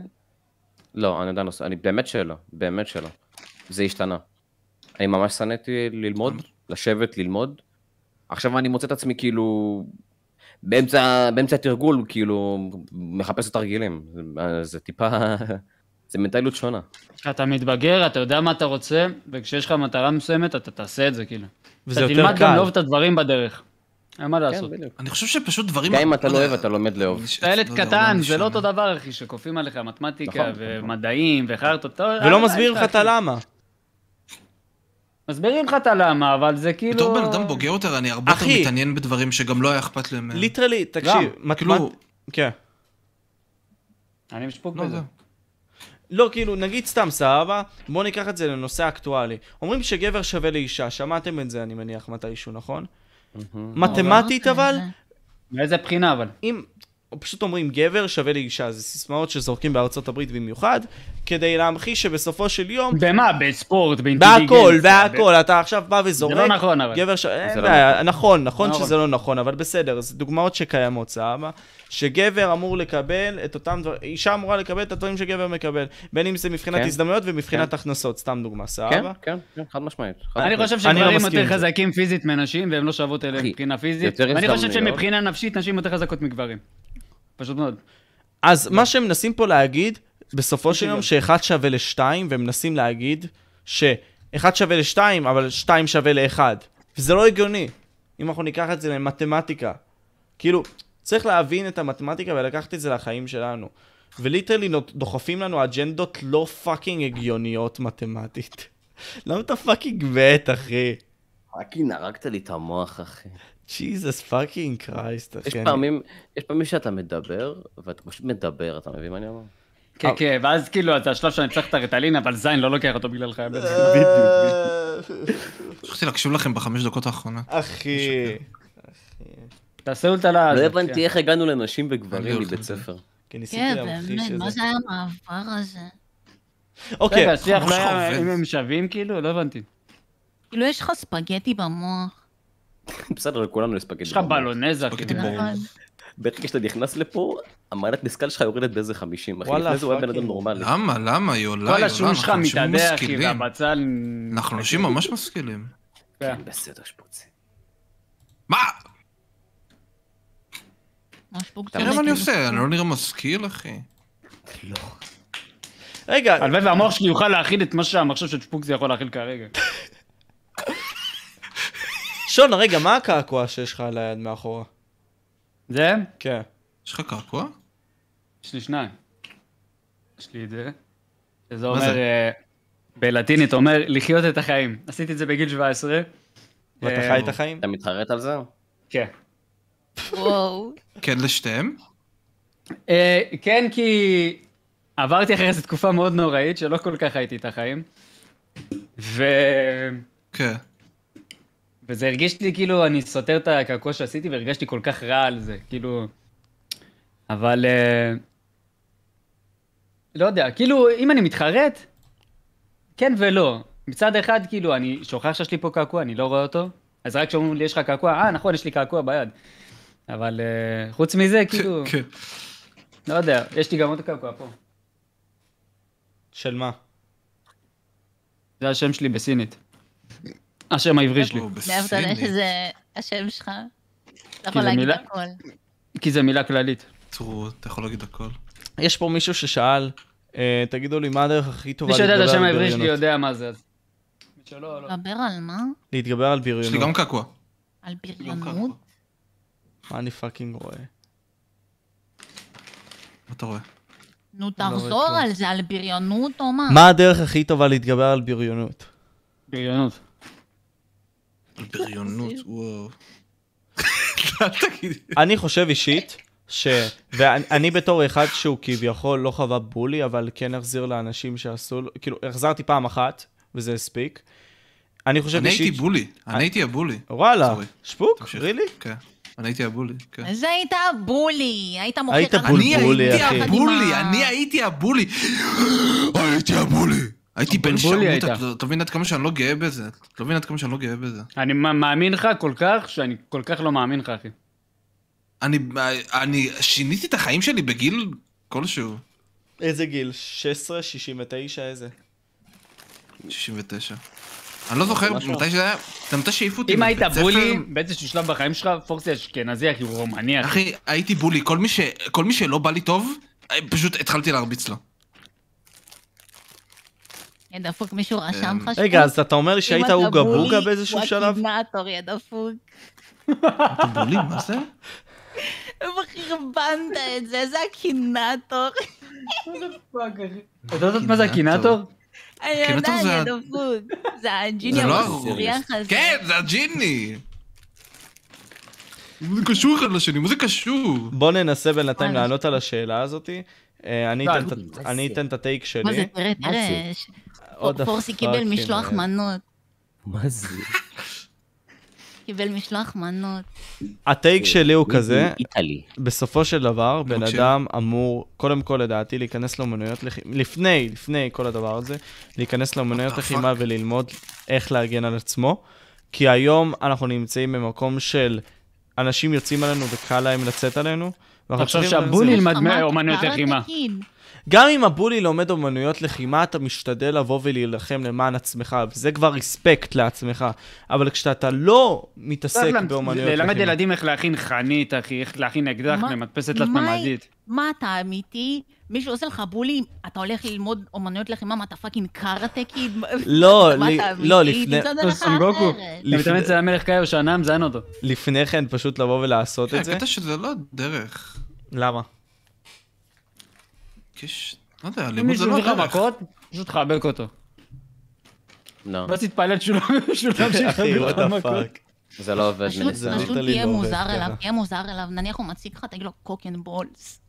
לא, אני עדיין לא שונא. אני באמת שלא. באמת שלא. זה השתנה. אני ממש שנאתי ללמוד, לשבת, ללמוד. עכשיו אני מוצא את עצמי כאילו... באמצע, באמצע התרגול, כאילו, מחפש את התרגילים. זה, זה טיפה... זה מנטליות שונה. כשאתה מתבגר, אתה יודע מה אתה רוצה, וכשיש לך מטרה מסוימת, אתה תעשה את זה, כאילו. וזה אתה יותר תלמד גם קל. לאהוב לא- את הדברים בדרך. אין מה לעשות. כן, בדיוק. אני חושב שפשוט דברים... גם אם אתה לא יודע, אוהב, אתה לומד לאהוב. ש- אתה ילד לא יודע, אולי קטן, אני זה לא שונה. אותו דבר, אחי, שכופים עליך מתמטיקה נכון, ומדעים וחרטות. נכון. אתה- ולא אה, מסבירים לך אחי. את הלמה. מסבירים לך את הלמה, אבל זה כאילו... בתור בן אדם בוגר יותר, אני הרבה יותר אחי. מתעניין בדברים שגם לא היה אכפת להם. מהם. ליטרלי, תקשיב, מתמט... כאילו, כן. אני משפוק לא בזה. יודע. לא, כאילו, נגיד סתם, סבבה? בואו ניקח את זה לנושא אקטואלי. אומרים שגבר שווה לאישה, שמעתם את זה, אני מניח, מתישהו, נכון? מתמטית, אוקיי, אבל, זה- מאיזה בחינה, אבל. אם... פשוט אומרים גבר שווה לאישה, זה סיסמאות שזורקים בארצות הברית במיוחד, כדי להמחיש שבסופו של יום, במה? בספורט, באינטליגנציה. בהכל, ב- בהכל, אתה עכשיו בא זה וזורק. לא נכון, אבל. גבר ש... אין לא בעיה, נכון, נכון נכון. שזה לא נכון, אבל בסדר, זה דוגמאות שקיימות, סבבה? שגבר אמור לקבל את אותם דברים, אישה אמורה לקבל את הדברים שגבר מקבל, בין אם זה מבחינת כן. הזדמנויות ומבחינת הכנסות, סתם דוגמה, כן, סבבה? כן, כן, חד משמעית. חד אני משמעית. חושב אני לא שגברים מסכים עם יותר זה. חזקים פיזית מנשים, והם לא שוות אליהם אחי, מבחינה פיזית. יותר ואני חושב הזדמנויות. אה. שמבחינה נפשית, נשים יותר חזקות מגברים. פשוט מאוד. אז מה שהם מנסים פה להגיד, בסופו של יום שאחד שווה לשתיים, והם מנסים להגיד שאחד שווה לשתיים, אבל שתיים שווה לאחד. וזה לא הגיוני, אם אנחנו ניקח את זה למתמטיקה. כאילו, צריך להבין את המתמטיקה ולקחת את זה לחיים שלנו. וליטרלי נות- דוחפים לנו אג'נדות לא פאקינג הגיוניות מתמטית. (laughs) למה אתה פאקינג מת, אחי? פאקינג הרגת לי את המוח, אחי. כן. ג'יזוס פאקינג קרייסט, אחי. יש אני- פעמים, יש פעמים שאתה מדבר, ואתה פשוט מדבר, אתה מבין מה אני אומר? כן, כן, ואז כאילו, אתה השלב שאני צריך את הרטלין, אבל זין לא לוקח אותו בגללך. בדיוק. אה. שכחתי להקשיב לכם בחמש דקות האחרונות. אחי. תעשה אולטלה. לא הזאת, הבנתי כן. איך הגענו לנשים אני וגברים הולך מבית לזה. ספר. כי ניסיתי כן, להמחיש באמת, מה את זה. זה היה המעבר הזה? אוקיי, רגע, השיח הראש לא היה, עובד. אם הם שווים כאילו? לא הבנתי. כאילו, יש לך ספגטי במוח. בסדר, לכולנו לספגטי. יש לך בלונזה, אוקיי, ספגטי כאילו. בום. נכון. ברגע שאתה נכנס לפה, המערכת משכל שלך יורדת באיזה 50, אחי. וואלה, לפני זה הוא היה בן פאקינג. אדם נורמלי. למה? למה? יולאי, לא, כל יולאי, השום שלך אנחנו אנשים מתאדה, אחי, משכילים. והבצל... אנחנו אנשים ממש משכילים. כן. כן, בסדר, שפוצי. מה? ממש פורצה. תראה מה אני עושה, אני לא נראה משכיל, אחי. רגע, הלוואי והמוח שלי יוכל להכיל את מה שהמחשב של שפוקסי יכול להכיל כרגע. שון, רגע, מה הקעקוע שיש לך על היד מאחורה? זה? כן. יש לך קעקוע? יש לי שניים. יש לי את זה. שזה מה זה? אומר, אה, בלטינית אומר, לחיות את החיים. עשיתי את זה בגיל 17. ואתה אה, חי את החיים? אתה מתחרט על זה? כן. וואו. כן, לשתיהם? אה, כן, כי עברתי אחרי איזו תקופה מאוד נוראית, שלא כל כך הייתי את החיים. ו... כן. וזה הרגיש לי כאילו אני סותר את הקעקוע שעשיתי, והרגשתי כל כך רע על זה, כאילו... אבל... אה, לא יודע, כאילו, אם אני מתחרט, כן ולא. מצד אחד, כאילו, אני שוכח שיש לי פה קעקוע, אני לא רואה אותו, אז רק כשאומרים לי, יש לך קעקוע, אה, נכון, יש לי קעקוע ביד. אבל אה, חוץ מזה, כאילו, כן. לא יודע, יש לי גם עוד קעקוע פה. של מה? זה השם שלי בסינית. השם העברי שלי. הוא מאיפה אתה יודע בסינית. שזה השם שלך? אתה זה יכול להגיד מילה? הכל. כי זו מילה כללית. תראו, אתה יכול להגיד הכל. יש פה מישהו ששאל, אה, תגידו לי, מה הדרך הכי טובה מי שיודע את להתגבר השם על העברי שלי בריונות? יודע מה זה. אז- מי שלא, לא. דבר על מה? להתגבר על יש לי גם בריונות. קעקוע. על גם קעקוע. בריונות? מה אני פאקינג רואה? מה אתה רואה? לא, נו, רואה תחזור כלום. על זה, על בריונות או מה? מה הדרך הכי טובה להתגבר על בריונות? בריונות. על בריונות, וואו. אל תגיד. אני חושב אישית, ש... ואני אני בתור אחד שהוא כביכול לא חווה בולי, אבל כן החזיר לאנשים שעשו לו, כאילו, החזרתי פעם אחת, וזה הספיק. אני חושב אני אישית... הייתי בולי, אה- אני הייתי הבולי. וואלה, סורי. שפוק, תמשיך. רילי? כן. אני הייתי הבולי, כן. אז היית בולי, היית מוכר... היית חלקים בולבולי, יחד עם אחי. ה- הבולי, אני הייתי הבולי. הייתי הבולי. הייתי בן הבולבולי שרמוט, היית. אתה מבין עד כמה שאני לא גאה בזה. אתה מבין עד כמה שאני לא גאה בזה. אני מא- מאמין לך כל כך, שאני כל כך לא מאמין לך, אחי. אני, אני שיניתי את החיים שלי בגיל כלשהו. איזה גיל? 16, 69, איזה? 69. אני לא זוכר מתי שזה היה, זה מתי שהעיפו אותי אם היית מבית ספר. בולי, באיזשהו שלב בחיים שלך, פורסי אשכנזי, אחי, הוא רומני, אחי. אחי, הייתי בולי, כל מי, ש... כל מי שלא בא לי טוב, פשוט התחלתי להרביץ לו. יא דפוק, מישהו רשם אמ, לך שפה? רגע, אז אתה אומר לי אם שהיית אתה אוגה בולי, בוגה באיזשהו הוא שלב? הקידנטור, יא דפוק. (laughs) אתה בולי, מה (laughs) זה? חרבנת את זה, זה (laughs) הקינטור. אתה לא יודעת מה זה הקינטור? הקינטור? אני הקינטור יודעת, זה יא ה- דפוק. זה הג'יני זה לא המסריח הזה. כן, זה הג'יני! זה קשור אחד לשני, מה זה קשור? בוא ננסה בינתיים וואלה. לענות על השאלה הזאתי. אה, אני לא, אתן את אני ה- אני אתן את הטייק מה זה, שלי. תראה, מה זה? תראה. ש- עוד פורסי קיבל הפאקינג משלוח האלה. מנות. מה זה? קיבל משלוח מנות. הטייק שלי הוא כזה, איטלי. בסופו של דבר, בן אה, מקשיב. אדם אמור, קודם כל לדעתי, להיכנס לאומנויות לחימה, לפני, לפני כל הדבר הזה, להיכנס לאומנויות What the לחימה fuck? וללמוד איך להגן על עצמו, כי היום אנחנו נמצאים במקום של אנשים יוצאים עלינו וקל להם לצאת עלינו, ואנחנו תחשוב צריכים... שהבולי ילמד אמרת, אומנויות קרא לחימה. תגיד. גם אם הבולי לומד אומנויות לחימה, אתה משתדל לבוא ולהילחם למען עצמך, וזה כבר רספקט לעצמך. אבל כשאתה לא מתעסק באומנויות ללמד לחימה... ילדים איך להכין חנית, אחי, איך להכין אקדח מה- למדפסת מה- תלת-ממדית. מה אתה אמיתי? מישהו עושה לך בולי, אתה הולך ללמוד אומנויות לחימה, מה אתה פאקינג קארטה (laughs) כאילו? לא, מה, לי- אתה לא, אמיתי? לפני- תמצא לא, דרך סון גוקו. אחרת. אתה מתאמן אצל המלך קאיו שנה, מזיין אותו. לפני כן פשוט לבוא ולעשות את כן, זה. הקטע שזה לא הדרך. למה? כי יש... לא יודע, אם לימוד זה מישהו לא נותן לך הדרך. מכות, פשוט תחבק אותו. לא, ואז תתפלל שהוא לא (laughs) שהוא כן. לא ימשיך אחי, לחבק וואט אותך מכות. הפאק. זה לא עובד. פשוט מן זה הסתם. פשוט עלית לי תהיה לא עובד מוזר אליו, ככה. תהיה מוזר אליו, נניח הוא מציג לך, תגיד לו קוק אנד בולס.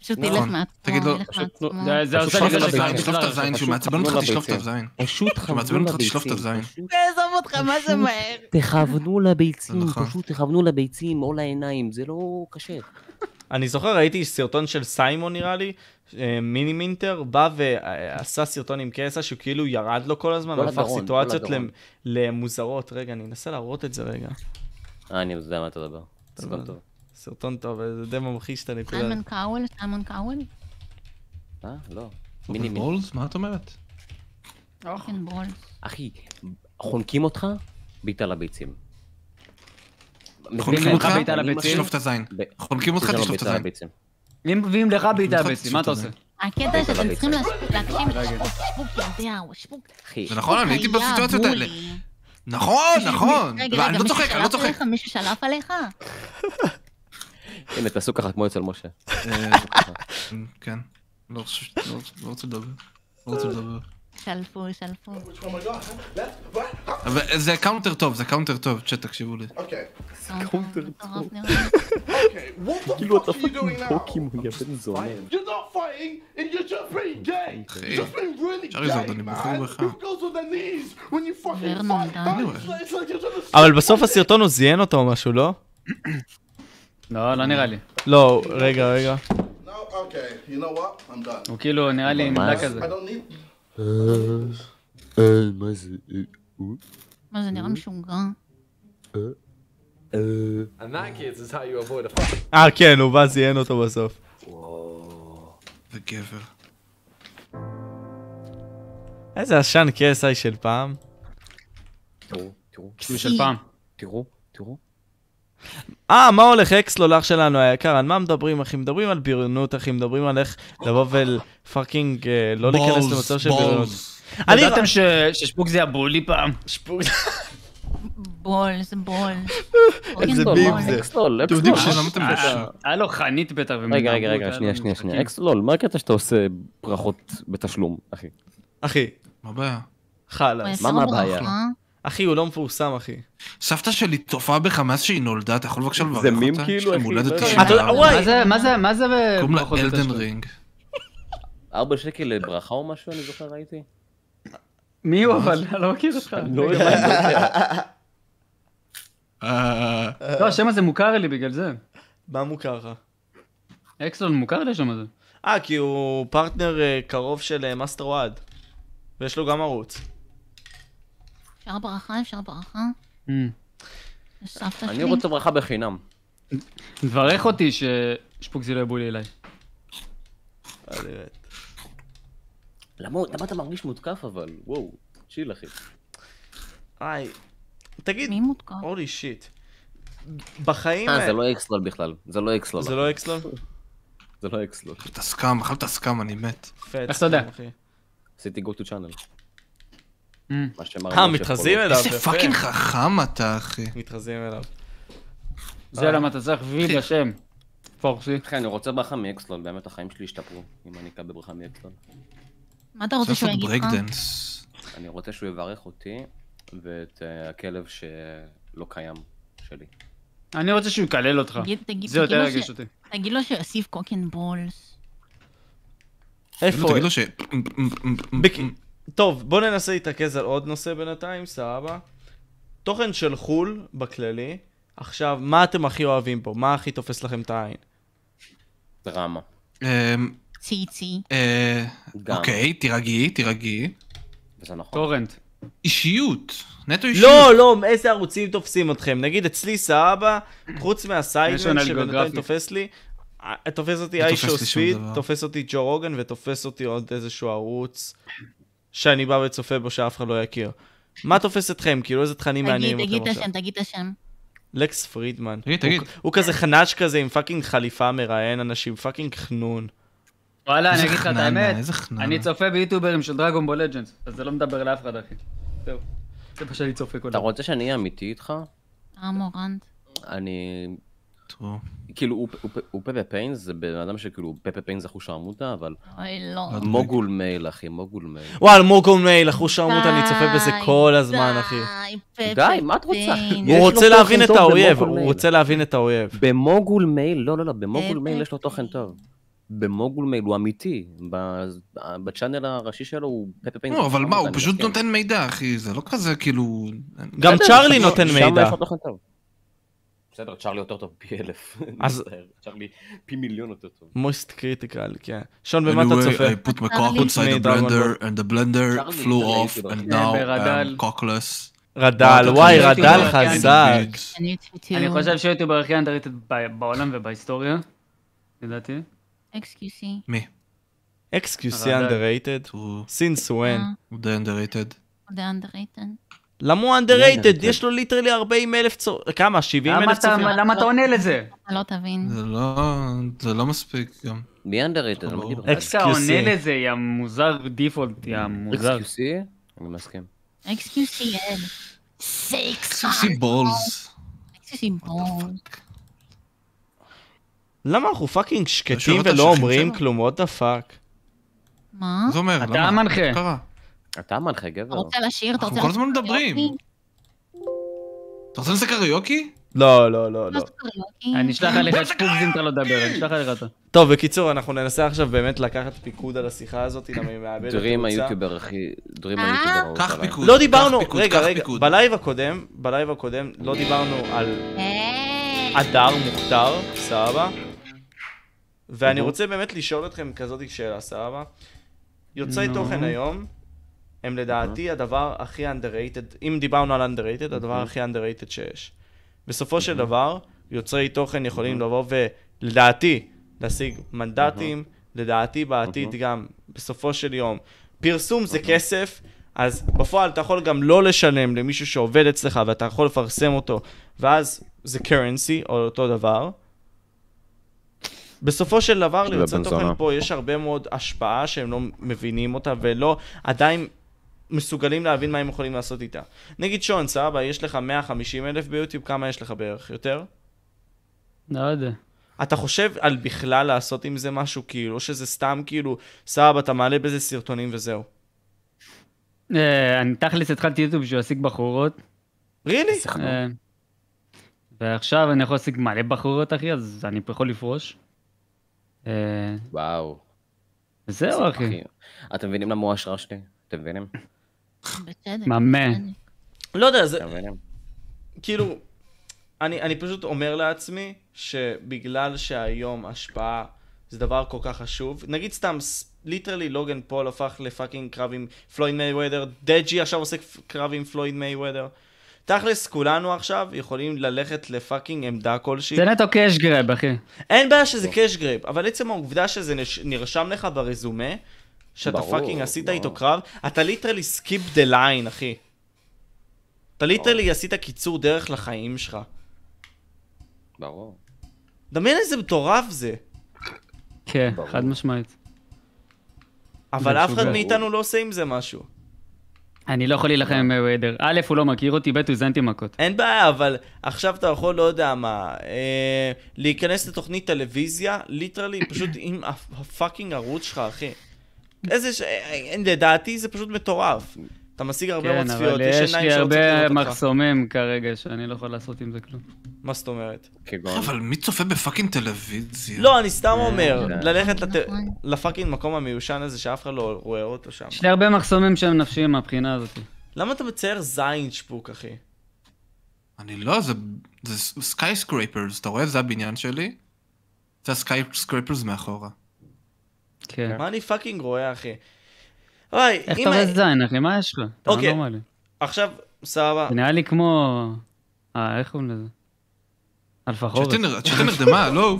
פשוט נכון. ילך מעצמו, תגיד לו, ילך פשוט לא- מעצמו. זה- זה עושה לי שלוף את פשוט רגע הזין, לביצים. שלוף את הזין, שהוא פשוט מעצבן אותך, חבלו תשלוף את לביצים. הזין. פשוט מעצבן תכוונו אותך, תשלוף את לביצים. הזין. פשוט תעזוב אותך, מה (laughs) זה מהר? תכוונו לביצים, נכון. פשוט תכוונו לביצים או לעיניים, זה לא קשה. אני זוכר, ראיתי סרטון של סיימון נראה לי, אה, מיני מינטר, בא ועשה סרטון עם קסע שהוא כאילו ירד לו כל הזמן, לא והפך לגרון, לא סיטואציות לגרון. למ- למוזרות. רגע, אני אנסה להראות את זה רגע. אה, אני יודע מה אתה מדבר. סגור טוב. סרטון טוב, אבל זה די ממחיש את הנקודה. סיימון קאוול, סיימון קאוול, אה, לא. מיני מיני מיני. בולס? מה את אומרת? קוק אנד בולס. אחי, חונקים אותך, בעיטה לביצים. חונקים אותך? בעיטה לביצים? שלוף את הזין. כן. ב- לא חונקים אותך, בעיטה תשלוף את הזין. לביצים. אם מביאים לך בעיטה אני בעצם, מה אתה עושה? אוקיי, הקטע שאתם צריכים להש- להקשיב לשפוק, שפוק יודע, הוא שפוק. אחי, זה נכון, אני הייתי היה בסיטואציות בולי. האלה. (laughs) נכון, נכון. רגע, לא, רגע, אני לא מישהו צוחק, אני לא שלף צוחק. עליך? מישהו שלף עליך? הנה, תעשו ככה כמו אצל משה. אה, כן. לא חושב ש- לא- לא רוצה לדבר. לא רוצה לדבר. שלפו, שלפו. אבל זה קאונטר טוב, זה קאונטר טוב, צ'אט, תקשיבו לי. מטורף נראה לי. כאילו אתה פאקינג פוקימון, יא בן זונה. אוקיי. אחי, אפשר לזרוק, אני בוחר בך. ורנון דן. אבל בסוף הסרטון הוא זיין אותו או משהו, לא? לא, לא נראה לי. לא, רגע, רגע. No, okay. You know what? I'm done. הוא כאילו, נראה לי מה נמדע זה? כזה. I don't need. אה, מה זה? אה, אה, מה זה נראה משוגע? אה. אה, כן, הוא בא, זיין אותו בסוף. זה גבר. איזה עשן KSI של פעם. תראו, תראו, כאילו של פעם. תראו, תראו. אה, מה הולך אקס לולח שלנו היקר? על מה מדברים, אחי? מדברים על בריונות, אחי? מדברים על איך לבוא ולפאקינג אה, לא להיכנס למצב של בריונות. אני... ידעתם ש- ששפוק זה הבולי פעם? כן, שפוק. בולס, בולס. איזה בולס. ביב זה. אקסלול, אתם יודעים שלא אתם אה, היה לו חנית בטח. רגע, ומנהרות, רגע, היה רגע, לו שנייה, שנייה, אוקיי. שנייה. משחקים. אקסלול, מה הקטע שאתה עושה ברכות בתשלום, אחי? אחי, מה הבעיה? חלאס. מה- מה הבעיה? אחי, הוא לא מפורסם, אחי. סבתא שלי צופה בך מאז שהיא נולדה, אתה יכול בבקשה לברך אותה? זה מים כאילו, יש לה אחי, לא מולדת יודע. 94, אתה יודע, וואי. מה זה, מה זה, מה זה קוראים לה ברכות אלדן בתשלום? רינג. ארבע שקל לברכה או משהו, אני זוכר, (laughs) ראיתי? מי הוא אבל? אני לא מכיר (laughs) אותך. אה, לא, השם הזה מוכר לי בגלל זה. מה מוכר לך? אקסלון מוכר לי השם הזה. אה, כי הוא פרטנר אה, קרוב של אה, מאסטר אוהד. ויש לו גם ערוץ. אפשר ברכה? אפשר ברכה? Mm. יש סבתא שלי? אני רוצה ברכה בחינם. מברך אותי ששפוקזי לא יבוא לי אליי. אה, באמת. למה למה אתה מרגיש מותקף אבל? וואו, צ'יל אחי. היי. תגיד, מי מותקף? הולי שיט. בחיים... אה, זה האלה- לא אקסלול בכלל. זה לא אקסלול. זה לא אקסלון? זה לא אקסלול. אתה סקאם, אכלת סקאם, אני מת. איך אתה יודע? עשיתי go to channel. Mm. מה שמר... אה, מתחזים אליו. איזה יפה. פאקינג חכם אתה, אחי. מתחזים אליו. זה למה אתה צריך וי בשם. פורסי. אחי, אני רוצה ברכה מאקסלול, באמת החיים שלי ישתפרו, אם אני אקבל ברכה מאקסלול. מה אתה רוצה צריך שהוא לעשות יגיד לך? ברייקדנס. אני רוצה שהוא יברך אותי ואת אה, הכלב שלא קיים שלי. אני רוצה שהוא יקלל אותך. תגיד- תגיד- זה יותר תגיד לו ירגיש ש- אותי. תגיד לו שיוסיף קוק אנד בולס. כאילו, איפה? תגיד לו ש... בק... טוב, בוא ננסה להתרכז על עוד נושא בינתיים, סבבה. תוכן של חו"ל בכללי. עכשיו, מה אתם הכי אוהבים פה? מה הכי תופס לכם את העין? דרמה. אמ, ציצי. אה, גם. אוקיי, תירגעי, תירגעי. וזה נכון. טורנט. אישיות, נטו אישיות. לא, לא, איזה ערוצים תופסים אתכם? נגיד אצלי סבבה, חוץ מהסיידמן National שבינתיים Geographic. תופס לי, אה, תופס אותי לא I תופס לי show שום speed, דבר. תופס אותי ג'ו רוגן ותופס אותי עוד איזשהו ערוץ שאני בא וצופה בו שאף אחד לא יכיר. מה תופס אתכם? כאילו איזה תכנים תגיד, מעניינים תגיד אתכם את עכשיו? השם, תגיד את השם. לקס פרידמן. תגיד, תגיד. הוא- הוא כזה חנאץ' כזה עם פאקינג חליפה מראיין אנשים, פאקינג חנון. וואלה, אני איזה אגיד לך את חננה, האמת, איזה חננה. אני צופה ביוטיוברים של דרגון בול לג'נדס, אז זה לא מדבר לאף אחד, אחי. זהו. זה מה שאני צופה כל אתה הזמן. רוצה שאני אהיה אמיתי איתך? אמורנט. אני... טוב. כאילו, הוא- הוא- הוא פפה פיינס, זה בן אדם שכאילו, פפה פיינס זה חוש העמודה, אבל... אוי, לא. אוי, מוגול מייל, אחי, מוגול מייל. וואל מוגון מייל, אחוש העמוד, אני צופה בזה די, כל הזמן, די, אחי. פפי די, מה את רוצה? פיינס. הוא לו רוצה להבין תוכן את טוב האויב, במוגול הוא מייל. רוצה להבין את האויב. במוגול מייל, לא, לא, לא, במוגול אה, מייל אה, יש לו תוכן טוב. במוגול מייל הוא אמיתי, ב- בצ'אנל הראשי שלו הוא פפה פיינס. לא, אבל מה, הוא אני פשוט מסכים. נותן מידע, אחי, זה לא כזה כאילו... גם בסדר, צ'ארלי שם- נותן שם מידע. יש לו תוכן טוב. בסדר, צ'ארלי יותר טוב פי אלף. אז- מצטער, צ'ארלי פי מיליון יותר טוב. מויסט קריטיקל, כן. שון, במה אתה צופה? I put my cock Charlie. inside the Dragon blender, Ball. and the blender Charlie, flew Charlie, off, כאילו. and now אה, ברדל. I'm cockless. רדל, מה אתה וואי, חושב? רדל כן, חזק. I need to- אני חושב שיוטיובר הכי אנדרטד בעולם ובהיסטוריה, לדעתי. Excuse me. מי? XQC רדל. underrated? הוא since אה. when? הוא די underrated. הוא די underrated. למה הוא underrated? כן. underrated? יש לו ליטרלי 40 אלף צור... כמה? 70 למה אלף אתה- צופים? למה אתה עונה לזה? אתה לא תבין. זה לא... זה לא מספיק גם. מי אנדררייטד? על מה ברור. דיברת? אקס- אתה עונה לזה, יא מוזר דיפולט, יא מוזר. XQC? אני מסכים. Excuse me, eh? אל. סיקס. סיקסי בולס. Excuse me, בואו. למה אנחנו פאקינג שואל שקטים אותה ולא שכן אומרים שלו? כלום? וואט דה פאק? מה? זה אומר, אתה למה? המנחה. מה קרה? אתה מנחה גבר. אתה רוצה לשיר? אה, אתה אנחנו רוצה כל לעשות הזמן מדברים. קריוקי? אתה רוצה לעשות קריוקי? לא, לא, לא, אתה לא. רוצה קריוקי? אני אשלח עליך את פוקס אם אתה לא תדבר, אני אשלח עליך אותו. טוב, בקיצור, אנחנו ננסה עכשיו באמת לקחת פיקוד על השיחה הזאת, למה היא מאבדת דרים תאוצה. היוטיובר הכי... דרים אה? היוטיובר האהוב קח עליי. פיקוד. לא קח דיברנו, פיקוד, רגע, קח רגע, פיקוד. בלייב הקודם, בלייב הקודם לא דיברנו על היי. הדר מוכתר, סבבה? ואני רוצה באמת לשאול אתכם כזאת שאלה, סבבה? יוצרי נו. תוכן היום הם לדעתי הדבר הכי underrated, אם דיברנו על underrated, הדבר הכי underrated שיש. בסופו של דבר, יוצרי תוכן יכולים לבוא ולדעתי להשיג מנדטים, לדעתי בעתיד גם, בסופו של יום. פרסום זה כסף, אז בפועל אתה יכול גם לא לשלם למישהו שעובד אצלך ואתה יכול לפרסם אותו, ואז זה currency או אותו דבר. בסופו של דבר של ליוצרי הבן תוכן זונה. פה יש הרבה מאוד השפעה שהם לא מבינים אותה ולא עדיין מסוגלים להבין מה הם יכולים לעשות איתה. נגיד שון, סבא, יש לך 150 אלף ביוטיוב, כמה יש לך בערך? יותר? לא יודע. אתה חושב על בכלל לעשות עם זה משהו כאילו, או שזה סתם כאילו, סבא, אתה מעלה בזה סרטונים וזהו. אה, אני תכלס התחלתי יוטיוב בשביל להשיג בחורות, רילי? שיחקנו. אה, ועכשיו אני יכול להשיג מלא בחורות, אחי, אז אני יכול לפרוש. אה, וואו. זהו, לא, אחי. אתם מבינים למה הוא ההשראה שלי? אתם מבינים? בצדק. מאמן. בצדק. לא יודע, זה אתם מבינים? כאילו, אני, אני פשוט אומר לעצמי שבגלל שהיום השפעה זה דבר כל כך חשוב, נגיד סתם, ליטרלי לוגן פול הפך לפאקינג קרב עם פלויד מייוודר, דג'י עכשיו עושה קרב עם פלויד מייוודר. תכלס, כולנו עכשיו יכולים ללכת לפאקינג עמדה כלשהי. זה נטו קאש גרב, אחי. אין בעיה שזה קאש גרייב, אבל עצם העובדה שזה נש... נרשם לך ברזומה, שאתה ברור, פאקינג עשית ברור. איתו קרב, אתה ליטרלי סקיפ דה ליין, אחי. אתה ליטרלי עשית קיצור דרך לחיים שלך. ברור. דמיין איזה מטורף זה. כן, ברור. חד משמעית. אבל אף אחד משוגע. מאיתנו לא עושה עם זה משהו. אני לא יכול להילחם עם ויידר. א', הוא לא מכיר אותי, ב', הוא הזנתי מכות. אין בעיה, אבל עכשיו אתה יכול, לא יודע מה, אה, להיכנס לתוכנית טלוויזיה, ליטרלי, (laughs) פשוט עם ה- הפאקינג ערוץ שלך, אחי. איזה ש... אה, לדעתי זה פשוט מטורף. אתה משיג הרבה כן, מאוד צפיות, אבל לא יש יש לי עיניים שרוצות לראות הרבה אותך. מחסומים כרגע שאני לא יכול לעשות עם זה כלום. מה זאת אומרת? כגון... אבל מי צופה בפאקינג טלוויזיה? לא, אני סתם אומר, כן. ללכת לת- נכון. לפאקינג מקום המיושן הזה שאף אחד לא רואה אותו שם. יש לי הרבה מחסומים שהם נפשיים מהבחינה הזאת. למה אתה מצייר זין שפוק, אחי? אני לא, זה- זה סקייסקרייפרס, אתה רואה? זה הבניין שלי. זה הסקייסקרייפרס מאחורה. כן. מה אני פאקינג רואה, אחי? וואי, איך אם אתה רואה ה- זין, אחי? מה יש לך? אתה לא אוקיי. נורמלי. עכשיו, סבבה, זה נראה לי כמו... אה, איך קוראים לזה? אלפחורת. צ'טנר צ'טנר דה מה, לא?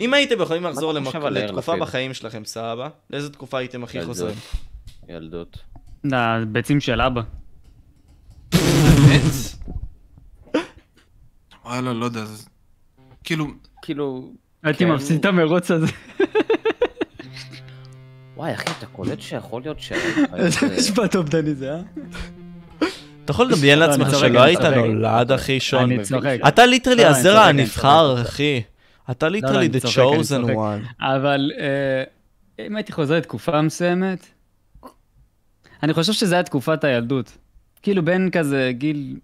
אם הייתם יכולים לחזור אתה למק- חושב על יאיר לתקופה לפיד? בחיים שלכם, סבבה? לאיזה תקופה הייתם כן, הכי ילדות. חוזרים? ילדות. לביצים של אבא. באמת? וואלה, לא יודע. זה- כאילו, כאילו... הייתי כן. מפסיד את המרוץ הזה. וואי אחי, אתה קולט שיכול להיות ש... כן. איזה (laughs) משפט אובדני זה, אה? אתה יכול לדמיין אני לעצמך צוחק, שלא אני היית צוחק. נולד, אחי, שון. אני צוחק. אתה ליטרלי לא, אני צוחק, הזרע אני לא, הנבחר, אחי. אתה אני ליטרלי the צוחק, אני chosen צוחק. one. אבל אה, אם הייתי חוזר לתקופה מסוימת, אני חושב שזה היה תקופת הילדות. כאילו בין כזה גיל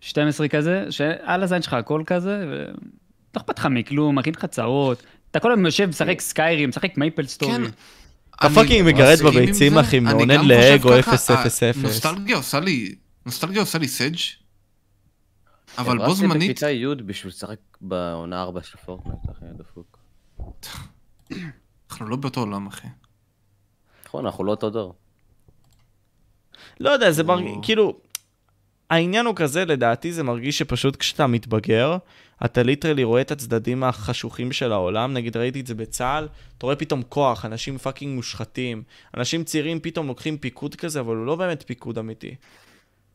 12 כזה, שעל הזין שלך הכל כזה, ולא אכפת לך מכלום, מכין לך צרות. אתה כל היום יושב, משחק סקיירים, משחק מייפל כן. סטורי. אתה אני פאקינג מגרד מסכים עם בביצים, זה. אחי, אני מעונן גם חושב לאגו ככה. 000. הנוסטלגיה עושה לי, נוסטלגיה עושה לי סדג', אבל בו זמנית, לא בכיתה י' בשביל לשחק בעונה 4 של פורטנייט, אחי, דפוק. אנחנו לא באותו עולם, אחי. נכון, אנחנו לא אותו דור. לא יודע, זה או- מרגיש, כאילו, העניין הוא כזה, לדעתי זה מרגיש שפשוט כשאתה מתבגר, אתה ליטרלי רואה את הצדדים החשוכים של העולם, נגיד ראיתי את זה בצה"ל, אתה רואה פתאום כוח, אנשים פאקינג מושחתים, אנשים צעירים פתאום לוקחים פיקוד כזה, אבל הוא לא באמת פיקוד אמיתי.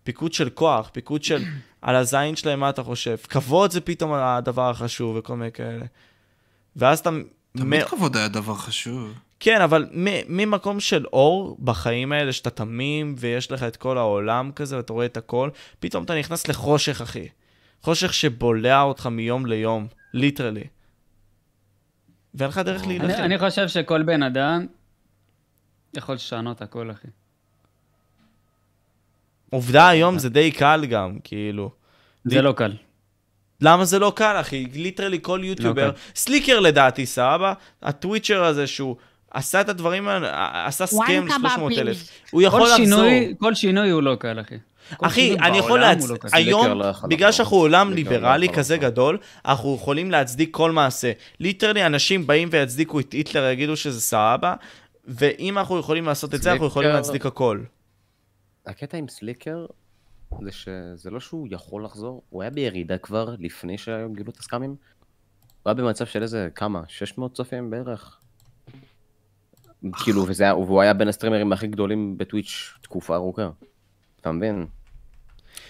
פיקוד של כוח, פיקוד של (clears throat) על הזין שלהם, מה אתה חושב? כבוד זה פתאום הדבר החשוב וכל מיני כאלה. ואז אתה... תמיד כבוד היה דבר חשוב. כן, אבל מ- ממקום של אור בחיים האלה, שאתה תמים ויש לך את כל העולם כזה ואתה רואה את הכל, פתאום אתה נכנס לחושך, אחי. חושך שבולע אותך מיום ליום, ליטרלי. ואין לך דרך אה, אני- להילחם. אני חושב שכל בן אדם יכול לשנות הכל, אחי. עובדה היום זה די קל גם, כאילו. זה לא קל. למה זה לא קל, אחי? ליטרלי כל לא יוטיובר, סליקר לדעתי, סבבה? הטוויצ'ר הזה שהוא עשה את הדברים האלה, עשה סכם וואן קבב 300 אלף. פליז. הוא יכול כל לחזור. שינוי- כל שינוי הוא לא קל, אחי. כל אחי, שינוי אני יכול בעולם להצ... הוא לא קל. היום, ליקר לא יכול בגלל לחזור. שאנחנו עולם ליקר לא ליברלי יכול כזה לחזור. גדול, אנחנו יכולים להצדיק כל מעשה. ליטרלי, אנשים באים ויצדיקו את היטלר, יגידו שזה סבבה, ואם אנחנו יכולים לעשות את זה, אנחנו יכולים ליקר- להצדיק הכל. הקטע עם סליקר זה שזה לא שהוא יכול לחזור, הוא היה בירידה כבר לפני שהיום גילו את הסקאמים. הוא היה במצב של איזה כמה? 600 צופים בערך. כאילו, וזה היה, והוא היה בין הסטרימרים הכי גדולים בטוויץ' תקופה ארוכה. אתה מבין?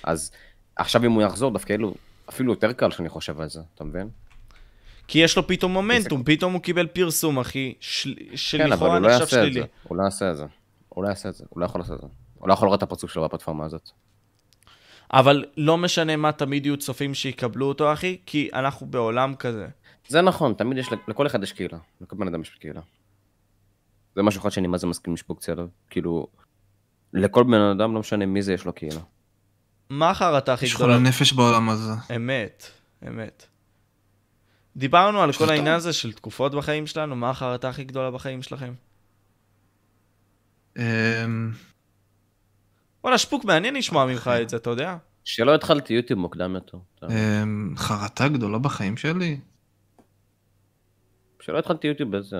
אז עכשיו אם הוא יחזור, דווקא אלו, אפילו יותר קל שאני חושב על זה, אתה מבין? כי יש לו פתאום מומנטום, פתאום הוא קיבל פרסום, אחי, של- כן, אבל שלכאורה הוא לא נחשב יעשה את זה. שלילי. הוא לא יעשה את זה. הוא לא יעשה את זה. הוא לא יכול לעשות את זה. הוא לא יכול לראות את הפרצוף שלו בפלטפורמה הזאת. אבל לא משנה מה, תמיד יהיו צופים שיקבלו אותו, אחי, כי אנחנו בעולם כזה. זה נכון, תמיד יש, לכל אחד יש קהילה, לכל בן אדם יש קהילה. זה משהו אחד שאני מה זה מסכים לשפוקציה עליו, כאילו, לכל בן אדם, לא משנה מי זה, יש לו קהילה. מה החרטה הכי יש גדולה? חולה נפש בעולם הזה. אמת, אמת. דיברנו על כל העניין הזה של תקופות בחיים שלנו, מה החרטה הכי גדולה בחיים שלכם? אמ, וואלה, שפוק, מעניין לשמוע ממך את זה, אתה יודע? שלא התחלתי יוטיוב מוקדם יותר. אתה- אמ, חרטה גדולה בחיים שלי. שלא התחלתי יוטיוב באיזה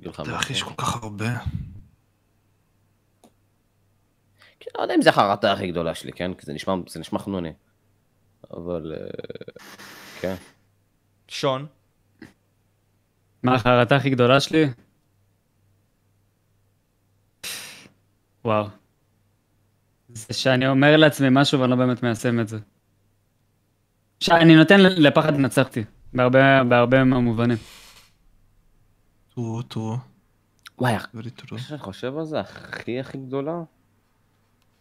גיל אתה חמש. יודע, אחי, יש כל כך הרבה. כן, לא יודע אם זה החרטה הכי גדולה שלי, כן? כי זה נשמע, זה נשמע חנוני. אבל, אה, כן. שון, מה החרטה הכי גדולה שלי? וואו. זה שאני אומר לעצמי משהו ואני לא באמת מיישם את זה. שאני נותן לפחד לנצח אותי, בהרבה, בהרבה מהמובנים. טורו, טורו. וואי, very true. מה (laughs) שאני חושב על זה, הכי הכי גדולה?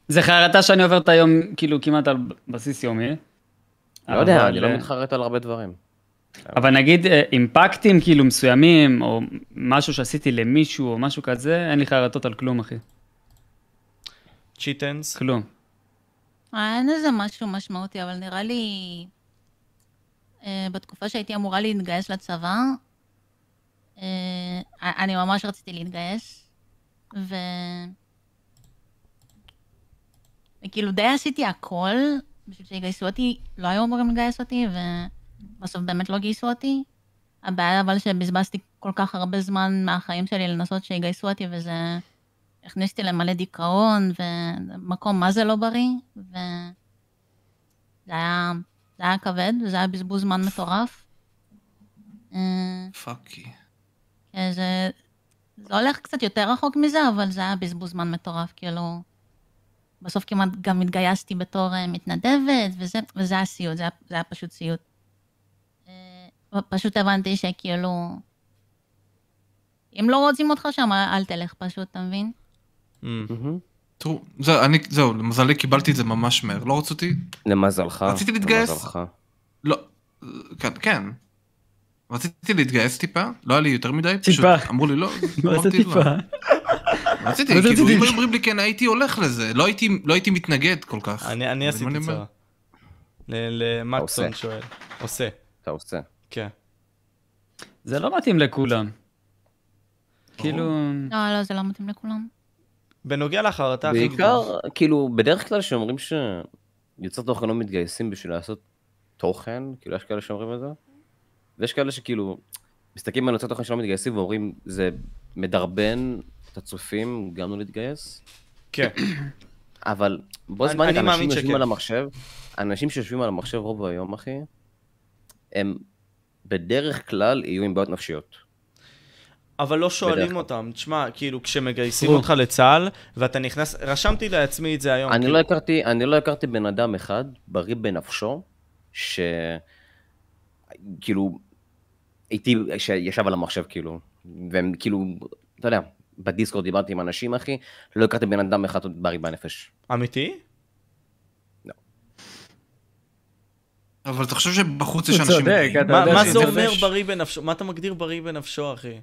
זה חרטה שאני עובר את היום, כאילו, כמעט על בסיס יומי. לא יודע, אבל, אני לא אה, מתחרט על הרבה דברים. אבל נגיד אה, אימפקטים כאילו מסוימים, או משהו שעשיתי למישהו, או משהו כזה, אין לי חרטות על כלום, אחי. צ'יטנס, כלום. אה, אין איזה משהו משמעותי, אבל נראה לי... אה, בתקופה שהייתי אמורה להתגייס לצבא, אה, אני ממש רציתי להתגייס, ו... וכאילו די עשיתי הכל, בשביל שיגייסו אותי, לא היו אמורים לגייס אותי, ובסוף באמת לא גייסו אותי. הבעיה אבל שבזבזתי כל כך הרבה זמן מהחיים שלי לנסות שיגייסו אותי, וזה... הכניס אותי למלא דיכאון, ומקום מה זה לא בריא, ו... זה היה, זה היה כבד, וזה היה בזבוז זמן מטורף. אמ, אה, פאקי. כן, זה... זה הולך קצת יותר רחוק מזה, אבל זה היה בזבוז זמן מטורף, כאילו... בסוף כמעט גם התגייסתי בתור אה, מתנדבת, וזה, וזה היה סיוט, זה היה, זה היה פשוט סיוט. אה, פשוט הבנתי שכאילו... אם לא רוצים אותך שם, אל תלך פשוט, אתה מבין? מהמם. תראו, זהו, אני, זהו, למזלי קיבלתי את זה ממש מהר. לא רציתי, למזלך. רציתי להתגייס. למזלך. לא, כן, כן. רציתי להתגייס טיפה, לא היה לי יותר מדי, פשוט טיפה. (laughs) אמרו לי לא, מה זה אמרתי טיפה? לא. רציתי, מה זה כאילו, טיפה? אם היו אומרים לי כן, הייתי הולך לזה, לא הייתי, לא הייתי מתנגד כל כך. אני אני אבל מה עשיתי אני אומר? צרה. ל- למקסון עושה. שואל. עושה, אתה עושה. כן. זה לא מתאים לכולם. כאילו... לא, לא, זה לא מתאים לכולם. בנוגע לחרטה הכי בעיקר, גדולה. כאילו, בדרך כלל שאומרים שיוצרי תוכן לא מתגייסים בשביל לעשות תוכן, כאילו, יש כאלה שאומרים את זה, ויש כאלה שכאילו, מסתכלים על יוצרי תוכן שלא מתגייסים ואומרים, זה מדרבן את הצופים גם לא להתגייס, כן. אבל בו אני- אני זמנית, מאמין אנשים יושבים שכן. על המחשב, אנשים שיושבים על המחשב רוב היום, אחי, הם בדרך כלל יהיו עם בעיות נפשיות. אבל לא בדרך שואלים כלל. אותם, תשמע, כאילו, כשמגייסים אותך לצה"ל, ואתה נכנס, רשמתי לעצמי את זה היום. אני כאילו. לא הכרתי, אני לא הכרתי בן אדם אחד, בריא בנפשו, ש... כאילו, איתי, שישב על המחשב, כאילו, והם כאילו, אתה יודע, בדיסקורד דיברתי עם אנשים, אחי, לא הכרתי בן אדם אחד עוד בריא בנפש. אמיתי? אבל אתה חושב שבחוץ יש הוא אנשים... צודק, מדהימים? אתה מה יודע מה שזה לא זה אומר נפש. בריא בנפשו? מה אתה מגדיר בריא בנפשו, אחי?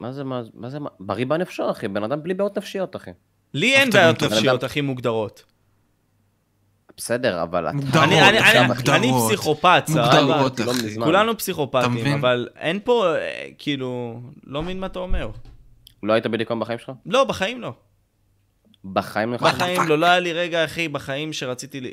מה זה, מה, מה זה, מה, בריא בנפשו, אחי, בן אדם בלי בעיות נפשיות, אחי. לי אין אתה גם לא בעיות טוב. נפשיות, אחי, מוגדרות. בסדר, אבל אתה... מוגדרות, אני- אני- אני- מוגדרות. אני פסיכופת, סבבה? מוגדרות, לא אחי. מזמן. כולנו אתה פסיכופטים, מבין? אבל אין פה, אה, כאילו, לא מבין מה אתה אומר. לא היית בדיכאון בחיים שלך? לא, בחיים לא. בחיים לך? בחיים לא, לא היה לי רגע, אחי, בחיים שרציתי ל...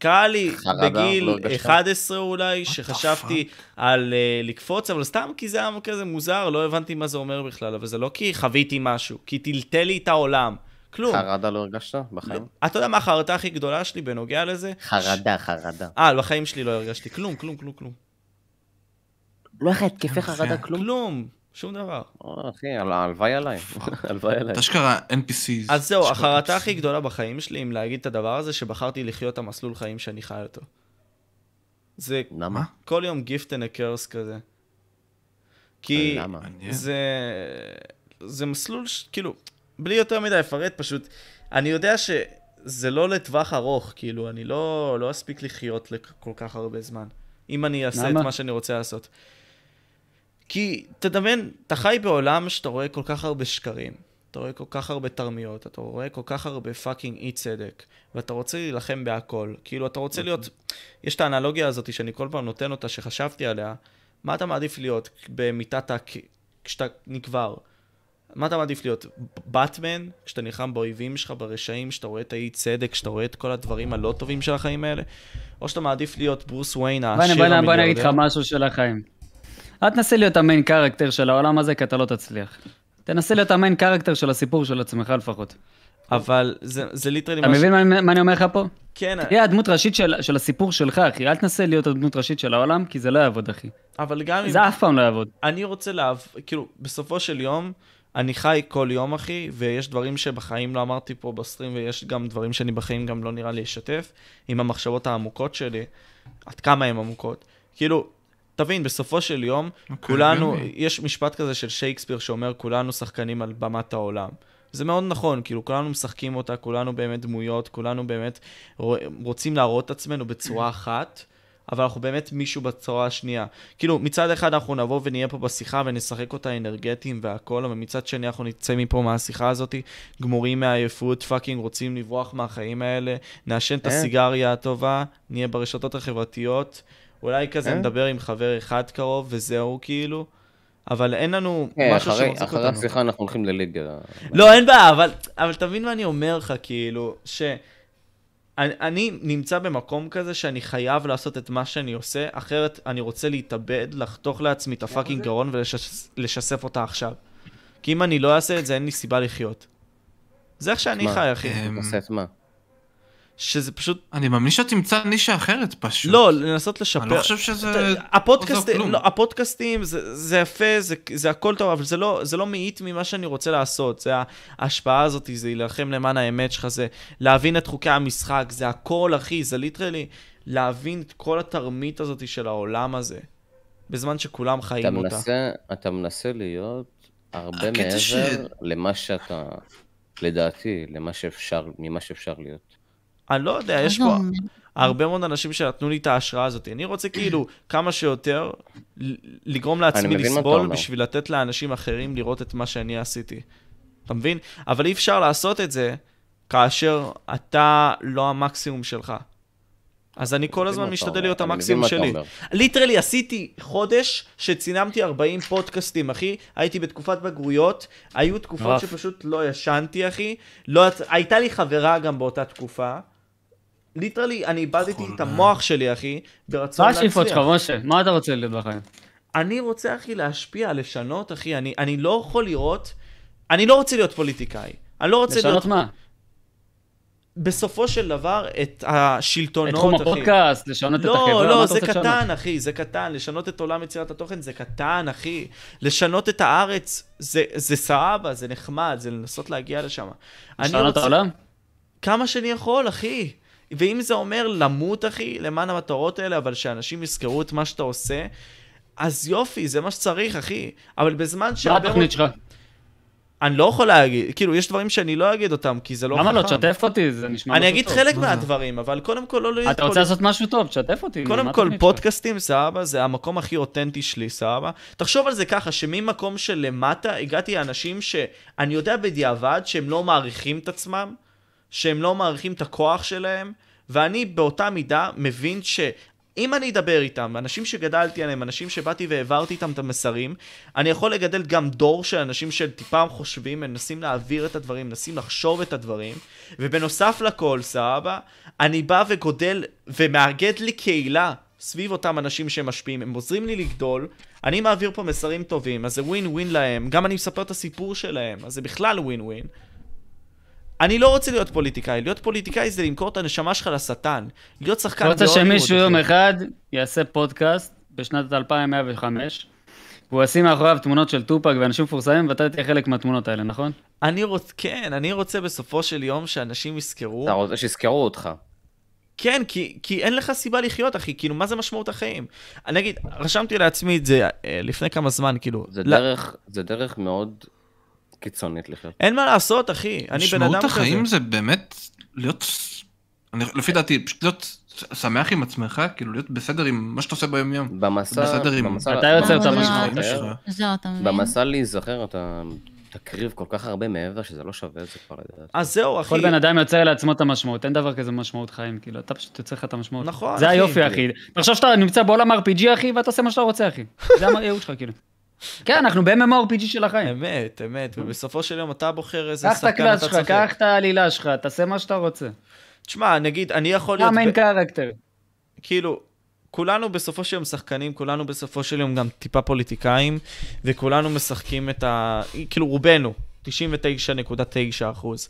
קרה לי חרדה, בגיל לא הרגשת? 11 אולי, the שחשבתי על אה, לקפוץ, אבל סתם כי זה היה כזה מוזר, לא הבנתי מה זה אומר בכלל, אבל זה לא כי חוויתי משהו, כי טלטל לי את העולם. כלום. חרדה לא הרגשת? בחיים? אתה יודע מה החרטה הכי גדולה שלי בנוגע לזה? חרדה, חרדה. אה, בחיים שלי לא הרגשתי כלום, כלום, כלום, כלום. לא היה לך התקפי חרדה כלום? כלום, שום דבר. אה, אחי, על- הלוואי עליי. הלוואי עליי. אתה אשכרה NPCs. אז זהו, אשכרה החרטה NPCs. הכי גדולה בחיים שלי, אם להגיד את הדבר הזה, שבחרתי לחיות את המסלול חיים שאני חי אותו. זה למה? כל יום gift and a curse כזה. כי אה, למה? מעניין. זה, זה מסלול, ש... כאילו, בלי יותר מדי לפרט, פשוט, אני יודע שזה לא לטווח ארוך, כאילו, אני לא, לא אספיק לחיות לכל כך הרבה זמן, אם אני אעשה למה? למה? את מה שאני רוצה לעשות. כי, אתה מבין, אתה חי בעולם שאתה רואה כל כך הרבה שקרים, אתה רואה כל כך הרבה תרמיות, אתה רואה כל כך הרבה פאקינג אי צדק, ואתה רוצה להילחם בהכל. כאילו, אתה רוצה להיות... יש את האנלוגיה הזאת שאני כל פעם נותן אותה, שחשבתי עליה, מה אתה מעדיף להיות במיטת ה... כשאתה נקבר? מה אתה מעדיף להיות? באטמן, כשאתה נלחם באויבים שלך, ברשעים, כשאתה רואה את האי צדק, כשאתה רואה את כל הדברים הלא טובים של החיים האלה? או שאתה מעדיף להיות ברוס וויין בוא אני- העשיר בוא אני- בוא אני אגיד לך המיליארדר? משהו של החיים. אל תנסה להיות המיין קרקטר של העולם הזה, כי אתה לא תצליח. תנסה להיות המיין קרקטר של הסיפור של עצמך לפחות. אבל זה, זה ליטרלי אתה מבין מה אני- מה אני אומר לך פה? כן, תהיה הדמות ראשית של- של הסיפור שלך, אחי. אל תנסה להיות הדמות ראשית של העולם, כי זה לא יעבוד, אחי. אבל גם אם... זה אף פעם לא יעבוד. אני רוצה להב... כאילו, בסופו של יום, אני חי כל יום, אחי, ויש דברים שבחיים לא אמרתי פה בסטרים, ויש גם דברים שאני בחיים גם לא נראה לי אשתף, עם המחשבות העמוקות שלי, עד כמה הן עמוקות. כאילו, תבין, בסופו של יום, אוקיי, כולנו, הגיוני. יש משפט כזה של שייקספיר שאומר, כולנו שחקנים על במת העולם. זה מאוד נכון, כאילו, כולנו משחקים אותה, כולנו באמת דמויות, כולנו באמת רוא- רוצים להראות את עצמנו בצורה אחת, אבל אנחנו באמת מישהו בצורה השנייה. כאילו, מצד אחד אנחנו נבוא ונהיה פה בשיחה ונשחק אותה אנרגטיים והכל, אבל מצד שני אנחנו נצא מפה מהשיחה הזאת, גמורים מעייפות, פאקינג רוצים לברוח מהחיים האלה, נעשן את אה. הסיגריה הטובה, נהיה ברשתות החברתיות, אולי כזה אה. נדבר עם חבר אחד קרוב וזהו כאילו, אבל אין לנו כן, משהו אחרי- שמחזיק אחרי אותנו. השיחה אנחנו הולכים לליגה. לא, אין בעיה, אבל, אבל תבין מה אני אומר לך, כאילו, ש... אני, אני נמצא במקום כזה שאני חייב לעשות את מה שאני עושה, אחרת אני רוצה להתאבד, לחתוך לעצמי את הפאקינג גרון ולשסף אותה עכשיו. כי אם אני לא אעשה את זה, אין לי סיבה לחיות. זה איך שאני מה? חי, אחי. אה, תעשה את מה? שזה פשוט... אני מאמין שתמצא נישה אחרת פשוט. לא, לנסות לשפר. אני לא חושב שזה... אתה- הפודקאסט, עוזר כלום. לא, הפודקאסטים זה, זה יפה, זה, זה הכל טוב, אבל זה לא, זה לא מאית ממה שאני רוצה לעשות. זה ההשפעה הזאת, זה להילחם למען האמת שלך, זה להבין את חוקי המשחק, זה הכל, אחי, זה ליטרלי להבין את כל התרמית הזאת של העולם הזה, בזמן שכולם חיים אתה אותה. מנסה, אתה מנסה להיות הרבה הקטע מעבר ש- למה שאתה, לדעתי, למה שאפשר, ממה שאפשר להיות. אני לא יודע, יש פה... הרבה מאוד אנשים שנתנו לי את ההשראה הזאת. אני רוצה כאילו כמה שיותר ל- לגרום לעצמי מבין מה אתה לסבול אומר. בשביל לתת לאנשים אחרים לראות את מה שאני עשיתי. אתה מבין? אבל אי אפשר לעשות את זה כאשר אתה לא המקסימום שלך. אז אני כל הזמן אני מבין מה אתה משתדל אומר, להיות אני מבין המקסימום מה אתה שלי. אומר. ליטרלי עשיתי חודש שצילמתי 40 פודקאסטים, אחי. הייתי בתקופת בגרויות, היו תקופות מטורף. שפשוט לא ישנתי, אחי. לא, יצ- הייתה לי חברה גם באותה תקופה. ליטרלי, אני איבדתי את המוח שלי, אחי, ברצון מה להצליח. השאיפות שלך, משה? מה אתה רוצה להיות בחיים? אני רוצה, אחי, להשפיע, לשנות, אחי. אני, אני לא יכול לראות... אני לא רוצה להיות פוליטיקאי. אני לא רוצה לשנות להיות... מה? בסופו של דבר, את את השלטונות, תחום אחי. הפודקאסט, לשנות את החברה? לא, מה לא, אתה זה רוצה לשנות? קטן, אחי, זה קטן. לשנות את עולם יצירת התוכן זה קטן, אחי. לשנות את הארץ, זה, זה סבבה, זה נחמד, זה לנסות להגיע לשם. אני לשנות את רוצה- העולם? כמה שאני יכול, אחי. ואם זה אומר למות, אחי, למען המטרות האלה, אבל שאנשים יזכרו את מה שאתה עושה, אז יופי, זה מה שצריך, אחי. אבל בזמן מה שהרבה מאוד- התוכנית שלך? אני לא יכול להגיד, כאילו, יש דברים שאני לא אגיד אותם, כי זה לא למה לא? חכם. תשתף אותי, זה נשמע אני משהו אגיד טוב. חלק מה זה? מהדברים, אבל קודם כל לא להיות אתה רוצה פוליטי. לעשות משהו טוב, תשתף אותי. מה קודם כל, התוכנית שלך? פודקאסטים, סבבה, זה המקום הכי אותנטי שלי, סבבה. תחשוב על זה ככה, שממקום של למטה הגעתי לאנשים שאני יודע בדיעבד שהם לא מעריכים את עצמם, שהם לא מעריכים את הכוח שלהם, ואני באותה מידה מבין ש... אם אני אדבר איתם, אנשים שגדלתי עליהם, אנשים שבאתי והעברתי איתם את המסרים, אני יכול לגדל גם דור של אנשים שטיפה חושבים, מנסים להעביר את הדברים, מנסים לחשוב את הדברים, ובנוסף לכל, סבבה, אני בא וגודל ומאגד לי קהילה סביב אותם אנשים שמשפיעים, הם עוזרים לי לגדול, אני מעביר פה מסרים טובים, אז זה ווין ווין להם, גם אני מספר את הסיפור שלהם, אז זה בכלל ווין ווין. אני לא רוצה להיות פוליטיקאי, להיות פוליטיקאי זה למכור את הנשמה שלך לשטן, להיות שחקן אתה רוצה בהוליווד, שמישהו יום אחי. אחד יעשה פודקאסט בשנת 2105, והוא ישים מאחוריו תמונות של טופק ואנשים מפורסמים, ואתה תהיה חלק מהתמונות האלה, נכון? אני רוצה, כן, אני רוצה בסופו של יום שאנשים יזכרו. אתה רוצה שיזכרו אותך. כן, כי, כי אין לך סיבה לחיות, אחי, כאילו, מה זה משמעות החיים? אני אגיד, רשמתי לעצמי את זה אה, לפני כמה זמן, כאילו. זה לא- דרך, זה דרך מאוד קיצונית לחיות. אין מה לעשות, אחי, אני בן אדם משמעות כזה. החיים זה באמת להיות, אני, לפי דעתי, פשוט להיות שמח עם עצמך, כאילו להיות בסדר עם מה שאתה עושה ביום יום. במסע, בסדר עם- במסע, אתה יוצר את במסע המשמעות. להיזכר, שלך. זהו, אתה מבין? במסע להיזכר אתה תקריב כל כך הרבה מעבר שזה לא שווה את זה כבר לדעת. אז זהו, אחי. כל בן אדם יוצר לעצמו את המשמעות, אין דבר כזה משמעות חיים, כאילו, אתה פשוט יוצר לך את המשמעות. נכון, זה אחי. היופי, אחי. תחשוב שאתה נמצא בעולם RPG, אחי, ואתה עושה מה שאתה רוצה, אחי. זה הייעוד שלך, כאילו. כן, אנחנו ב-MMORPG של החיים. אמת, אמת, ובסופו של יום אתה בוחר איזה קח את שחקן הקלאס אתה שלך, צריך. קח את העלילה שלך, תעשה מה שאתה רוצה. תשמע, נגיד, אני יכול אתה להיות... המיין ב- קרקטר. כאילו, כולנו בסופו של יום שחקנים, כולנו בסופו של יום גם טיפה פוליטיקאים, וכולנו משחקים את ה... כאילו, רובנו, 99.9 אחוז.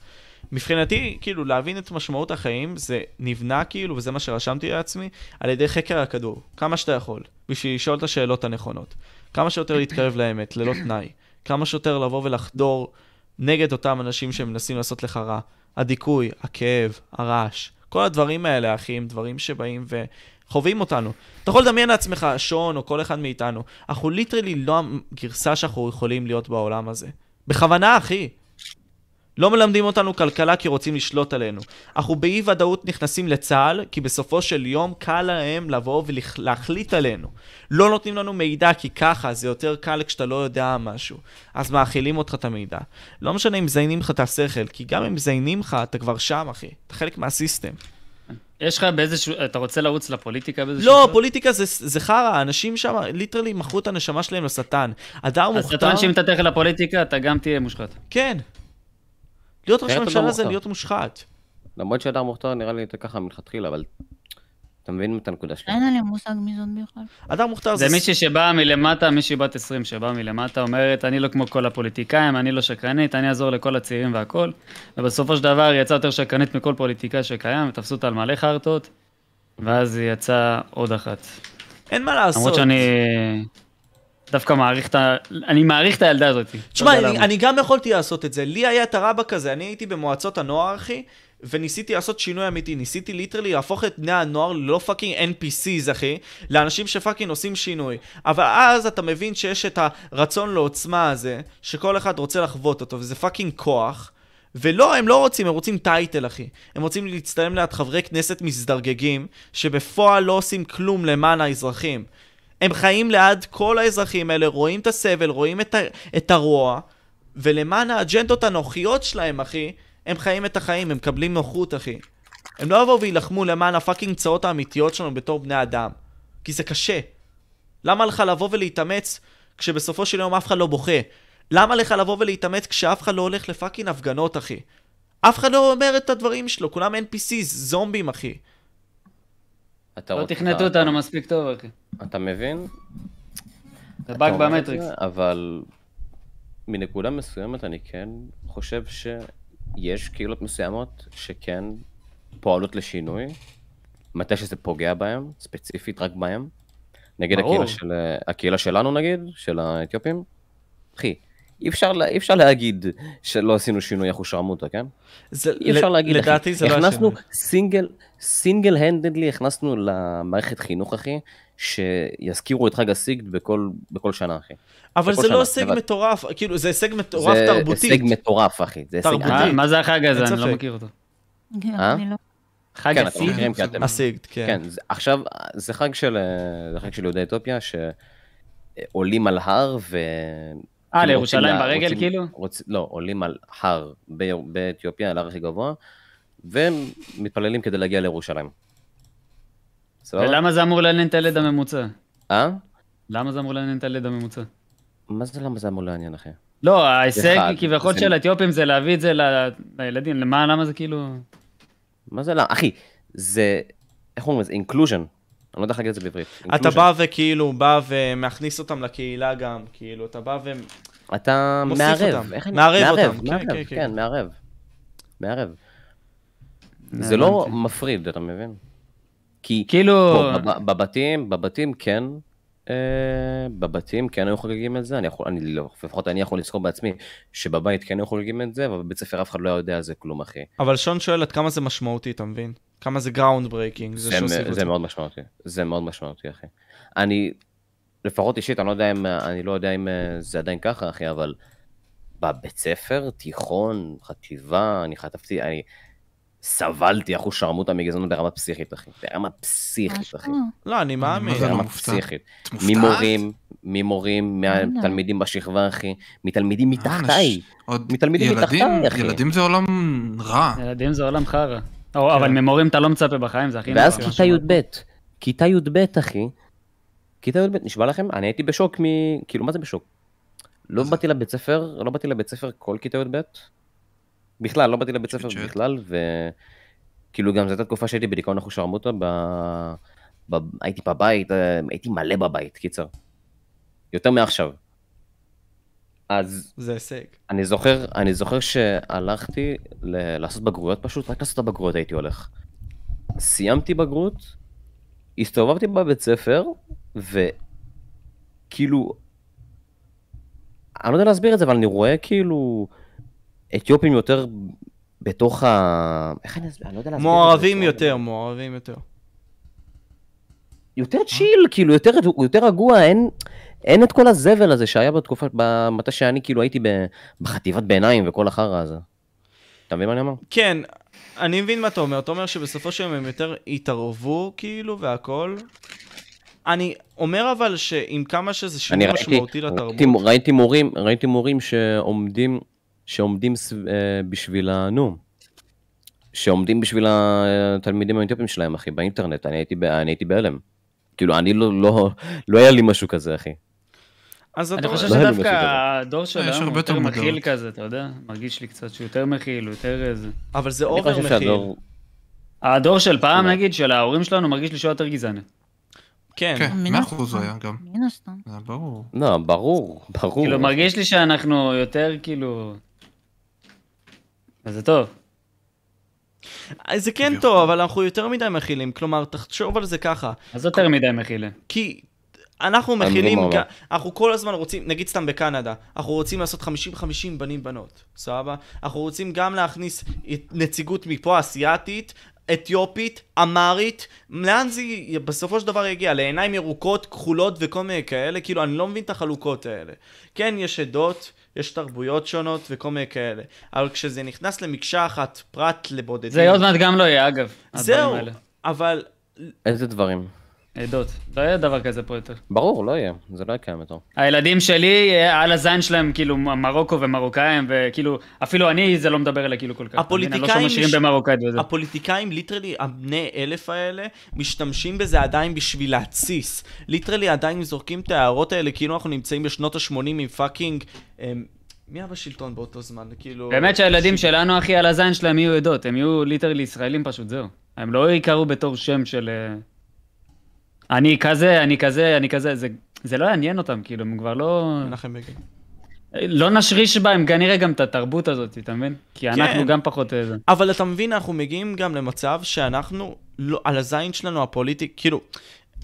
מבחינתי, כאילו, להבין את משמעות החיים, זה נבנה כאילו, וזה מה שרשמתי לעצמי, על ידי חקר הכדור, כמה שאתה יכול, בשביל לשאול את השאלות הנכונות. כמה שיותר להתקרב לאמת, ללא תנאי. כמה שיותר לבוא ולחדור נגד אותם אנשים שמנסים לעשות לך רע. הדיכוי, הכאב, הרעש, כל הדברים האלה, אחי, הם דברים שבאים וחווים אותנו. אתה יכול לדמיין לעצמך, שון או כל אחד מאיתנו, אנחנו ליטרלי לא הגרסה שאנחנו יכולים להיות בעולם הזה. בכוונה, אחי. לא מלמדים אותנו כלכלה כי רוצים לשלוט עלינו. אנחנו באי ודאות נכנסים לצה"ל, כי בסופו של יום קל להם לבוא ולהחליט עלינו. לא נותנים לנו מידע, כי ככה זה יותר קל כשאתה לא יודע משהו. אז מאכילים אותך את המידע. לא משנה אם מזיינים לך את השכל, כי גם אם מזיינים לך, אתה כבר שם, אחי. אתה חלק מהסיסטם. יש לך באיזשהו, אתה רוצה לרוץ לפוליטיקה באיזשהו... לא, שלב? פוליטיקה זה, זה חרא, האנשים שם ליטרלי מכרו את הנשמה שלהם לשטן. אדם אז מוכתר... אתה טוען שאם אתה תלך לפוליטיקה, אתה גם תהיה מושחת. כן. להיות ראש כן, אתה ממשלה לא זה מוכתר. להיות מושחת. למרות שהדר מוכתר נראה לי יותר ככה מלכתחילה, אבל אתה מבין את הנקודה שלי? אין לי מושג מי זאת בכלל. אדם מוכתר זה זה... מישהי שבאה מלמטה, מישהי בת 20 שבאה מלמטה, אומרת, אני לא כמו כל הפוליטיקאים, אני לא שקרנית, אני אעזור לכל הצעירים והכול. ובסופו של דבר היא יצאה יותר שקרנית מכל פוליטיקאי שקיים, ותפסו אותה על מלא חרטות, ואז היא יצאה עוד אחת. אין מה לעשות. למרות שאני דווקא מעריך את ה... אני מעריך את הילדה הזאת. תשמע, לא יודע אני, למה. אני גם יכולתי לעשות את זה. לי היה את הרבאק הזה, אני הייתי במועצות הנוער, אחי, וניסיתי לעשות שינוי אמיתי. ניסיתי ליטרלי להפוך את בני הנוער ללא פאקינג NPCs, אחי, לאנשים שפאקינג עושים שינוי. אבל אז אתה מבין שיש את הרצון לעוצמה הזה, שכל אחד רוצה לחוות אותו, וזה פאקינג כוח. ולא, הם לא רוצים, הם רוצים טייטל, אחי. הם רוצים להצטלם ליד חברי כנסת מזדרגגים, שבפועל לא עושים כלום למען האזרחים. הם חיים ליד כל האזרחים האלה, רואים את הסבל, רואים את, ה- את הרוע, ולמען האג'נדות הנוחיות שלהם, אחי, הם חיים את החיים, הם מקבלים נוחות, אחי. הם לא יבואו ויילחמו למען הפאקינג צרות האמיתיות שלנו בתור בני אדם. כי זה קשה. למה לך לבוא ולהתאמץ כשבסופו של יום אף אחד לא בוכה? למה לך לבוא ולהתאמץ כשאף אחד לא הולך לפאקינג הפגנות, אחי? אף אחד לא אומר את הדברים שלו, כולם NPCs, זומבים, אחי. אתה לא רוצה- תכנתו אתה- אותנו מספיק טוב, אחי. אתה מבין? זה באג אתה אומר את במטריקס. זה, אבל מנקודה מסוימת אני כן חושב שיש קהילות מסוימות שכן פועלות לשינוי, מתי שזה פוגע בהם, ספציפית רק בהם. נגיד ברור. הקהילה, של, הקהילה שלנו נגיד, של האתיופים, אחי, אי אפשר, לה- אי אפשר להגיד שלא עשינו שינוי אחושרמוטה, כן? זה, אי אפשר להגיד, אחי. לדעתי זה לא הכנסנו השינוי. סינגל, סינגל הנדדלי, הכנסנו למערכת חינוך, אחי, שיזכירו את חג הסיגד בכל, בכל שנה, אחי. אבל בכל זה לא שנה, הישג אבל- מטורף, כאילו, זה הישג מטורף זה תרבותית. הישג מטורף, אחי. זה הישג תרבותית. מה- ענק. מה זה החג הזה? אין אני לא ספק. מכיר אותו. אה? אני לא... חג כן, אתם הסיד? מכירים כי אתם... הסיגד, כן. כן, זה- עכשיו, זה חג של אה, זה חג של יהודי אתיופיה, שעולים על הר ו... אה, כאילו, לירושלים רוצים לה- ברגל, רוצים- כאילו? רוצ... לא, עולים על הר ב- באתיופיה, על ההר הכי גבוה, והם מתפללים כדי להגיע לירושלים. סבבה? ולמה זה אמור לעניין את הילד הממוצע? אה? למה זה אמור לעניין את הילד הממוצע? מה זה למה זה אמור לעניין, אחי? לא, ההישג אחד, כביכול זה- של האתיופים זה להביא את זה ל- לילדים, למה, למה זה כאילו... מה זה למה? אחי, זה... איך אומרים? זה אינקלוז'ן. אני לא יודע איך להגיד את זה בעברית. אתה inclusion. בא וכאילו, בא ומכניס אותם לקהילה גם, כאילו, אתה בא ו... אתה מוסיף מערב. אותם. איך אני- מערב מערב, אותם, כן, מערב, כן, כן. כן, מערב. מערב. זה לא הבנתי. מפריד, אתה מבין? כי כאילו... בוא, בב- בבתים, בבתים כן, אה, בבתים כן היו חוגגים את זה, אני יכול, אני לא, לפחות אני יכול לזכור בעצמי שבבית כן היו חוגגים את זה, אבל בבית ספר אף אחד לא היה יודע על זה כלום, אחי. אבל שון שואל עד כמה זה משמעותי, אתה מבין? כמה זה גראונד ברייקינג, זה זה, שעושים מ- את זה זה. מאוד משמעותי, זה מאוד משמעותי, אחי. אני, לפחות אישית, אני לא יודע אם, אני לא יודע אם אה, זה עדיין ככה, אחי, אבל בבית ספר, תיכון, חטיבה, אני חטפתי, אני סבלתי אחוז שרמוטה מגזענות ברמה פסיכית, אחי. ברמה פסיכית, אחי. אשכרה. לא, אני מאמין. מה זה? ברמה לא מופתע. פסיכית. את מופתעת? ממורים, ממורים, מהתלמידים בשכבה, אחי, מתלמידים מתחתיי. אנש- עוד מתלמידים ילדים- מתחתיי, אחי. ילדים זה עולם רע. ילדים זה עולם חרא. או, כן. אבל ממורים אתה לא מצפה בחיים, זה הכי נכון. ואז נורא. כיתה י"ב, כיתה י"ב, אחי, כיתה י"ב, נשבע לכם, אני הייתי בשוק מ... כאילו, מה זה בשוק? לא באתי לבית ספר, לא באתי לבית ספר כל כיתה י"ב, בכלל, לא באתי לבית ספר שט. בכלל, וכאילו גם זו הייתה תקופה שהייתי בדיכאון אחושרמוטה, ב... ב... הייתי בבית, אה, הייתי מלא בבית, קיצר. יותר מעכשיו. אז זה הישג. אני זוכר, אני זוכר שהלכתי ל- לעשות בגרויות פשוט, רק לעשות את הבגרויות הייתי הולך. סיימתי בגרות, הסתובבתי בבית ספר, וכאילו, אני לא יודע להסביר את זה, אבל אני רואה כאילו אתיופים יותר בתוך ה... איך אני אסביר? אני לא יודע להסביר את זה. מעורבים יותר, מעורבים יותר. אה? יותר צ'יל, כאילו, יותר, יותר רגוע, אין, אין את כל הזבל הזה שהיה בתקופה, ב- מתי שאני כאילו הייתי ב- בחטיבת ביניים וכל החרא הזה. אתה מבין מה אני אומר? כן, אני מבין מה אתה אומר. אתה אומר שבסופו של יום הם יותר התערבו, כאילו, והכל. אני אומר אבל שעם כמה שזה אני שינוי ראיתי, משמעותי לתרבות. ראיתי, ראיתי מורים, ראיתי מורים שעומדים, שעומדים סב- אה, בשביל ה... נו, שעומדים בשביל התלמידים האתיופים שלהם, אחי, באינטרנט, אני הייתי, ב- אני הייתי בהלם. כאילו, אני לא, לא, לא היה לי משהו כזה, אחי. אז אתה אני חושב רואה... לא היה לי שדווקא משהו כזה. הדור של אה, יש היום הוא הרבה יותר יותר מכיל מודעות. כזה, אתה יודע? מרגיש לי קצת שהוא יותר מכיל, הוא יותר איזה... אבל זה אני אובר חושב מכיל. שהדור... הדור של פעם, נגיד, של ההורים שלנו, מרגיש לי שהוא יותר גזעני. כן. כן, מן מאה הסתם. אחוז הוא היה גם. מן הסתם. זה ברור. לא, ברור, ברור. כאילו, מרגיש לי שאנחנו יותר, כאילו... אז זה טוב. אה, זה כן טוב, אבל אנחנו יותר מדי מכילים. כלומר, תחשוב על זה ככה. אז יותר מדי מכילה. כי אנחנו מכילים, המילים כ- הרע. אנחנו כל הזמן רוצים, נגיד סתם בקנדה, אנחנו רוצים לעשות 50-50 בנים בנות, סבבה? אנחנו רוצים גם להכניס את- נציגות מפה אסיאתית, אתיופית, אמרית, לאן זה י- בסופו של דבר יגיע? לעיניים ירוקות, כחולות וכל מיני כאלה? כאילו, אני לא מבין את החלוקות האלה. כן, יש עדות. יש תרבויות שונות וכל מיני כאלה, אבל כשזה נכנס למקשה אחת, פרט לבודדים, זה עוד מעט גם לא יהיה, אגב. הדברים זהו, האלה. אבל איזה דברים? עדות. לא יהיה דבר כזה פה יותר. ברור, לא יהיה, זה לא יקיים יותר. הילדים שלי, יהיה על הזין שלהם, כאילו, מ- מרוקו ומרוקאים, וכאילו, אפילו אני, זה לא מדבר אליי כאילו כל כך. אתה מבין? אני הפוליטיקאים לא שומע מש- שירים במרוקאית וזה. הפוליטיקאים, ליטרלי, הבני אלף האלה, משתמשים בזה עדיין בשביל להתסיס. ליטרלי עדיין זורקים את ההערות האלה, כאילו אנחנו נמצאים בשנות ה-80 עם פאקינג... אמ, מי היה בשלטון באותו זמן? כאילו... באמת שהילדים שלנו, אחי, על הזין שלהם יהיו עדות. הם יהיו ליטרלי ישראלים פשוט, זהו. הם לא ייקראו בתור שם של... אה, אני כזה, אני כזה, אני כזה. זה- זה לא יעניין אותם, כאילו, הם כבר לא... מנחם בגין. לא נשריש בהם כנראה גם את התרבות הזאת, אתה מבין? כי כן. אנחנו גם פחות... אה, זה. אבל אתה מבין, אנחנו מגיעים גם למצב שאנחנו, לא, על הזין שלנו הפוליטי, כאילו,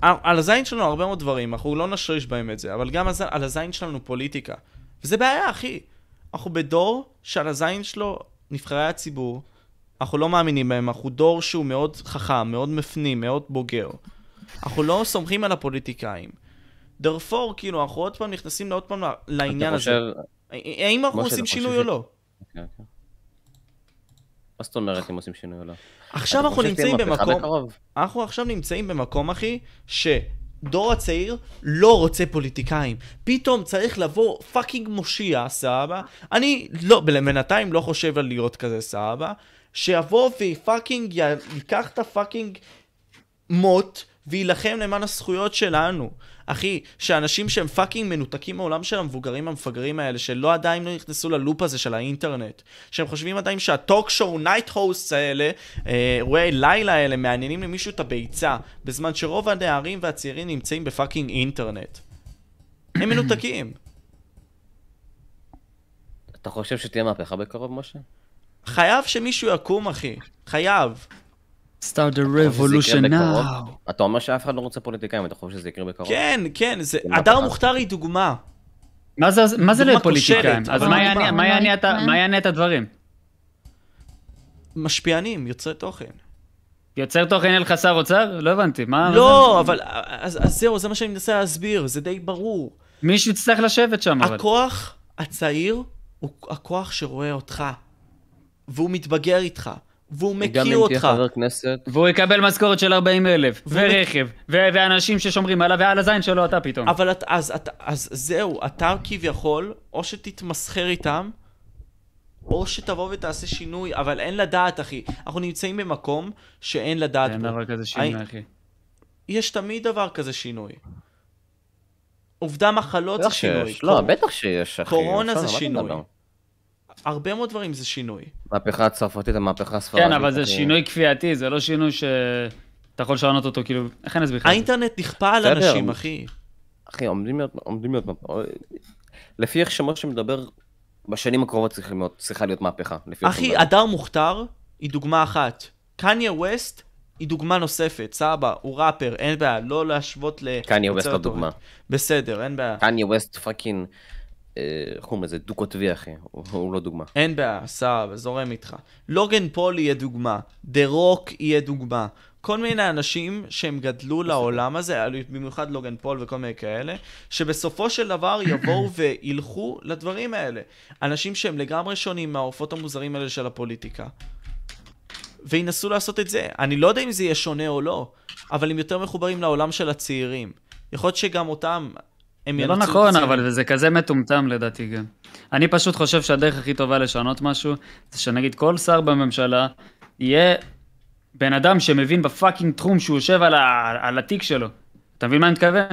על על הזין שלנו הרבה מאוד דברים, אנחנו לא נשריש בהם את זה, אבל גם הז- על הזין שלנו פוליטיקה. וזה בעיה, אחי. אנחנו בדור שעל הזין שלו נבחרי הציבור, אנחנו לא מאמינים בהם, אנחנו דור שהוא מאוד חכם, מאוד מפנים, מאוד בוגר. אנחנו לא סומכים על הפוליטיקאים. דרפור, כאילו, אנחנו עוד פעם נכנסים לעוד פעם לעניין אתה הזה. חושב- האם אנחנו משה, אתה עושים חושב שינוי ש- או לא? אוקיי, אוקיי. מה זאת אומרת אם עושים שינוי או לא? עכשיו אתה אנחנו חושב שתהיה נמצאים מהפכה במקום... בקרוב? אנחנו עכשיו נמצאים במקום, אחי, שדור הצעיר לא רוצה פוליטיקאים. פתאום צריך לבוא פאקינג מושיע, סבבה? אני לא, בינתיים לא חושב על להיות כזה, סבבה? שיבוא ופאקינג י- ייקח את הפאקינג מוט ויילחם למען הזכויות שלנו. אחי, שאנשים שהם פאקינג מנותקים מהעולם של המבוגרים המפגרים האלה, שלא עדיין לא נכנסו ללופ הזה של האינטרנט, שהם חושבים עדיין שהטוק שואו נייט הוסט האלה, אה, אירועי לילה האלה, מעניינים למישהו את הביצה, בזמן שרוב הנערים והצעירים נמצאים בפאקינג אינטרנט. הם מנותקים. אתה חושב שתהיה מהפכה בקרוב, משה? חייב שמישהו יקום, אחי. חייב. Start the שזה revolution יקרה בקרוב? now. אתה אומר שאף אחד לא רוצה פוליטיקאים, אתה חושב שזה יקרה בקרוב? כן, כן, זה... זה הדר מהפכה. מוכתר היא דוגמה. מה זה- מה זה דוגמה לפוליטיקאים? כושלת, אז אבל מה דוגמה. יעניין- מה יעניין את ה- מה יעניין את הדברים? משפיענים, יוצרי תוכן. יוצר תוכן אל חסר אוצר? לא הבנתי, מה... מה לא, אבל אז, אז זהו, זה מה שאני מנסה להסביר, זה די ברור. זה? מישהו יצטרך לשבת שם, אבל... הכוח הצעיר הוא הכוח שרואה אותך, והוא מתבגר איתך, והוא גם מכיר אם תהיה אותך. חבר כנסת, והוא יקבל משכורת של 40 אלף, והוא- ורכב, ו- ואנשים ששומרים עליו, ועל הזין שלו אתה פתאום. אבל את, אז, את, אז זהו, אתה כביכול, או שתתמסחר איתם, או שתבוא ותעשה שינוי, אבל אין לדעת, אחי. אנחנו נמצאים במקום שאין לדעת אין בו. דבר כזה שינוי, אחי. יש תמיד דבר כזה שינוי. עובדה מחלות זה בטח שינוי. שיש, לא, קור- בטח שיש, אחי. קורונה אפשר, זה מה אתה שינוי. מדבר? הרבה מאוד דברים זה שינוי. המהפכה הצרפתית, המהפכה הספרדית. כן, אבל זה אחי. אוקיי. שינוי כפייתי, זה לא שינוי שאתה יכול לשנות אותו, כאילו... איך אני אסביר לך? את זה? האינטרנט נכפה על כן. בסדר. אנשים, אחי. אחי, עומדים להיות, עומדים להיות, מהפ- לפי איך שמשה מדבר, בשנים הקרובות צריכים להיות- צריכה להיות מהפכה. לפי איך שהוא אחי, מדבר. הדר מוכתר היא דוגמה אחת. קניה ווסט היא דוגמה נוספת, סבא, הוא ראפר, אין בעיה, לא להשוות ל... קניה ווסט יוצרת לא דוגמה. תוכן. בסדר, אין בעיה. קניה ווסט פאקינג, אה, איך קוראים לזה? דו-קוטבי, אחי. הוא- הוא לא דוגמה. אין בעיה, סבא, זורם איתך. לוגן פול יהיה דוגמה, דה רוק יהיה דוגמה. כל מיני אנשים שהם גדלו לעולם הזה, אה, במיוחד לוגן פול וכל מיני כאלה, שבסופו של (coughs) דבר יבואו וילכו לדברים האלה. אנשים שהם לגמרי שונים מהעופות המוזרים האלה של הפוליטיקה. וינסו לעשות את זה. אני לא יודע אם זה יהיה שונה או לא, אבל הם יותר מחוברים לעולם של הצעירים. יכול להיות שגם אותם, הם זה ינצלו לא את נכון, הצעירים. אבל זה כזה מטומטם לדעתי גם. אני פשוט חושב שהדרך הכי טובה לשנות משהו, זה שנגיד כל שר בממשלה יהיה בן אדם שמבין בפאקינג תחום שהוא יושב על, ה... על התיק שלו. אתה מבין מה אני מתכוון?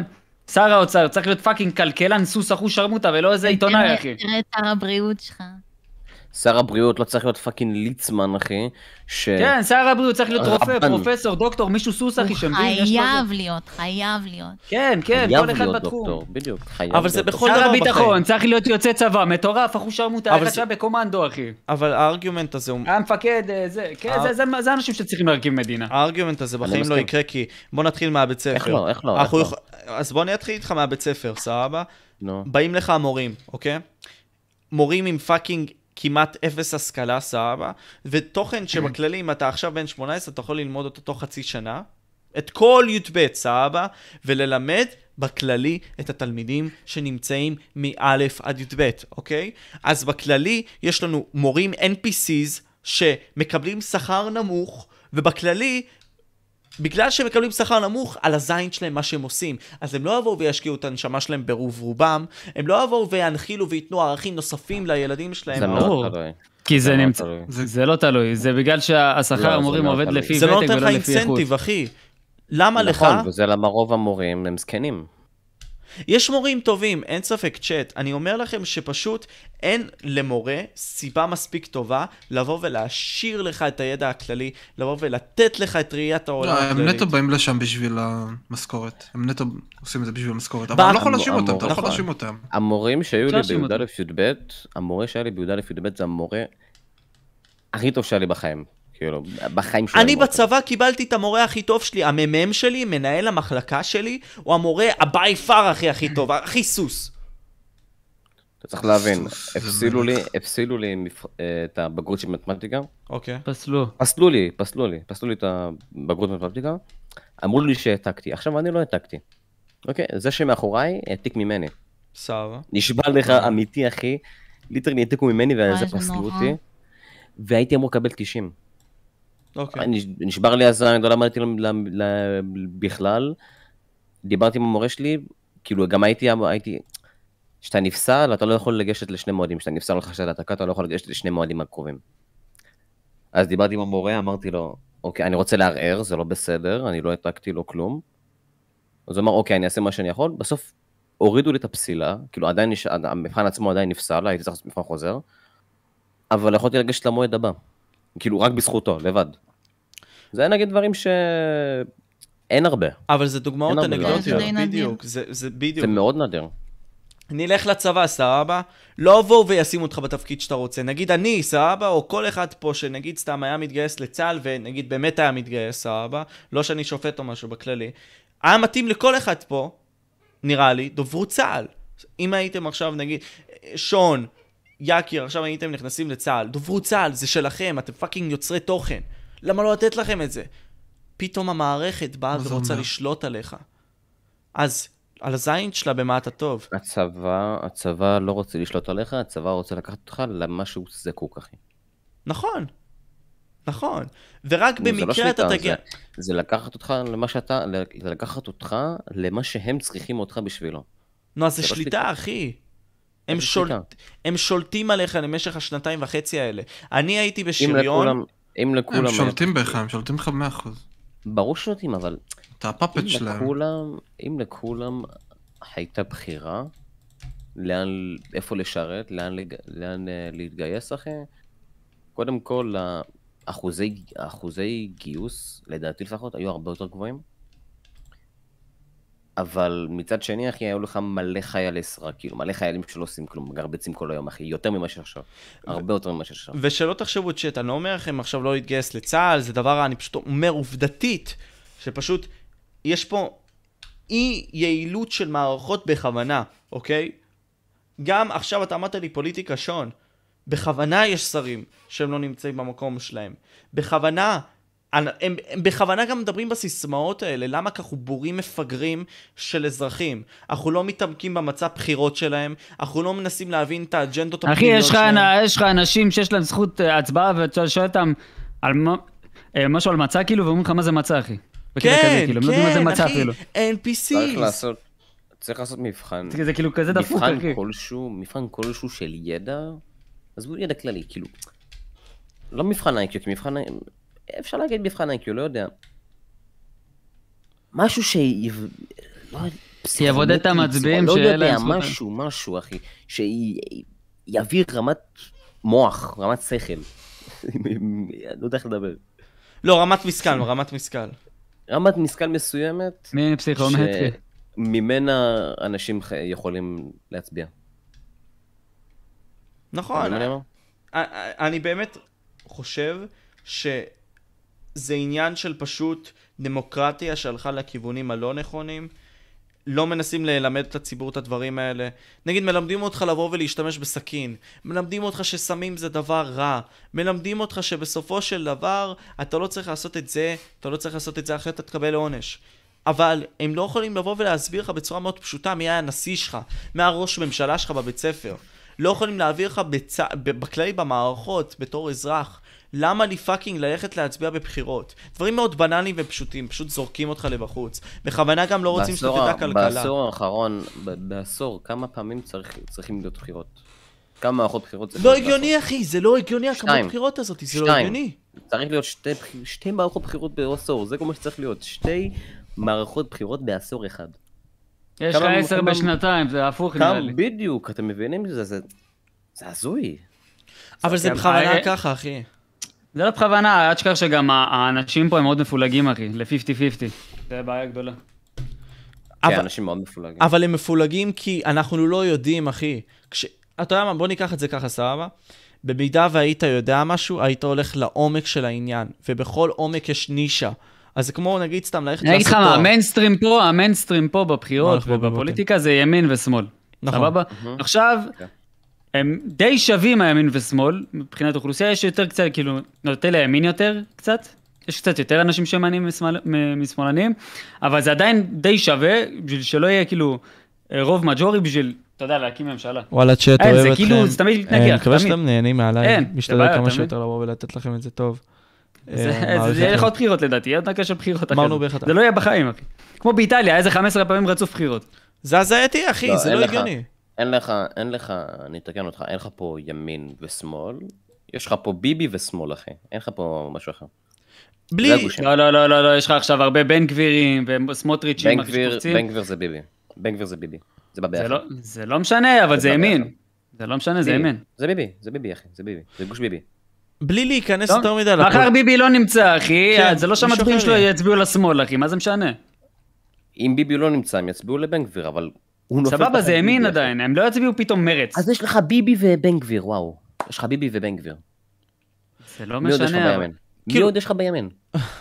שר האוצר כן. צריך להיות פאקינג כלכלן סוס אחוש שרמוטה ולא איזה עיתונאי תראה- אחי. תראה את שר הבריאות שלך. שר הבריאות לא צריך להיות פאקינג ליצמן, אחי. ש... כן, שר הבריאות צריך להיות רופא, רבן. פרופסור, דוקטור, מישהו סוס אחי שמבין, יש משהו. חייב להיות, חייב להיות. כן, כן, חייב כל אחד להיות בתחום. דוקטור, בדיוק, חייב אבל זה להיות בכל שר דבר בחיים. הביטחון, צריך להיות יוצא צבא, מטורף, אחוז שרמוטה, אבל איך זה- עכשיו בקומנדו אחי. אבל הארגומנט הזה הוא... המפקד, אה, זה, כן, אה. זה- זה- זה האנשים שצריכים להרכיב מדינה. הארגומנט הזה בחיים לא מסכים. יקרה, כי בוא נתחיל מהבית ספר. איך לא, איך לא, אה. אנחנו איך יכול- אז בוא אני אתחיל איתך מהבית ספר, סבבה? נו. באים לך המורים, אוקיי? מורים עם פאקינג כמעט אפס השכלה, סבבה? (clears throat) ותוכן שבכללי, אם אתה עכשיו בן 18, אתה יכול ללמוד אותו תוך חצי שנה. את כל י"ב, סבבה? וללמד בכללי את התלמידים שנמצאים מא' עד י"ב, אוקיי? אז בכללי יש לנו מורים NPCs שמקבלים שכר נמוך, ובכללי בגלל שהם מקבלים שכר נמוך, על הזין שלהם מה שהם עושים. אז הם לא יבואו וישקיעו את הנשמה שלהם ברוב רובם, הם לא יבואו וינחילו וייתנו ערכים נוספים לילדים שלהם. זה ברור. מאוד תלוי. כי זה מאוד נמצא, תלוי. זה- זה לא תלוי, זה בגלל לא, שהשכר זה המורים לא עובד תלוי. לפי זה לא ותק נותן לך ולא לפי איכות. אינסנטיב, אחי. למה לך? נכון, וזה למה רוב המורים הם זקנים. יש מורים טובים, אין ספק צ'אט. אני אומר לכם שפשוט אין למורה סיבה מספיק טובה לבוא ולהשאיר לך את הידע הכללי, לבוא ולתת לך את ראיית העולם לא, הם הכללית. נטו באים לשם בשביל המשכורת. הם נטו עושים את זה בשביל המשכורת. אבל אני לא יכול להאשים אותם, אתה לא יכול נכון. להאשים אותם. המורים שהיו אפשר לי לשים אותם. בי"א-י"ב, המורה שהיה לי בי"א-י"ב זה המורה הכי טוב שהיה לי בחיים. כאילו, בחיים שלי. אני המורה. בצבא קיבלתי את המורה הכי טוב שלי, המ"מ שלי, מנהל המחלקה שלי, הוא המורה ה-by far הכי הכי טוב, הכי סוס. אתה צריך להבין, זה הפסילו לי, מלך. הפסילו לי מפ- אה, את הבגרות של מתמטיקה. אוקיי. פסלו. פסלו לי, פסלו לי, פסלו לי את הבגרות במתמטיקה, אמרו לי שהעתקתי, עכשיו אני לא העתקתי. אוקיי, זה שמאחוריי העתיק ממני. סבבה. נשבע לך אמיתי אחי, ליטרלי העתיקו ממני ועל וואי, זה זה פסלו נורא. אותי, והייתי אמור לקבל 90. אוקיי. אני- נשבר לי הזין, לא למדתי למ- ל- בכלל, דיברתי עם המורה שלי, כאילו גם הייתי, הייתי, כשאתה נפסל אתה לא יכול לגשת לשני מועדים, כשאתה נפסל לך של העתקה אתה לא יכול לגשת לשני מועדים הקרובים. אז דיברתי עם המורה, אמרתי לו, אוקיי, אני רוצה לערער, זה לא בסדר, אני לא העתקתי לו כלום. אז הוא אמר, אוקיי, אני אעשה מה שאני יכול, בסוף הורידו לי את הפסילה, כאילו עדיין, נש... המבחן עצמו עדיין נפסל, הייתי צריך לעשות מבחן חוזר, אבל יכולתי לגשת למועד הבא, כאילו רק בזכותו, לבד. זה נגיד דברים שאין הרבה, אבל זה דוגמאות אין הרבה זה אנקדוטיות, די נדיר. בדיוק, זה- זה בדיוק. זה מאוד נדיר. נלך לצבא, סבבה? לא יבואו וישימו אותך בתפקיד שאתה רוצה. נגיד אני, סבבה, או כל אחד פה שנגיד סתם היה מתגייס לצה"ל, ונגיד באמת היה מתגייס, סבבה? לא שאני שופט או משהו בכללי. היה מתאים לכל אחד פה, נראה לי, דוברות צה"ל. אם הייתם עכשיו, נגיד, שון, יקיר, עכשיו הייתם נכנסים לצה"ל, דוברות צה"ל, זה שלכם, אתם פאקינג יוצרי תוכן. למה לא לתת לכם את זה? פתאום המערכת באה מה זה ורוצה אומר? לשלוט עליך. אז, על הזין שלה במה אתה טוב. הצבא, הצבא לא רוצה לשלוט עליך, הצבא רוצה לקחת אותך למה שהוא זקוק, אחי. נכון, נכון. ורק נו, זה לא במקרה אתה שליטה, תגיע... זה- זה לקחת אותך למה שאתה, זה לקחת אותך למה שהם צריכים אותך בשבילו. נו, אז זה זה לא שליטה, שליטה. אחי. הם, זה שול... שליטה. הם שולטים עליך למשך השנתיים וחצי האלה. אני הייתי אם בשריון, לכולם, אם לכולם... הם היה- שולטים בך, הם שולטים לך 100%. ברור ששולטים, אבל אתה אם הפאפט שלהם. לכולם, אם לכולם הייתה בחירה, לאן, איפה לשרת, לאן, לג- לאן אה, להתגייס אחי, קודם כל האחוזי, האחוזי גיוס, לדעתי לפחות, היו הרבה יותר גבוהים. אבל מצד שני, אחי, היו לך מלא חיילי סרק, כאילו, מלא חיילים שלא עושים כלום, מגרבצים כל היום, אחי, יותר ממה שעכשיו. הרבה יותר ממה שעכשיו. ושלא תחשבו צ'אט, אני לא אומר לכם עכשיו לא להתגייס לצה"ל, זה דבר רע, אני פשוט אומר עובדתית, שפשוט יש פה אי יעילות של מערכות בכוונה, אוקיי? גם עכשיו אתה אמרת לי פוליטיקה שון. בכוונה יש שרים שהם לא נמצאים במקום שלהם. בכוונה, הם, הם, הם בכוונה גם מדברים בסיסמאות האלה, למה כי אנחנו בורים מפגרים של אזרחים. אנחנו לא מתעמקים במצע בחירות שלהם, אנחנו לא מנסים להבין את האג'נדות אחי, לא הפנימיות יש לך שלהם. אנ- יש לך אנשים שיש להם זכות אה, הצבעה, ואתה שואל אותם על מה- אה, משהו על מצע, כאילו, ואומרים לך מה זה מצע, אחי. בקטע כזה, כן, כאילו, הם לא יודעים מה זה כן, מצע אחי, אפילו. NPC. צריך לעשות, צריך לעשות מבחן. זה זה כאילו כזה דפוק, מבחן אחי. כלשהו, מבחן כלשהו של ידע, עזבו ידע כללי, כאילו, לא מבחן איי-קיו, כי מבחן, אפשר להגיד מבחן איי-קיו, לא יודע. משהו ש... לא, שיבודד את המצביעים, לא שיהיה יודע, להם זכות. משהו, משהו, אחי, שיביא רמת מוח, רמת שכל. (laughs) לא יודע איך לדבר. לא, רמת משכל, רמת משכל. רמת משכל מסוימת, מי פסיכומטרי? שממנה אנשים ח- יכולים להצביע. אתה נכון. מבין מה אני אומר? אני- אני באמת חושב שזה עניין של פשוט דמוקרטיה שהלכה לכיוונים הלא נכונים. לא מנסים ללמד את הציבור את הדברים האלה. נגיד, מלמדים אותך לבוא ולהשתמש בסכין. מלמדים אותך שסמים זה דבר רע. מלמדים אותך שבסופו של דבר, אתה לא צריך לעשות את זה, אתה לא צריך לעשות את זה, אחרת אתה תקבל עונש. אבל הם לא יכולים לבוא ולהסביר לך בצורה מאוד פשוטה מי היה הנשיא שלך, מה הראש ממשלה שלך בבית ספר. לא יכולים להעביר לך בצ... ב- בכללי במערכות, בתור אזרח, למה לי פאקינג ללכת להצביע בבחירות? דברים מאוד בנאליים ופשוטים, פשוט זורקים אותך לבחוץ. בכוונה גם לא רוצים בעשור שתדע ה- כלכלה. בעשור האחרון, ב- בעשור, כמה פעמים צריך- צריכים להיות בחירות? כמה מערכות בחירות צריכות לא לעשות? הגיוני, אחי, זה לא הגיוני, הכמות שתיים. בחירות הזאת, זה לא שתיים. הגיוני. צריך להיות שתי, בח- שתי מערכות בחירות בעשור, זה כל מה שצריך להיות. שתי מערכות בחירות בעשור אחד. יש לך כמה- עשר כמה- בשנתיים, זה הפוך נראה כמה לי. בדיוק, אתם מבינים? זה, זה, זה הזוי. אבל זה גם- בכוונה אה, ככה, אחי. זה לא בכוונה, אל תשכח שגם ה- האנשים פה הם מאוד מפולגים, אחי, ל-50-50. זה בעיה גדולה. אבל- כן, אנשים מאוד מפולגים. אבל הם מפולגים כי אנחנו לא יודעים, אחי. כש... אתה יודע מה, בוא ניקח את זה ככה, סבבה? במידה והיית יודע משהו, היית הולך לעומק של העניין, ובכל עומק יש נישה. אז זה כמו, נגיד, סתם ללכת אני אגיד לך מה, תואר. המיינסטרים פה, המיינסטרים פה מה בבחירות אנחנו בבוקר? ובפוליטיקה זה ימין ושמאל. נכון. סבבה? מהמם. עכשיו, כן. הם די שווים הימין ושמאל, מבחינת אוכלוסייה, יש יותר קצת, כאילו, נוטה לימין יותר קצת, יש קצת יותר אנשים שהם ימנים משמאל- מ- משמאלנים, אבל זה עדיין די שווה, בשביל שלא יהיה כאילו אה, רוב מג'ורי, בשביל, אתה יודע, להקים ממשלה. וואלה, צ'אט, אין, אוהב זה אתכם. כאילו, זה תמיד אה, אני להתנגח, מקווה תמיד. שאתם נהנים מעליי. אין, אין, זה משתדל בעיה, כמה תמיד. שיותר לבוא ולתת לכם את זה טוב. זה אה, מעריך זה יהיה לך אתכם. עוד בחירות לדעתי, יהיה עוד דקה של בחירות אחרי אמרנו זה. באחד. זה לא יהיה בחיים, אחי. כמו באיטליה, איזה 15 פעמים רצוף בחירות. זה הזייתי, אחי, לא, זה אין לא לך. הגיוני. אין לך, אין לך, אני אתקן אותך, אין לך פה ימין ושמאל, יש לך פה ביבי ושמאל, אחי. אין לך פה משהו אחר. זה בלי... הגושים. לא, לא, לא, לא, לא, יש לך עכשיו הרבה בן גבירים וסמוטריצ'ים, בן אחי, גביר, שקופצים. בן גביר זה ביבי. בן גביר זה ביבי. זה בא זה ביחד. לא- זה לא משנה, אבל זה זה בעיה. ימין. זה לא משנה, זה ביבי. ימין. זה ביבי, זה ביבי, אחי, זה ביבי. זה גוש ביבי. בלי להיכנס לא. יותר מדי מחר לפול- ביבי לא נמצא, אחי, כן, זה לא מישהו שהמצביעים אחר שלו יהיה. יצביעו לשמאל, אחי, מה זה משנה? אם ביבי לא נמצא, הם יצביעו לבן גביר, אבל הוא נופל... סבבה, תחת זה ימין ביבי, אחי. עדיין, הם לא יצביעו פתאום מרץ. אז יש לך ביבי ובן גביר, וואו. יש לך ביבי ובן גביר. זה לא מי עוד יש לך משנה, אבל- בימין? מי כאילו- עוד יש לך בימין?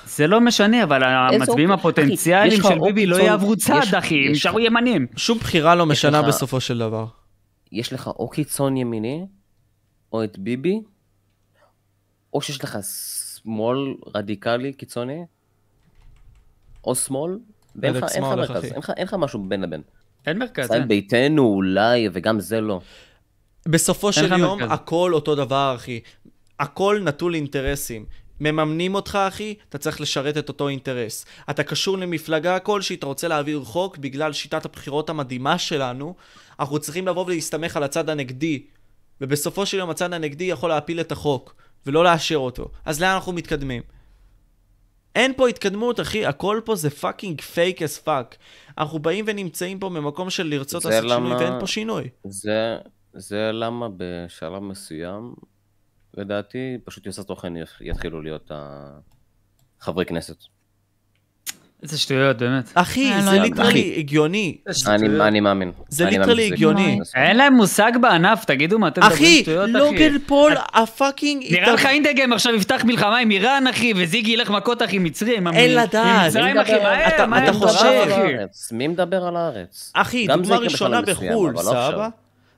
זה לא משנה, אבל המצביעים אופציה? אחי, הפוטנציאליים יש לך של ביבי לא אופציה- יעברו יש- צד, אחי, הם יש- יישארו ימנים. שום בחירה לא משנה לך- בסופו של דבר. יש לך או קיצון ימיני, או את ביבי, או שיש לך שמאל רדיקלי קיצוני, או שמאל, ואין לך בדק אין לך שמאל, איך מרכז, אחי? אין לך- אין לך משהו בין לבין. אין מרכז, ישראל אין. ביתנו אולי, וגם זה לא. בסופו של לך יום, מרכז. הכל אותו דבר, אחי. הכל נטול אינטרסים. מממנים אותך, אחי, אתה צריך לשרת את אותו אינטרס. אתה קשור למפלגה כלשהי, אתה רוצה להעביר חוק בגלל שיטת הבחירות המדהימה שלנו. אנחנו צריכים לבוא ולהסתמך על הצד הנגדי. ובסופו של יום הצד הנגדי יכול להפיל את החוק, ולא לאשר אותו. אז לאן אנחנו מתקדמים? אין פה התקדמות, אחי, הכל פה זה פאקינג פייק אס פאק. אנחנו באים ונמצאים פה ממקום של לרצות זה לעשות שינוי, למה- ואין פה שינוי. זה, זה למה בשלב מסוים, לדעתי, פשוט יוצא תוכן יח- יתחילו להיות ה- חברי כנסת. איזה שטויות, באמת. אחי, אה, לא זה יודע. ליטרלי הגיוני. אני, אני מאמין. זה אני מאמין ליטרלי שזה- הגיוני. אין להם מושג בענף, תגידו מה, אתם מדברים אחי, לא שטויות, אחי. לוגן פול, הפאקינג... נראה התאב- לך אינדגם עכשיו יפתח מלחמה עם איראן, אחי, וזיגי ילך מכות, אחי, עם מצרים. עם- אין לדעת. עם מצרים, מי אחי, מדבר? אתה- מהר, מהר. אתה מי עם חושב, מדבר על מצרים, אחי. הארץ? מי מדבר על הארץ? אחי, גם זה דוגמה יקרה בשלב ראשונה מסוים, בחו"ל, אבל לא עכשיו. סבבה?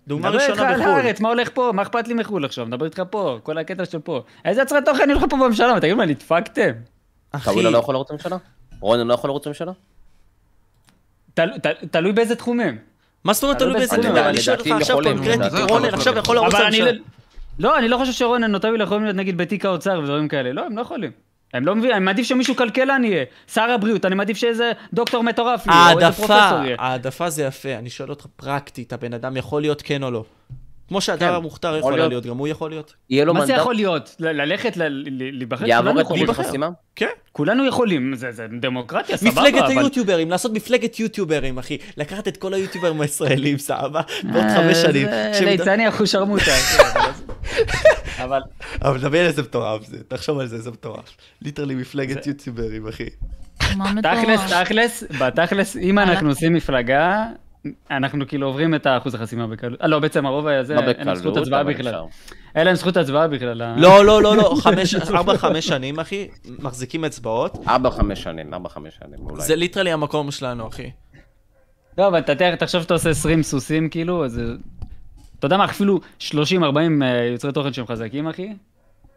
דוגמה מדבר איתך ראשונה על בחו"ל. הארץ, מה הולך פה? מה אכפת לי מחו"ל עכשיו? מדבר איתך פה, כל הקטע של פה. איזה הצהרת תוכן יש לך פה בממשלה? תגידו מה, נדפקתם? אחי, טאווילה לא יכול לרוץ לממשלה? רונן לא יכול לרוץ לממשלה? תל- תל- תלוי באיזה תחומים. מה זאת אומרת תלוי באיזה לדעתי- דבר? אני שואל אותך לדעתי עכשיו לא יכולים, קונקרטית, לדעתי רונן יכולים. עכשיו יכול לרוץ אבל אני... לממשלה. לא- לא, אני לא חושב שרונן או טוביל יכולים להיות נגיד בתיק האוצר ודברים כאלה. לא, הם לא יכולים. הם לא מבינים, אני מעדיף שמישהו כלכלן יהיה. שר הבריאות, אני מעדיף שאיזה דוקטור מטורף יהיה, או איזה העדפה, פרופסור יהיה. העדפה זה יפה, אני שואל אותך פרקטית, הבן אדם יכול להיות כן או לא. כמו שאתה המוכתר יכול היה להיות. להיות, גם הוא יכול להיות. יהיה לו מה זה לא מנדט- יכול להיות? ל- ללכת ל- ל- להיבחר? יעבור כולנו את יכולים. אחוז החסימה? כן. כולנו יכולים, זה זה דמוקרטיה, סבבה, אבל... מפלגת היוטיוברים, לעשות מפלגת יוטיוברים, אחי. לקחת את כל היוטיוברים הישראלים, סבבה? בעוד חמש אה, שנים. זה כשהם- ליצני אחושרמוטה. כן, (laughs) אבל... אבל תבין איזה מטורף זה, תחשוב על זה, זה מטורף. ליטרלי מפלגת יוטיוברים, אחי. מה תכלס, מטורף. תכלס, בתכלס, אם אנחנו הלכתי. עושים מפלגה, אנחנו כאילו עוברים את האחוז החסימה בקלות. אה, לא, בעצם הרוב הזה, לא אין להם זכות בקלות, הצבעה אבל בכלל. אפשר. אין להם זכות הצבעה בכלל. ה- לא, לא, לא, לא, חמש, ארבע, חמש שנים, אחי, מחזיקים אצבעות. ארבע, חמש שנים, ארבע, חמש שנים, אולי. זה ליטרלי המקום שלנו, אחי. לא, אבל אתה תראה, תחשוב שאתה עושה 20 סוסים, כאילו, אז... זה- אתה יודע מה, אפילו 30-40 אה, יוצרי תוכן שהם חזקים, אחי?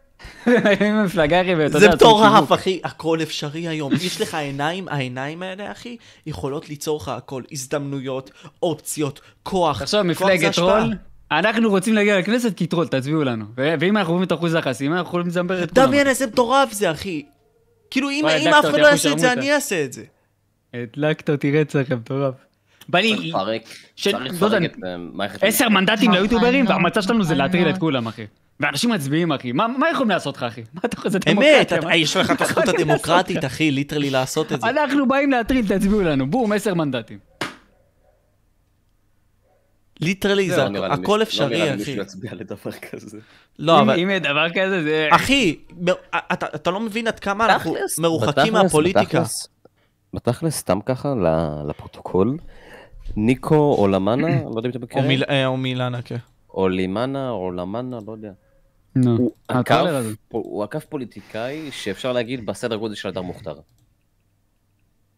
(laughs) הם מפלגה, אחי, ואתה זה יודע... עושים מטורף, סיבוב. אחי, הכל אפשרי היום. יש לך עיניים, העיניים האלה, אחי, יכולות ליצור לך הכל. הזדמנויות, אופציות, כוח. תחשוב, כוח זה מפלגת השפעה. טרול, אנחנו רוצים להגיע לכנסת כי טרול, תצביעו לנו. ו- ואם אנחנו עוברים את אחוז החסימה, אנחנו יכולים לזמבר את כולם. דמיין איזה מטורף זה, אחי. כאילו, אם וואי, אם הדלקת אף אותי, אחד אחי, לא יעשה את זה, שרמוטה. אני אעשה את זה. הדלקת אותי רצח, מטורף. בא לי... צריך לפרק, של- צריך לא יודע, לפרק את אה, מערכת... עשר מנדטים נכון, ליוטיוברים, נכון, והמצע שלנו זה נכון להטריל את מאוד. כולם, אחי. ואנשים מצביעים, אחי. מה מה יכולים לעשות לך, אחי? מה אתה חושב? אמת, אתה- יש לך את הזכות הדמוקרטית, אחי, ליטרלי לעשות את זה. (laughs) אנחנו באים להטריל, תצביעו לנו. בום, עשר מנדטים. ליטרלי, זה לא נראה לי מישהו- הכל לא נראה אפשרי, לי אחי. מישהו יצביע לדבר כזה. לא, אם אבל... אם יהיה דבר כזה, זה... אחי, מ- אתה- אתה לא מבין עד כמה אנחנו בתכלס- מרוחקים בתכלס- מהפוליטיקה. בתכלס- בתכלס, סתם ככה, ל- לפרוטוקול, ניקו אולמנה, (clears throat) לא יודע אם אתה מכיר, או מיל- אה, או מילאנה, כן. או לימנה, או אולמנה, לא יודע. נו, הוא עקף- הטרולר הזה. הוא עקף פוליטיקאי שאפשר להגיד בסדר גודל של הדר מוכתר.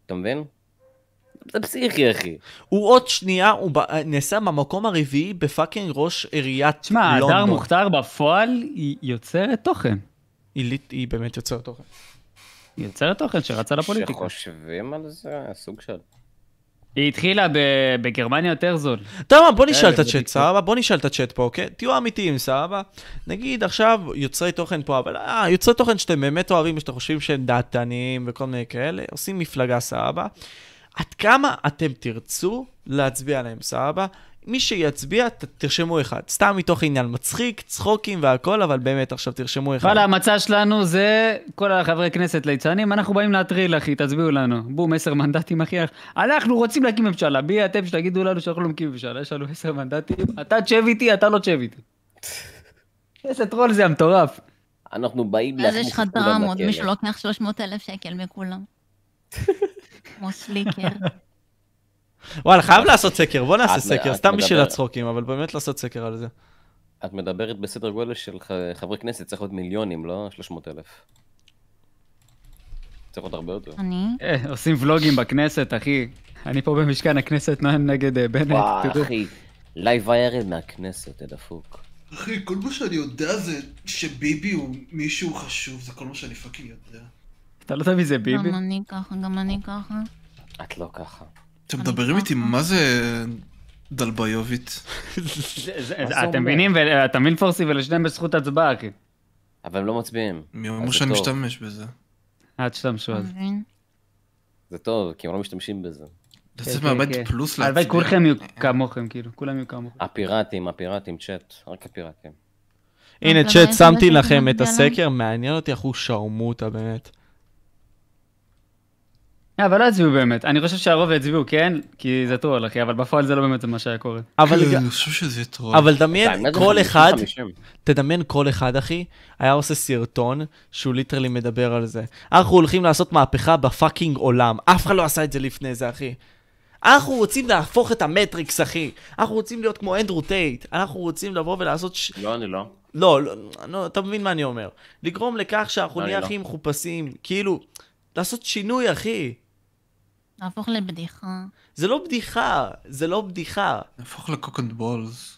אתה מבין? זה פסיכי, אחי. הוא עוד שנייה, הוא ב- אה, נעשה במקום הרביעי בפאקינג ראש עיריית תשמע, לונדון. הדר מוכתר בפועל היא יוצרת תוכן. היא ליט- היא באמת יוצרת תוכן. היא יוצרת תוכן שרצה לפוליטיקה. כשחושבים על זה, סוג של... היא התחילה ב- בגרמניה יותר זול. אתה יודע מה, כן, בוא נשאל אה, את הצ'אט, בדיוק. סבבה? בוא נשאל את הצ'אט פה, אוקיי? תהיו אמיתיים, סבבה? נגיד עכשיו יוצרי תוכן פה, אבל אה, יוצרי תוכן שאתם באמת אוהבים ושאתם חושבים שהם דעתניים וכל מיני כאלה, עושים מפלגה, סבבה? עד כמה אתם תרצו להצביע עליהם, סבבה? מי שיצביע, ת- תרשמו אחד. סתם מתוך עניין מצחיק, צחוקים והכל, אבל באמת, עכשיו תרשמו נכון. אחד. וואלה, המצע שלנו זה כל החברי כנסת ליצנים, אנחנו באים להטריל, אחי, תצביעו לנו. בום, עשר מנדטים, אחי. אנחנו רוצים להקים ממשלה. בי אתם שתגידו לנו שאנחנו לא מקימים ממשלה, יש לנו עשר מנדטים, אתה תשב איתי, אתה לא תשב איתי. איזה טרול זה המטורף. אנחנו באים אז יש לך את כולם דרמות, לכלא. מישהו לוקח 300 אלף שקל מכולם. כמו סליקר. וואלה, חייב לעשות סקר, בוא נעשה את- סקר, את סתם בשביל מדברת. הצחוקים, אבל באמת לעשות סקר על זה. את מדברת בסדר גודל של ח... חברי כנסת, צריך להיות מיליונים, לא 300 אלף. צריך להיות הרבה יותר. אני? אה, עושים ולוגים בכנסת, אחי. אני פה במשכן הכנסת נואם נגד אה, בנט, וואי, תראו. אחי, לייב הערב מהכנסת, תדפוק. אחי, כל מה שאני יודע זה שביבי הוא מישהו חשוב, זה כל מה שאני פאקינג יודע. אתה לא יודע מי זה ביבי? גם אני ככה, גם אני ככה. את לא ככה. אתם מדברים איתי, מה זה דלביובית? זה- זה- מה זה אומר? אתם מבינים? ו- אתה מבין פורסי ולשניהם בזכות הצבעה, אחי. אבל הם לא מצביעים. מי אז אמרו זה שאני טוב. כן, משתמש בזה? עד שתמשו אתה אז. מבין? זה טוב, כי הם לא משתמשים בזה. לצאת כן, מהבית כן. פלוס הלוואי להצביע. כולכם יהיו כמוכם, כאילו, כולם יהיו כמוכם. הפיראטים, הפיראטים, צ'אט, רק הפיראטים. הנה, אבל צ'אט, יש שמתי אנשים לכם את שמצביע להם. הסקר, מעניין אותי איך הוא שרמוטה באמת. אה, אבל לא הצביעו באמת. אני חושב שהרוב הצביעו כן, כי זה טרול, אחי, אבל בפועל זה לא באמת מה שהיה קורה. אבל כן, גם- אני חושב שזה יהיה טרול. אבל דמיין האמת, זה כן, כל 50-50. אחד, תדמיין כל אחד, אחי, היה עושה סרטון שהוא ליטרלי מדבר על זה. אנחנו הולכים לעשות מהפכה בפאקינג עולם. אף אחד לא עשה את זה לפני זה, אחי. אנחנו רוצים להפוך את המטריקס, אחי. אנחנו רוצים להיות כמו אנדרו טייט. אנחנו רוצים לבוא ולעשות... ש- לא, אני לא. לא, לא, לא, אתה מבין מה אני אומר. לגרום לכך שאנחנו לא, נהיה אני לא. הכי מחופשים. כאילו, לעשות שינוי, אחי. להפוך לבדיחה. זה לא בדיחה, זה לא בדיחה. נהפוך לקוק אנד בולס.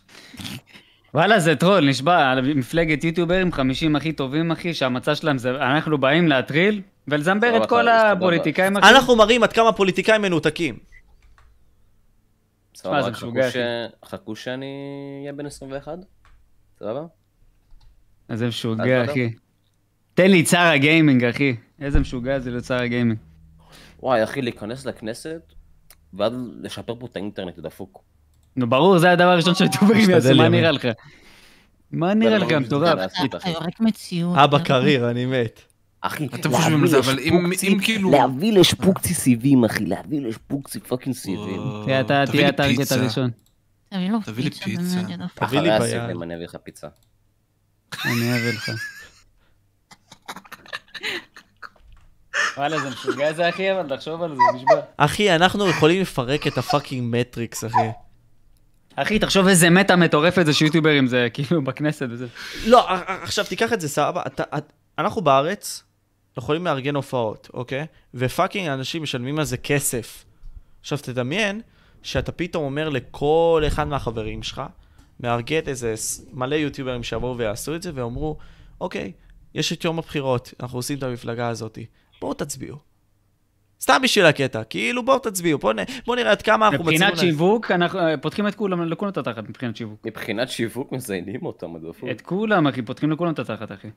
וואלה, זה טרול, נשבע, מפלגת יוטיוברים 50 הכי טובים, אחי, שהמצע שלהם זה, אנחנו באים להטריל ולזמבר סבבה, את כל סבבה. הפוליטיקאים, אחי. אנחנו מראים עד כמה פוליטיקאים מנותקים. סבבה, זה רק חכו משוגע, ש- חכו שאני אהיה בן 21? סבבה? אז זה אז לא משוגע, יודע. אחי. תן לי צער הגיימינג, אחי. איזה משוגע זה להיות צער הגיימינג. וואי, אחי, להיכנס לכנסת, ואז לשפר פה את האינטרנט, זה דפוק. נו, ברור, זה הדבר הראשון שהיוטוברים יעשו, משתדל מה ימין. נראה לך? מה נראה לך, מטורף? אתה יורק מציאות. אבא קריר, אני מת. אחי, אתם חושבים על זה, אבל אם- אם כאילו... להביא לשפוקצי סיבים, אחי, להביא לשפוקצי פאקינג סיבים. תראה, אתה אה, תביא תהיה לי הטארגט פיצה. הראשון. תביא לו תביא לי פיצה, פיצה. באמת, ידע. תביא לי אחרי ביד. הסרטים אני אביא לך פיצה. אני אביא לך. וואלה, זה משוגע זה, אחי, אבל תחשוב על זה, נשבע. אחי, אנחנו יכולים לפרק את הפאקינג מטריקס, אחי. אחי, תחשוב איזה מטה מטורפת זה שיוטיוברים זה, כאילו, בכנסת וזה. לא, ע- ע- עכשיו תיקח את זה, סבבה. אתה, את- אנחנו בארץ יכולים לארגן הופעות, אוקיי? ופאקינג אנשים משלמים על זה כסף. עכשיו תדמיין שאתה פתאום אומר לכל אחד מהחברים שלך, מארגן איזה ס- מלא יוטיוברים שיבואו ויעשו את זה, ואמרו, אוקיי, יש את יום הבחירות, אנחנו עושים את המפלגה הזאת, בואו תצביעו. סתם בשביל הקטע, כאילו בואו תצביעו, בואו נ... בוא נראה עד כמה אנחנו מבחינת מצליחים- שיווק, אנחנו אה, פותחים את כולם, לכולם את התחת מבחינת שיווק. מבחינת שיווק מזיינים אותם, הדפוק. את כולם, אחי, פותחים לכולם את התחת, אחי.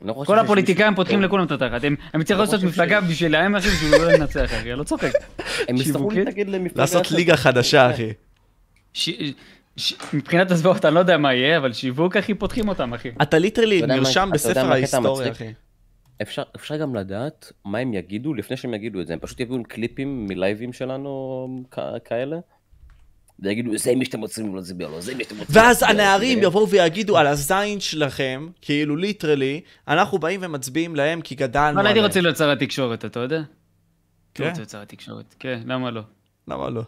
אני לא חושב כל שיש הפוליטיקאים מישהו- פותחים כן. לכולם את התחת. הם- הם צריכים לא לעשות חושב מפלגה שיש. בשבילהם, אחי, בשביל לא לנצח, אחי, אני לא (laughs) צוחק. הם יצטרכו שיווקית? להתנגד למפלגה. לעשות הזאת. ליגה חדשה, אחי. ש- ש- מבחינת הזוועות, אני לא יודע מה יהיה, אבל שיווק, אחי, פותחים אותם, אחי. אתה ליטרלי אתה יודע מה- נרשם אתה יודע בספר מה הקטע ההיסטוריה, המצחיק? אחי. אפשר, אפשר גם לדעת מה הם יגידו לפני שהם יגידו את זה, הם פשוט יביאו קליפים מלייבים שלנו כ- כאלה, ויגידו זה מי שאתם רוצים לא להצביע לו, זה מי שאתם רוצים. ואז להצביע לו." הנערים זה- יבואו ויגידו על הזין שלכם, כאילו ליטרלי, אנחנו באים ומצביעים להם כי גדלנו אבל עליהם. הייתי רוצה להיות שר התקשורת, אתה יודע? כן. לא כן? רוצה להיות שר התקשורת, כן, למה לא? למה לא?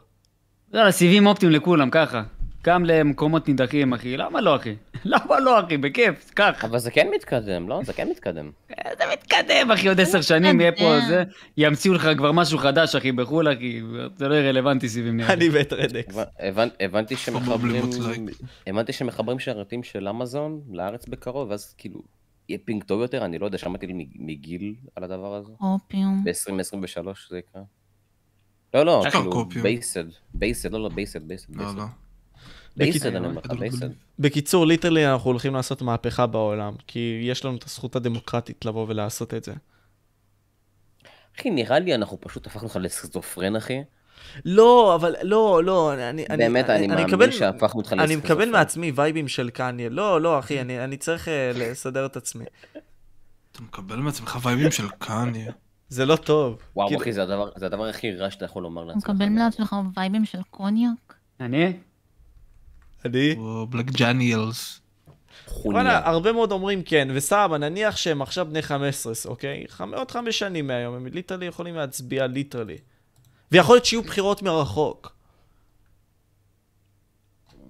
יאללה, סיבים אופטיים לכולם, ככה. גם למקומות נידחים, אחי. למה לא, אחי? (laughs) למה לא, אחי? בכיף, כך. אבל זה כן מתקדם, לא? זה כן מתקדם. אתה מתקדם, אחי, עוד עשר שנים יהיה פה מתקדם. זה. ימציאו לך כבר משהו חדש, אחי, בחו"ל, אחי. זה לא יהיה רלוונטי סיבים, נראה לי. אני ואת רדקס. הבנ- הבנ- הבנתי שמחברים, Probably not like. הבנתי שמחברים שרתים של אמזון לארץ בקרוב, ואז כאילו יהיה פינג טוב יותר, אני לא יודע, שמעתי מ- מגיל על הדבר הזה. אופיום. ב-2023 זה יקרה. לא, לא, יש לך כאילו, קופיום. בייסד, בייסד, לא, לא, בייסד, בייסד, לא, בייסד. לא. בייסד, אני אומר לך, בייסד. בקיצור, ליטרלי אנחנו הולכים לעשות מהפכה בעולם, כי יש לנו את הזכות הדמוקרטית לבוא ולעשות את זה. אחי, נראה לי אנחנו פשוט הפכנו אותך לסכיזופרן, אחי. לא, אבל לא, לא, אני... באמת, אני מאמין מקבל- שהפכנו אותך אני מקבל לסכיזופרן. מעצמי וייבים של קניה. לא, לא, אחי, אני אני צריך אה, לסדר את עצמי. אתה מקבל מעצמך וייבים של קניה. זה לא טוב. וואו, כאילו- אחי, זה הדבר- זה הדבר הכי רע שאתה יכול לומר אתה לעצמך. מקבל לעצמך וייבים של קוניאק? אני? אני... או בלק ג'ניאלס. חוניה. וואלה, הרבה מאוד אומרים כן, וסבא, נניח שהם עכשיו בני 15, אוקיי? חמ- עוד חמש שנים מהיום, הם ליטרלי יכולים להצביע ליטרלי. ויכול להיות שיהיו בחירות מרחוק.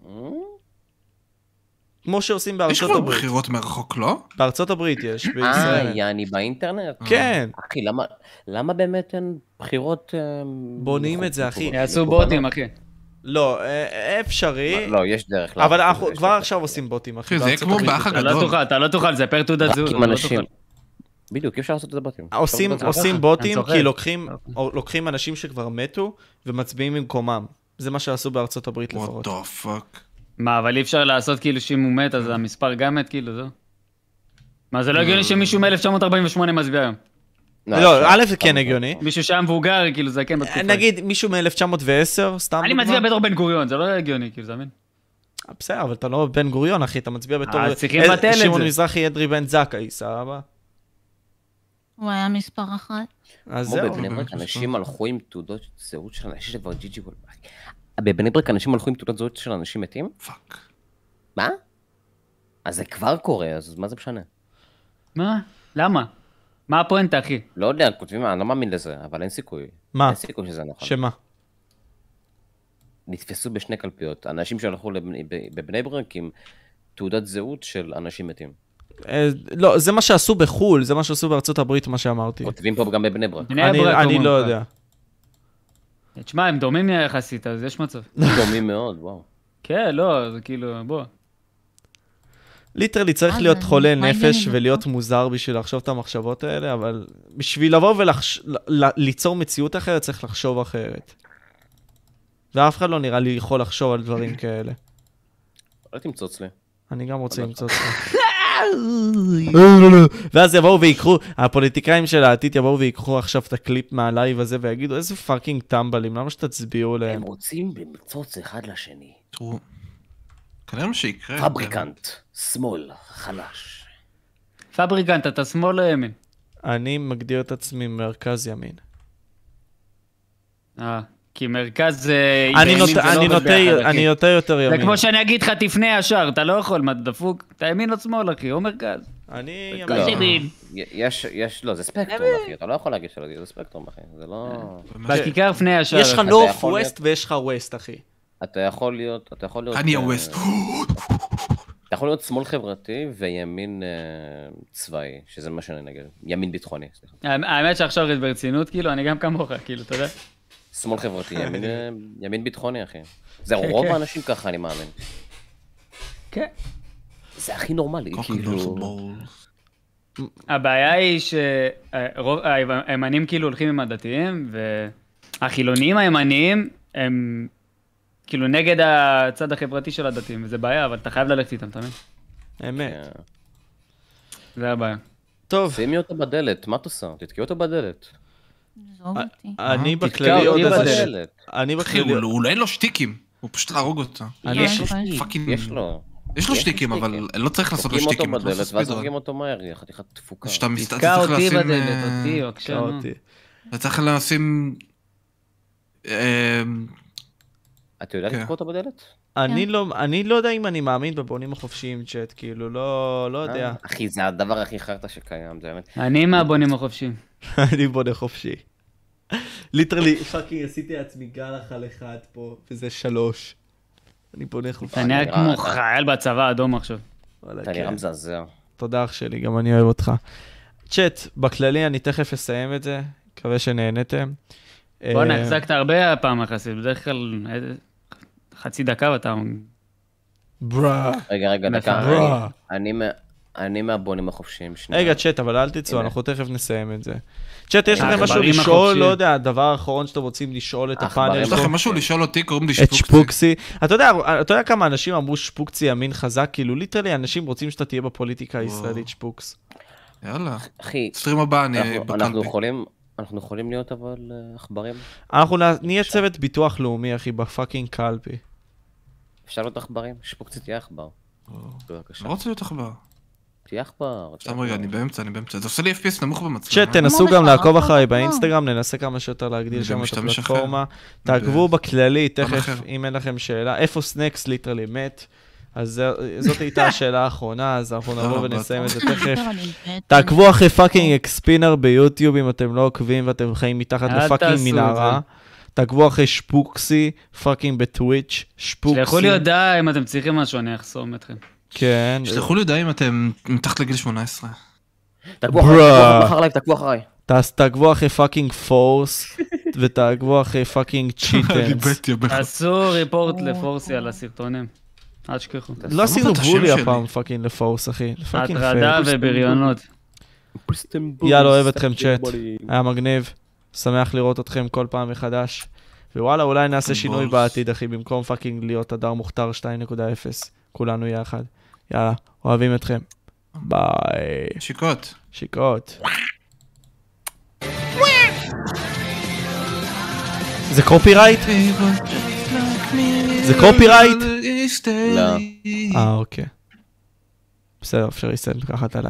אה, כמו שעושים יש בארצות כבר הברית. בחירות מרחוק, לא? בארצות הברית יש, אה, בישראל. אין. יעני באינטרנט? כן, אחי, למה- למה באמת אין בחירות... אה, בונים את זה, אחי. יעשו מקוונות? בוטים, אחי. לא, אה, אה, אפשרי, לא, יש דרך. אבל לעשות את אנחנו זה, יש כבר דרך. עכשיו עושים בוטים, אחי. אחי, זה יהיה בארצות כמו הברית. באח אתה לא הגדול. תוכל, אתה לא תוכל, זה פר תעודת רק זהות. עם אתה לא אנשים. תוכל. בדיוק, אי אפשר לעשות את זה בוטים. אה, עושים, אתה עושים אני בוטים צוחק. כי לוקחים, או- לוקחים אנשים שכבר מתו ומצביעים במקומם. זה מה שעשו בארצות הברית וואט לפחות. דה פאק. מה, אבל אי אפשר לעשות כאילו שאם הוא מת, אז המספר גם מת, כאילו, זהו? מה, זה לא הגיוני שמישהו מ-1948 מצביע היום. לא, אפשר. א' זה כן הגיוני. מישהו שהיה מבוגר, כאילו, זקן בתקופה. נגיד מישהו מ-1910, סתם אני דוגמה. מצביע בתור בן גוריון, זה לא הגיוני, כאילו, אתה מבין? בסדר, אבל אתה לא בן גוריון, אחי, אתה מצביע בתור... אז צריכים אל- לבטל את שמעון זה. מזרחי, אדרי בן זכאי, סבבה? הוא היה מספר אחת. אז כמו זהו. (laughs) בבני ברק, באמת, אנשים הלכו עם תעודות זהות של אנשים שכבר ג'י ג'י וולבאי. בבני ברק אנשים הלכו עם תעודות זהות של אנשים מתים? פאק. מה? אז זה כבר קורה, אז מה זה משנה? מה? למה? מה הפואנטה, אחי? לא יודע, כותבים, אני לא מאמין לזה, אבל אין סיכוי. מה? אין סיכוי שזה נכון. שמה? נתפסו בשני קלפיות, אנשים שהלכו לבני- ב- בבני ברק עם תעודת זהות של אנשים מתים. אה, לא, זה מה שעשו בחו"ל, זה מה שעשו בארצות הברית, מה שאמרתי. אוקיי. כותבים פה גם (laughs) בבני ברק. בני אני- ברק, אני אומרים לא לך. יודע. אה, תשמע, הם דומים יחסית, אז יש מצב. דומים מאוד, וואו. כן, לא, זה כאילו, בוא. ליטרלי צריך אה, להיות זה חולה נשמע נפש הגיוני, ולהיות נכון? מוזר בשביל לחשוב את המחשבות האלה, אבל בשביל לבוא וליצור מציאות אחרת, צריך לחשוב אחרת. ואף אחד לא נראה לי (laughs) יכול לחשוב על דברים כאלה. אל תמצוץ לי. אני גם רוצה אבל- למצוא אותך. ואז יבואו ויקחו, הפוליטיקאים של העתיד יבואו ויקחו עכשיו את הקליפ מהלייב הזה ויגידו, איזה פאקינג טמבלים, למה שתצביעו להם? הם רוצים למצוץ אחד לשני. תראו, כנראה מה שיקרה... פבריקנט, שמאל, חלש. פבריקנט, אתה שמאל או ימין? אני מגדיר את עצמי מרכז ימין. אה, כי מרכז... אה, אני ימין נוט- זה לא אני עובד נוטה- ביחד, אחי. אני נוטה יותר זה ימין. כמו שאני אגיד לך, תפנה ישר, אתה לא יכול, מה, אתה דפוק? אתה ימין או שמאל, אחי, או מרכז. אני... לא, יש, יש, לא, זה ספקטרום, אחי, אתה לא יכול להגיד שלא, זה ספקטרום, אחי, זה לא... כן, בכיכר פני ישר. יש לך אחי. נורף יכול להיות- ווסט ויש לך ווסט, אחי. אתה יכול להיות, אתה יכול להיות... קניה אה, ווסט. (gasps) אתה יכול להיות שמאל חברתי וימין אה, צבאי, שזה מה שאני נגד, ימין ביטחוני, סליחה. האמת שעכשיו ברצינות, כאילו, אני גם כמוך, כאילו, אתה יודע. שמאל (laughs) חברתי, ימין, אה, ימין ביטחוני, אחי. זה רוב כן. האנשים ככה, אני מאמין. כן. זה הכי נורמלי, כאילו... הבעיה היא שהימנים כאילו הולכים עם הדתיים, והחילונים הימניים הם כאילו נגד הצד החברתי של הדתיים, וזה בעיה, אבל אתה חייב ללכת איתם, אתה מבין? אמת. זה הבעיה. טוב. שימי אותו בדלת, מה את עושה? תתקעי אותו בדלת. לא, עזוב אותי. אה, אני תתקע בכללי עוד אותי איזה... בדלת. ש- אני אחי, בכללי... הוא לא- אולי אין לו שטיקים, הוא פשוט להרוג אותה. אני- יש יש לו- פאקינג... יש לו. יש לו שטיקים, אבל לא Mm. צריך לעשות לו תוקעים אותו שטיקים. אתה בדלת, עושה ואז speedrun. הורגים אותו מהר, היא חתיכת תפוקה. שאתה מסת- אתה תקע צריך אותי לשים, בדלת, אה, אותי, בבקשה. נו. אותי. אתה צריך לשים... אה, את יודעת כן. לתקוע אותו בדלת? אני לא, אני לא יודע אם אני מאמין בבונים החופשיים צ'אט, כאילו, לא, לא יודע. (laughs) אה, אחי, זה הדבר הכי חרטא שקיים, זה באמת. אני מהבונים החופשיים. אני בונה חופשי. ליטרלי, פאקינג עשיתי לעצמי גלח על אחד פה, וזה שלוש. אני בונה חופשי. אתה נראה אה. נראה, כמו אתה- חייל בצבא האדום עכשיו. וואלה, אתה נראה כן. מזעזע. תודה אח שלי, גם אני אוהב אותך. צ'אט, בכללי אני תכף אסיים את זה, מקווה שנהנתם. בואנה, אה, החזקת הרבה הפעם יחסית, בדרך כלל איזה- חצי דקה ואתה... ברה. רגע, רגע, דקה. ברה. אני- אני מה- אני מהבונים החופשיים, שנייה. רגע, צ'אט, אבל אל תצאו, הנה. אנחנו תכף נסיים את זה. צ'אט, יש לכם העכברים משהו לשאול? החופשיים. לא יודע, הדבר האחרון שאתם רוצים לשאול את העכברים. הפאנל יש פה? טוב. לכם משהו לשאול אותי? קוראים לי את שפוקסי. שפוקסי. אתה יודע, אתה יודע כמה אנשים אמרו שפוקסי ימין חזק? כאילו, ליטרלי, אנשים רוצים שאתה תהיה בפוליטיקה הישראלית שפוקס. יאללה. אחי, סטרים הבא, אני אנחנו- אנחנו בקלפי. יכולים... אנחנו יכולים להיות אבל אה, עכברים? אנחנו נ- נהיה צוות ביטוח לאומי, אחי, בפאקינג קלפי. אפשר להיות עכברים? שפוקציה תהיה עכבר. בבקשה. לא רוצה להיות עכבר. תהיה עכבר. תהיה סתם רגע, עכבר. אני באמצע, אני באמצע. זה עושה לי FPS נמוך במצלמה. צ'אט, תנסו גם בשאר לא, לעקוב אחריי הפלטפורמות. באינסטגרם, ננסה כמה שיותר להגדיל אני שם גם את משתמש אחר. הפלטפורמה. תעקבו בכללי, תכף, אחר. אם אין לכם שאלה. איפה סנקס ליטרלי מת? אז זה- (laughs) זאת הייתה השאלה האחרונה, אז אנחנו תודה נבוא רבה. ונסיים את זה תכף. בסדר, אני מתה. תעקבו אחרי פאקינג אקספינר ביוטיוב אם אתם לא עוקבים ואתם חיים מתחת אל לפאקינג תעשו את מנהרה. תעקבו אחרי שפוקסי, פאקינג בטוויץ', שפוקסי. שלחו לי הודעה אם אתם צריכים משהו, אני אחסום אתכם. כן. שלחו לי הודעה אם אתם מתחת לגיל (laughs) 18. תעקבו אחריי, ברה. תעקבו אחריי, תעקבו אחריי. תעש- תעקבו אחרי פאקינג (laughs) פורס, ותעקבו אחרי (laughs) פאקינג צ'יטנס. ניבאתי, הבן. תעשו ריפורט לפורסי על הסרטונים. אל תשכחו. לא עשינו את השם בולי שלי. הפעם פאקינג לפורס, אחי. זה פאקינג הטרדה פייק. ובריונות. יאללה, אוהב אתכם צ'אט. היה מגניב, שמח לראות אתכם כל פעם מחדש. ווואלה, אולי נעשה שינוי בוס. בעתיד, אחי, במקום פאקינג להיות הדר מוכתר 2.0. כולנו יחד. יאללה, אוהבים אתכם. ביי. שיקות. שיקות. זה קופירייט? זה קופירייט? לא. אה, אוקיי. בסדר, אפשר לסיים ככה את הלייב.